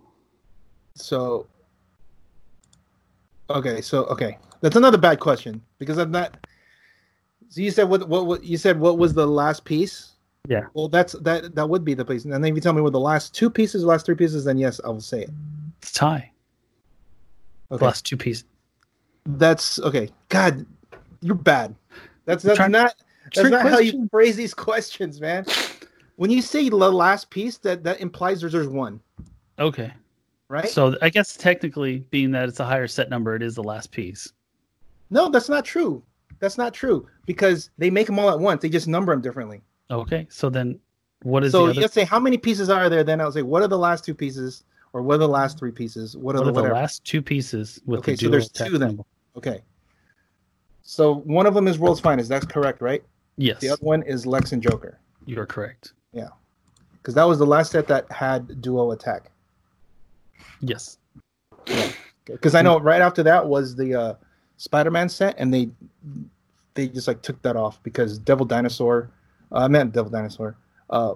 Speaker 3: So okay, so okay, that's another bad question because I'm not. So you said what, what? What you said? What was the last piece?
Speaker 2: Yeah.
Speaker 3: Well, that's that. That would be the piece. And then if you tell me what the last two pieces, last three pieces, then yes, I will say it.
Speaker 2: It's a tie.
Speaker 3: Okay.
Speaker 2: Last two pieces.
Speaker 3: That's okay. God, you're bad. That's that's
Speaker 2: Try-
Speaker 3: not that's
Speaker 2: Trick
Speaker 3: not how you
Speaker 2: question.
Speaker 3: phrase these questions, man. When you say the last piece, that that implies there's there's one,
Speaker 2: Okay.
Speaker 3: right?
Speaker 2: So I guess technically, being that it's a higher set number, it is the last piece.
Speaker 3: no, that's not true. That's not true because they make them all at once. They just number them differently.
Speaker 2: Okay, so then what is
Speaker 3: so
Speaker 2: the other?
Speaker 3: let's say how many pieces are there then i'll say what are the last two pieces or what are the last three pieces what are
Speaker 2: what
Speaker 3: the
Speaker 2: are the
Speaker 3: whatever
Speaker 2: last two pieces with
Speaker 3: Okay,
Speaker 2: the
Speaker 3: so
Speaker 2: dual
Speaker 3: there's
Speaker 2: attack
Speaker 3: two then.
Speaker 2: symbol?
Speaker 3: okay so one of them is world's finest that's correct right
Speaker 2: Yes,
Speaker 3: the other one is lex and joker
Speaker 2: you are correct.
Speaker 3: because that was the last set that had duo attack
Speaker 2: Yes,
Speaker 3: because i know right after that was the uh, spider-man set and they they just like took that off because devil dinosaur uh, i meant devil dinosaur uh,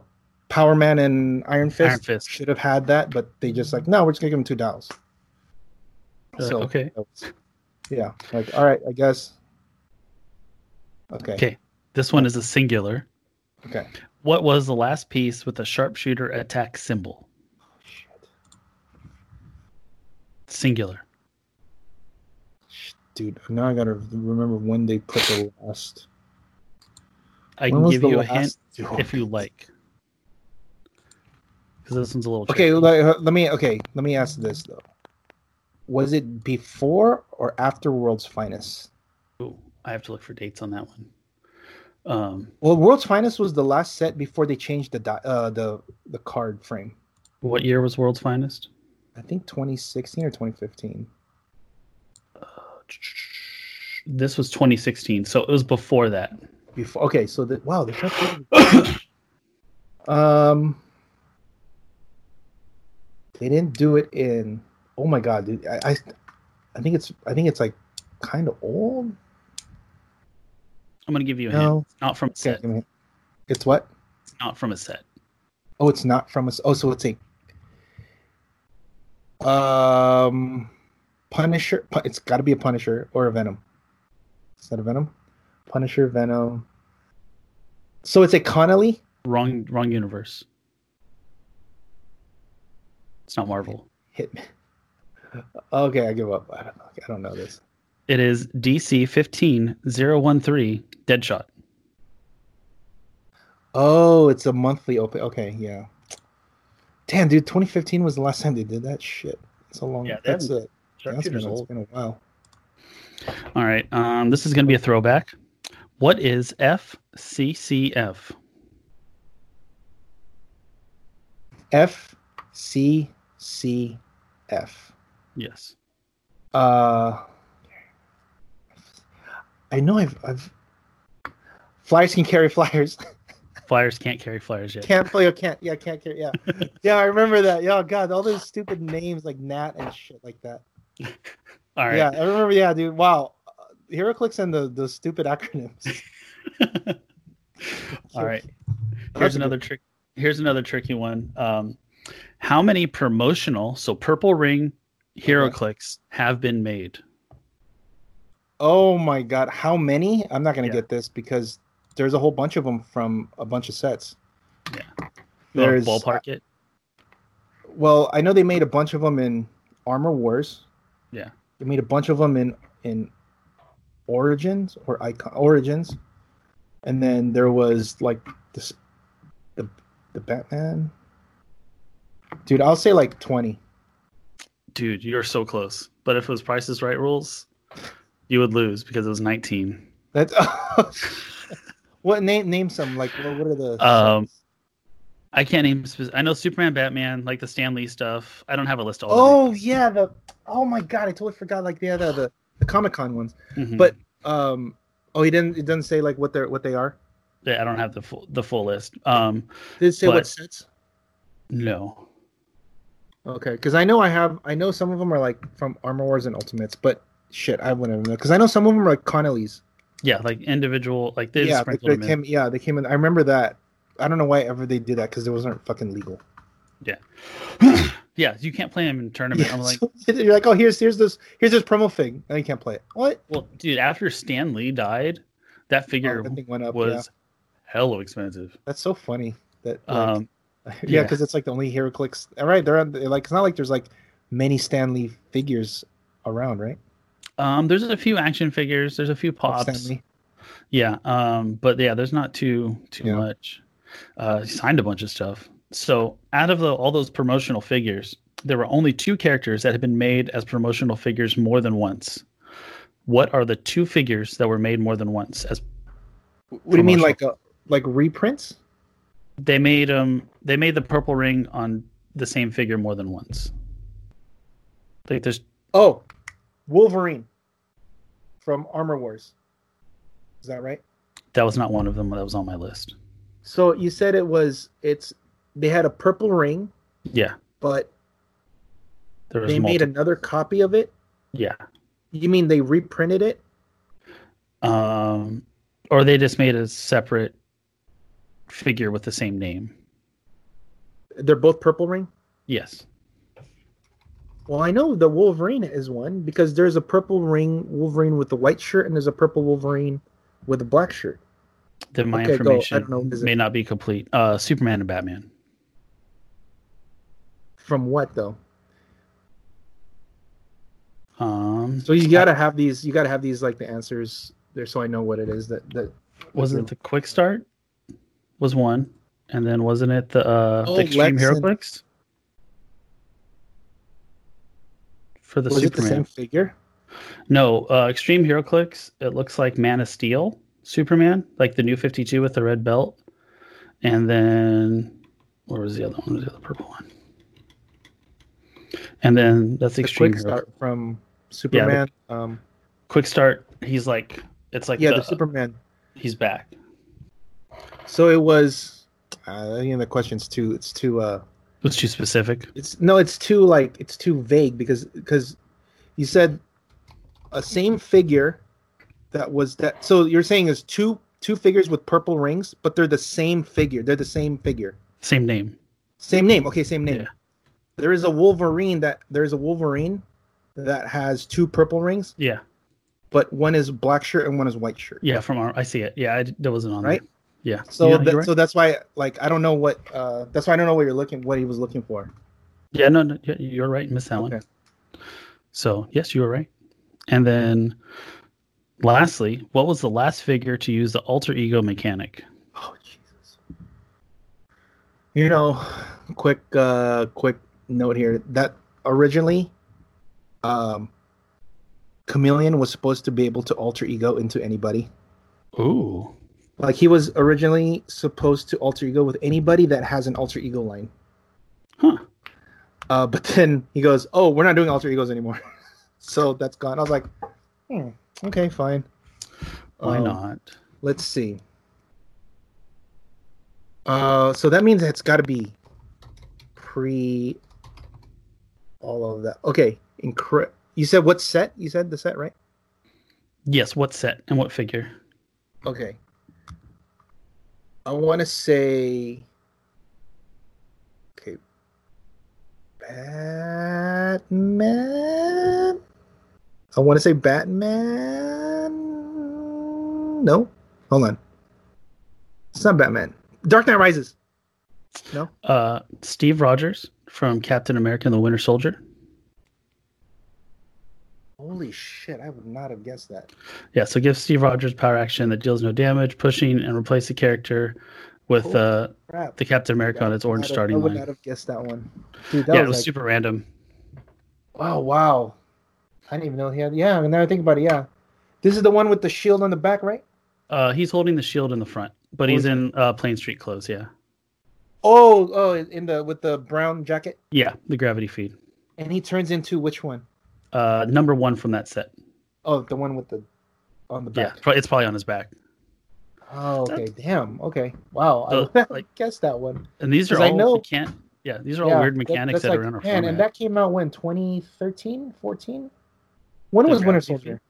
Speaker 3: power man and iron fist,
Speaker 2: Iron Fist.
Speaker 3: should have had that but they just like no we're just gonna give them two dials
Speaker 2: Uh,
Speaker 3: So-
Speaker 2: okay,
Speaker 3: Yeah, like all right, I guess. Okay.
Speaker 2: Okay. this one is a singular.
Speaker 3: Okay.
Speaker 2: What was the last piece with the sharpshooter attack symbol?
Speaker 3: Shit.
Speaker 2: Singular.
Speaker 3: Dude, now I gotta remember when they put the last.
Speaker 2: I
Speaker 3: when
Speaker 2: can
Speaker 3: was
Speaker 2: give
Speaker 3: the
Speaker 2: you a hint
Speaker 3: last duel?
Speaker 2: if you like, because this one's a little
Speaker 3: Okay,
Speaker 2: tricky.
Speaker 3: let, let me. Okay, let me ask this though. Was it before or after World's Finest?
Speaker 2: Ooh, I have to look for dates on that one. Um,
Speaker 3: Well, World's Finest was the last set before they changed the di- uh, the the card frame.
Speaker 2: What year was World's Finest?
Speaker 3: I think 2016 or 2015.
Speaker 2: This was 2016, so it was before that.
Speaker 3: Before, okay, so the, wow, the um, they didn't do it in. Oh my god, dude! I, I, I think it's I think it's like kind of old.
Speaker 2: I'm gonna give you a
Speaker 3: No.
Speaker 2: hint. It's not from a
Speaker 3: Okay,
Speaker 2: set.
Speaker 3: give me- it's what?
Speaker 2: It's not from a set.
Speaker 3: Oh, it's not from us. Oh, so it's a um Punisher. Pu- It's got to be a Punisher or a Venom. Is that a Venom? Punisher, Venom. So it's a Connolly.
Speaker 2: Wrong, wrong universe. It's not Marvel.
Speaker 3: Hitman. Okay, I give up. I don't know. I don't know this.
Speaker 2: It is DC 15013 Deadshot.
Speaker 3: Oh, it's a monthly open. Okay, yeah. Damn, dude, 2015 was the last time they did that shit. That's a long.
Speaker 2: Yeah, they
Speaker 3: that's a. That's been,
Speaker 2: Deadshot's
Speaker 3: it's been a while.
Speaker 2: All right. Um, this is going to be a throwback. What is FCCF?
Speaker 3: F C C F.
Speaker 2: Yes.
Speaker 3: Uh, I know I've, I've flyers can carry flyers.
Speaker 2: Flyers can't carry flyers yet.
Speaker 3: can't play or can't. Yeah, can't carry. Yeah, yeah. I remember that. Yeah, oh, God, all those stupid names like Nat and shit like that.
Speaker 2: All right.
Speaker 3: Yeah, I remember. Yeah, dude. Wow, uh, HeroClix and the the stupid acronyms.
Speaker 2: All right.
Speaker 3: That's
Speaker 2: Here's
Speaker 3: a
Speaker 2: another trick. Here's another tricky one. Um, how many promotional, so Purple Ring hero
Speaker 3: Yeah.
Speaker 2: clicks have been made?
Speaker 3: Oh my God, how many? I'm not gonna
Speaker 2: Yeah.
Speaker 3: get this because there's a whole bunch of them from a bunch of sets.
Speaker 2: Yeah. You wanna
Speaker 3: There's
Speaker 2: ballpark it.
Speaker 3: Well, I know they made a bunch of them in Armor Wars.
Speaker 2: Yeah.
Speaker 3: They made a bunch of them in in Origins or Icon Origins, and then there was like this the the Batman. Dude, I'll say like twenty.
Speaker 2: Dude, you're so close. But if it was Price is Right rules, you would lose because it was 19.
Speaker 3: That's what name name some like what, what are the
Speaker 2: Um, I can't name. Spec- I know Superman, Batman, like the Stan Lee stuff. I don't have a list of all. the
Speaker 3: oh yeah the oh my god I totally forgot like the the the, the Comic Con ones.
Speaker 2: Mhm.
Speaker 3: But um oh he didn't it doesn't say like what they're what they are.
Speaker 2: Yeah, I don't have the full the full list. Um,
Speaker 3: Did it say
Speaker 2: But-
Speaker 3: what sets?
Speaker 2: no.
Speaker 3: Okay, because I know I have, I know some of them are like from Armor Wars and Ultimates, but shit, I wouldn't even know because I know some of them are like Connelly's.
Speaker 2: Yeah, like individual, like they just
Speaker 3: Yeah, they,
Speaker 2: sprinkled
Speaker 3: they
Speaker 2: them in.
Speaker 3: came. Yeah, they came in. I remember that. I don't know why ever they did that because it wasn't fucking legal.
Speaker 2: Yeah, you can't play them in tournament.
Speaker 3: Yeah,
Speaker 2: I'm like,
Speaker 3: so you're like, oh, here's here's this here's this promo fig. No, you can't play it. What?
Speaker 2: well, dude, after Stan Lee died, that
Speaker 3: Oh,
Speaker 2: figure
Speaker 3: that thing went up. yeah,
Speaker 2: was hella expensive.
Speaker 3: that's so funny. That like,
Speaker 2: Um,
Speaker 3: yeah,
Speaker 2: yeah.
Speaker 3: because it's like the only hero clicks. All right, they're on- they're like it's not like there's like many Stanley figures around, right?
Speaker 2: um, there's a few action figures. There's a few
Speaker 3: Of
Speaker 2: pops.
Speaker 3: Stanley.
Speaker 2: Yeah. Um, but yeah, there's not too too
Speaker 3: Yeah.
Speaker 2: much. Uh, he signed a bunch of stuff. So out of the, all those promotional figures, there were only two characters that had been made as promotional figures more than once. What are the two figures that were made more than once? As
Speaker 3: What do you mean,
Speaker 2: Promotional.
Speaker 3: like uh, like reprints?
Speaker 2: they made um they made the purple ring on the same figure more than once. Like there's
Speaker 3: Oh, Wolverine from Armor Wars. Is that right?
Speaker 2: that was not one of them that was on my list.
Speaker 3: So you said it was it's they had a purple ring,
Speaker 2: Yeah,
Speaker 3: but
Speaker 2: there was
Speaker 3: they made
Speaker 2: multi-
Speaker 3: another copy of it.
Speaker 2: yeah.
Speaker 3: You mean they reprinted it?
Speaker 2: um, or they just made a separate figure with the same name.
Speaker 3: They're both purple ring.
Speaker 2: Yes,
Speaker 3: Well, I know the Wolverine is one because there's a purple ring Wolverine with the white shirt, and there's a purple Wolverine with a black shirt.
Speaker 2: then my
Speaker 3: Okay, go. I
Speaker 2: information
Speaker 3: don't know, is it-
Speaker 2: may not be complete. Uh, Superman and Batman.
Speaker 3: From what though?
Speaker 2: Um,
Speaker 3: So you gotta have these. You gotta have these like the answers there, so I know what it is that that
Speaker 2: wasn't it the Quick Start? Was one, and then wasn't it the uh,
Speaker 3: Oh,
Speaker 2: the Extreme
Speaker 3: Lex
Speaker 2: Hero
Speaker 3: and-
Speaker 2: Clicks for the
Speaker 3: was it the
Speaker 2: Superman?
Speaker 3: same figure.
Speaker 2: No, uh, Extreme Hero Clicks. It looks like Man of Steel, Superman, like the new 52 with the red belt. And then, where was the other one? The other purple one. and then that's
Speaker 3: The
Speaker 2: extreme
Speaker 3: quick
Speaker 2: hero.
Speaker 3: start from Superman. um,
Speaker 2: quick start he's like it's like
Speaker 3: yeah,
Speaker 2: the,
Speaker 3: the Superman.
Speaker 2: he's back
Speaker 3: So it was. Uh, you know, the question's too. It's too. Uh,
Speaker 2: it's too specific
Speaker 3: it's no. It's too like. It's too vague because because you said a same figure that was that. So you're saying is two two figures with purple rings, but they're the same figure. They're the same figure.
Speaker 2: same name
Speaker 3: Same name. Okay, same name.
Speaker 2: Yeah.
Speaker 3: There is a Wolverine that there is a Wolverine that has two purple rings,
Speaker 2: yeah
Speaker 3: but one is black shirt and one is white shirt.
Speaker 2: yeah from our i see it yeah I, d- that wasn't on
Speaker 3: Right?
Speaker 2: there. yeah
Speaker 3: So
Speaker 2: yeah,
Speaker 3: that,
Speaker 2: you're right.
Speaker 3: so that's why like I don't know what uh that's why I don't know what you're looking what he was looking for.
Speaker 2: yeah no, no yeah, you're right miss that one
Speaker 3: Okay.
Speaker 2: so yes you were right and then lastly what was the last figure to use the alter ego mechanic
Speaker 3: Oh Jesus. You know, quick uh quick note here that originally um Chameleon was supposed to be able to alter ego into anybody.
Speaker 2: ooh
Speaker 3: Like he was originally supposed to alter ego with anybody that has an alter ego line.
Speaker 2: Huh.
Speaker 3: Uh, but then he goes, "Oh, we're not doing alter egos anymore," so that's gone. I was like, hmm, "Okay, fine."
Speaker 2: why
Speaker 3: Um,
Speaker 2: not
Speaker 3: Let's see. Uh, so that means it's got to be pre all of that. Okay, incre- You said what set? You said the set, right?
Speaker 2: yes what set and what figure
Speaker 3: Okay. I want to say. Okay. Batman. I want to say Batman. No, hold on. It's not Batman. Dark Knight Rises.
Speaker 2: uh steve rogers from captain america and the winter soldier
Speaker 3: Holy shit! I would not have guessed that.
Speaker 2: Yeah, so give Steve Rogers power action that deals no damage, pushing, and replace the character with
Speaker 3: Cool.
Speaker 2: uh,
Speaker 3: Crap.
Speaker 2: the Captain America on
Speaker 3: Yeah,
Speaker 2: its orange
Speaker 3: I would-
Speaker 2: starting
Speaker 3: I would
Speaker 2: line.
Speaker 3: not have guessed Oh. that one. Dude, that
Speaker 2: yeah, it
Speaker 3: was,
Speaker 2: was
Speaker 3: like,
Speaker 2: super random.
Speaker 3: Wow, wow. I didn't even know he had. Yeah, now I think about it. Yeah, this is the one with the shield on the back, right?
Speaker 2: Uh, he's holding the shield in the front, but
Speaker 3: Oh,
Speaker 2: he's
Speaker 3: is
Speaker 2: in uh, plain street clothes. Yeah,
Speaker 3: Oh, oh, in the with the brown jacket,
Speaker 2: yeah, the gravity feed.
Speaker 3: and he turns into which one?
Speaker 2: Uh, number one from that set.
Speaker 3: Oh, the one with the on the
Speaker 2: Yeah,
Speaker 3: back.
Speaker 2: pro- it's probably on his back.
Speaker 3: Oh, okay. Damn. Okay. Wow.
Speaker 2: So,
Speaker 3: I would
Speaker 2: like-
Speaker 3: guess that one.
Speaker 2: And these are
Speaker 3: 'Cause I
Speaker 2: all
Speaker 3: know-
Speaker 2: mechan- Yeah, these are all
Speaker 3: Yeah,
Speaker 2: weird
Speaker 3: that-
Speaker 2: mechanics
Speaker 3: that's
Speaker 2: that,
Speaker 3: like-
Speaker 2: are in our
Speaker 3: man,
Speaker 2: format.
Speaker 3: and that came out when 2013, 14. When
Speaker 2: The
Speaker 3: was Winter
Speaker 2: Gravity
Speaker 3: Soldier?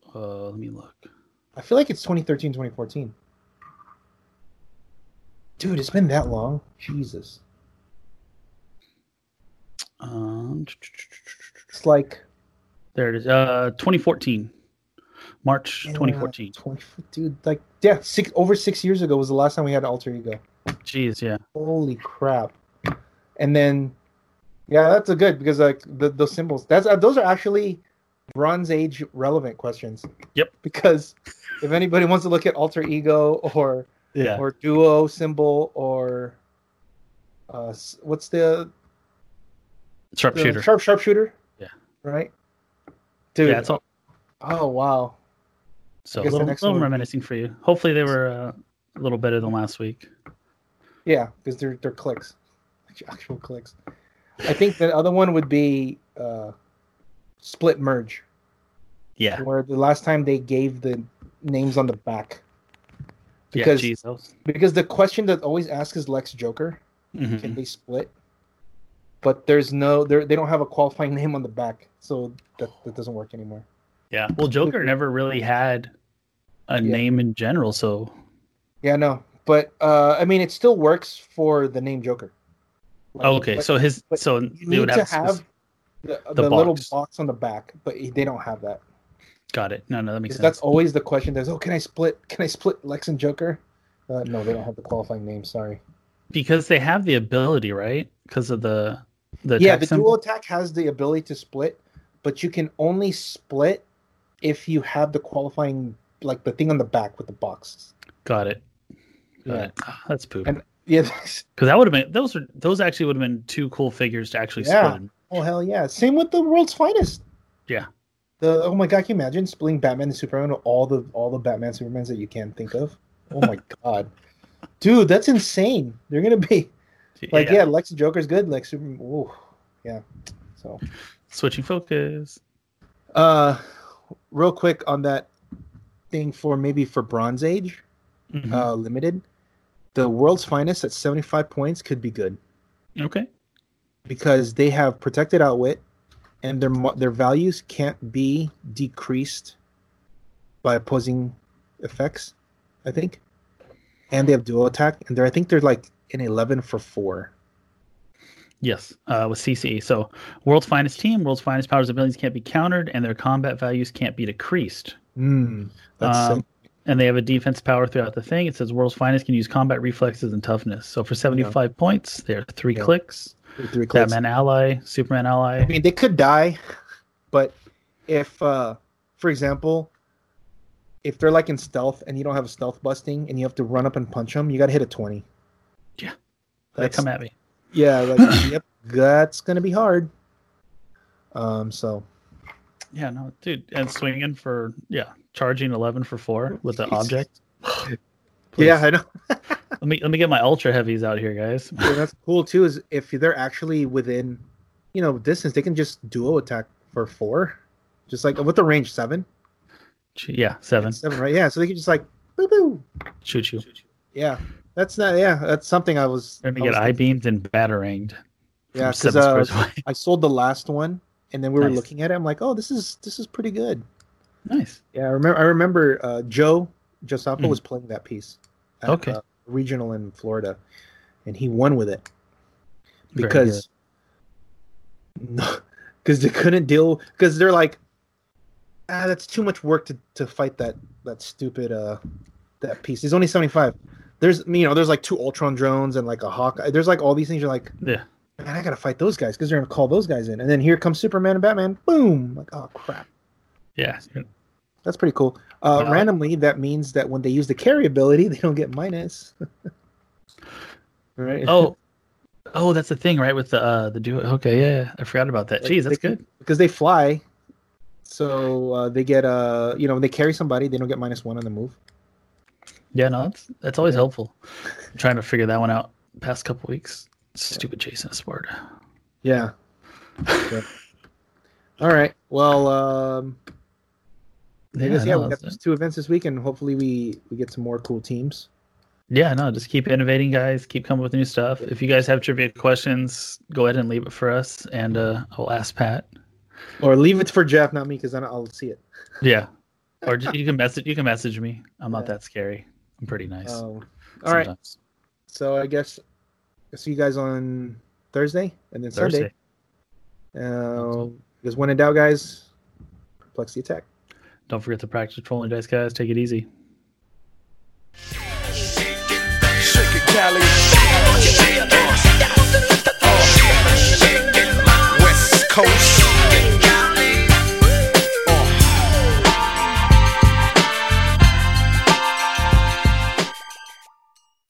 Speaker 2: Feed? Uh, let me look.
Speaker 3: I feel like it's 2013, 2014. Dude, it's been that long. Jesus.
Speaker 2: Um,
Speaker 3: It's like
Speaker 2: there it is. Uh, 2014, March
Speaker 3: Yeah,
Speaker 2: 2014.
Speaker 3: 20, dude, like yeah, six over six years ago was the last time we had alter ego.
Speaker 2: Jeez, yeah.
Speaker 3: Holy crap! And then, yeah, that's a good because like the, those symbols. That's uh, those are actually Bronze Age relevant questions.
Speaker 2: Yep.
Speaker 3: Because if anybody wants to look at alter ego or
Speaker 2: Yeah.
Speaker 3: or duo symbol or uh, s- what's the, the
Speaker 2: Sharpshooter.
Speaker 3: sharp sharpshooter?
Speaker 2: Yeah.
Speaker 3: Right. Dude.
Speaker 2: yeah, it's all
Speaker 3: oh wow.
Speaker 2: So a
Speaker 3: I guess the
Speaker 2: little,
Speaker 3: next
Speaker 2: little
Speaker 3: one would be-
Speaker 2: reminiscing for you. Hopefully they were uh, a little better than last week.
Speaker 3: Yeah, because they're they're clicks, Actu- actual clicks. I think the other one would be uh, split merge,
Speaker 2: Yeah.
Speaker 3: where the last time they gave the names on the back Because-
Speaker 2: yeah, geez, that was-
Speaker 3: because the question that always asks is Lex Joker,
Speaker 2: Mhm.
Speaker 3: can they split? But there's no there they don't have a qualifying name on the back, so that, that doesn't work anymore.
Speaker 2: Yeah. Well, Joker never really had a
Speaker 3: Yeah.
Speaker 2: name in general, so
Speaker 3: Yeah, no, but uh, I mean it still works for the name Joker. Like,
Speaker 2: oh, okay.
Speaker 3: but
Speaker 2: So his
Speaker 3: but
Speaker 2: so
Speaker 3: you
Speaker 2: they
Speaker 3: need
Speaker 2: would have,
Speaker 3: to have the, the,
Speaker 2: the
Speaker 3: little
Speaker 2: box.
Speaker 3: box on the back, but they don't have that.
Speaker 2: got it. No, no, that makes
Speaker 3: Because
Speaker 2: sense.
Speaker 3: that's always the question. There's, oh, can I split? Can I split Lex and Joker? Uh, no, they don't have the qualifying name. Sorry.
Speaker 2: Because they have the ability, right? Because of the the
Speaker 3: yeah,
Speaker 2: attack
Speaker 3: the
Speaker 2: symbol?
Speaker 3: dual attack has the ability to split, but you can only split if you have the qualifying, like the thing on the back with the box.
Speaker 2: Got it. Got
Speaker 3: Yeah.
Speaker 2: it. Ah, that's poop.
Speaker 3: And- Yeah. that's-
Speaker 2: Because that would have been those are those actually would have been two cool figures to actually
Speaker 3: Yeah.
Speaker 2: split.
Speaker 3: Oh hell yeah. Same with the world's finest.
Speaker 2: Yeah.
Speaker 3: The oh my god, can you imagine splitting Batman and Superman with all the all the Batman Supermans that you can think of? Oh my god. Dude, that's insane. They're gonna be Like, yeah, Lex and Joker's good. Lex Superman. Ooh, yeah. So,
Speaker 2: Switching focus.
Speaker 3: uh, real quick on that thing for maybe for Bronze Age
Speaker 2: Mhm.
Speaker 3: uh, Limited, the world's finest at seventy five points could be good
Speaker 2: okay.
Speaker 3: because they have protected outwit, and their mo- their values can't be decreased by opposing effects. I think, and they have dual attack, and they're I think they're like an eleven for four.
Speaker 2: Yes, uh, with CCE. So, world's finest team, world's finest powers and abilities can't be countered, and their combat values can't be decreased.
Speaker 3: Mm, that's
Speaker 2: Um,
Speaker 3: sick.
Speaker 2: And they have a defense power throughout the thing. It says world's finest can use combat reflexes and toughness. So, for 75 points, they are three
Speaker 3: Yeah.
Speaker 2: clicks.
Speaker 3: Three- three clicks.
Speaker 2: Batman ally, Superman ally.
Speaker 3: I mean, they could die, but if, uh, for example, if they're like in stealth and you don't have a stealth busting and you have to run up and punch them, you got to hit a 20.
Speaker 2: Yeah. they
Speaker 3: That's,
Speaker 2: come at me.
Speaker 3: yeah, like, yep, that's going to be hard. Um, so
Speaker 2: Yeah, no, dude. And swinging for, yeah, charging 11 for 4 with the
Speaker 3: Jesus.
Speaker 2: object.
Speaker 3: yeah, I know.
Speaker 2: Let me, let me get my ultra heavies out here, guys.
Speaker 3: Yeah, that's cool too. Is if they're actually within, you know, distance, they can just duo attack for four, just like with the range seven,
Speaker 2: Gee, Yeah, seven.
Speaker 3: seven, right? Yeah, so they can just like, boo boo.
Speaker 2: Shoot you.
Speaker 3: Yeah, that's not. Yeah, that's something I was.
Speaker 2: They're going
Speaker 3: I
Speaker 2: to get
Speaker 3: was
Speaker 2: I beamed and batteringed. from
Speaker 3: Yeah, because
Speaker 2: seven
Speaker 3: uh,
Speaker 2: squares away.
Speaker 3: I sold the last one, and then we were
Speaker 2: Nice.
Speaker 3: looking at it. I'm like, oh, this is this is pretty good.
Speaker 2: Nice.
Speaker 3: Yeah, I remember. I remember uh, Joe Josapo was playing that piece. At,
Speaker 2: Hmm. Okay.
Speaker 3: uh, regional in Florida, and he won with it
Speaker 2: Very
Speaker 3: because no, because they couldn't deal because they're like, ah, that's too much work to to fight that that stupid uh that piece. He's only 75. There's you know there's like two Ultron drones and like a hawk. There's like all these things. You're like
Speaker 2: Yeah.
Speaker 3: man, I gotta fight those guys because they're gonna call those guys in. And then here comes Superman and Batman. Boom! Like, oh crap.
Speaker 2: Yeah.
Speaker 3: That's pretty cool. Uh,
Speaker 2: Yeah.
Speaker 3: randomly, that means that when they use the carry ability, they don't get minus. right?
Speaker 2: Oh, oh, that's the thing, right? With the uh, the duo. Okay, yeah, yeah, I forgot about that.
Speaker 3: Like,
Speaker 2: Geez, that's
Speaker 3: they can-
Speaker 2: good.
Speaker 3: because they fly, so uh, they get uh, you know, when they carry somebody, they don't get minus one on the move.
Speaker 2: Yeah, no, that's that's always helpful. I'm trying to figure that one out. Past couple weeks, stupid Jason Spard.
Speaker 3: Yeah. Okay. All right. Well, um, I
Speaker 2: Yeah,
Speaker 3: guess yeah,
Speaker 2: no,
Speaker 3: we got
Speaker 2: that's
Speaker 3: those
Speaker 2: it.
Speaker 3: two events this week, and hopefully we we get some more cool teams.
Speaker 2: yeah, no, just keep innovating, guys. Keep coming with new stuff. If you guys have trivia questions, go ahead and leave it for us, and uh, I'll ask Pat.
Speaker 3: Or leave it for Jeff, not me, because then I'll see it.
Speaker 2: Yeah, or just, you can message you can message me. I'm not
Speaker 3: Yeah.
Speaker 2: that scary. I'm pretty nice.
Speaker 3: Um, all right.
Speaker 2: sometimes.
Speaker 3: So I guess I'll see you guys on Thursday and then
Speaker 2: Thursday.
Speaker 3: Sunday. Um, because when in doubt, guys, perplex the attack.
Speaker 2: Don't forget to practice trolling dice, guys. Take it easy.
Speaker 1: Shake it, Cali. West Coast. Uh.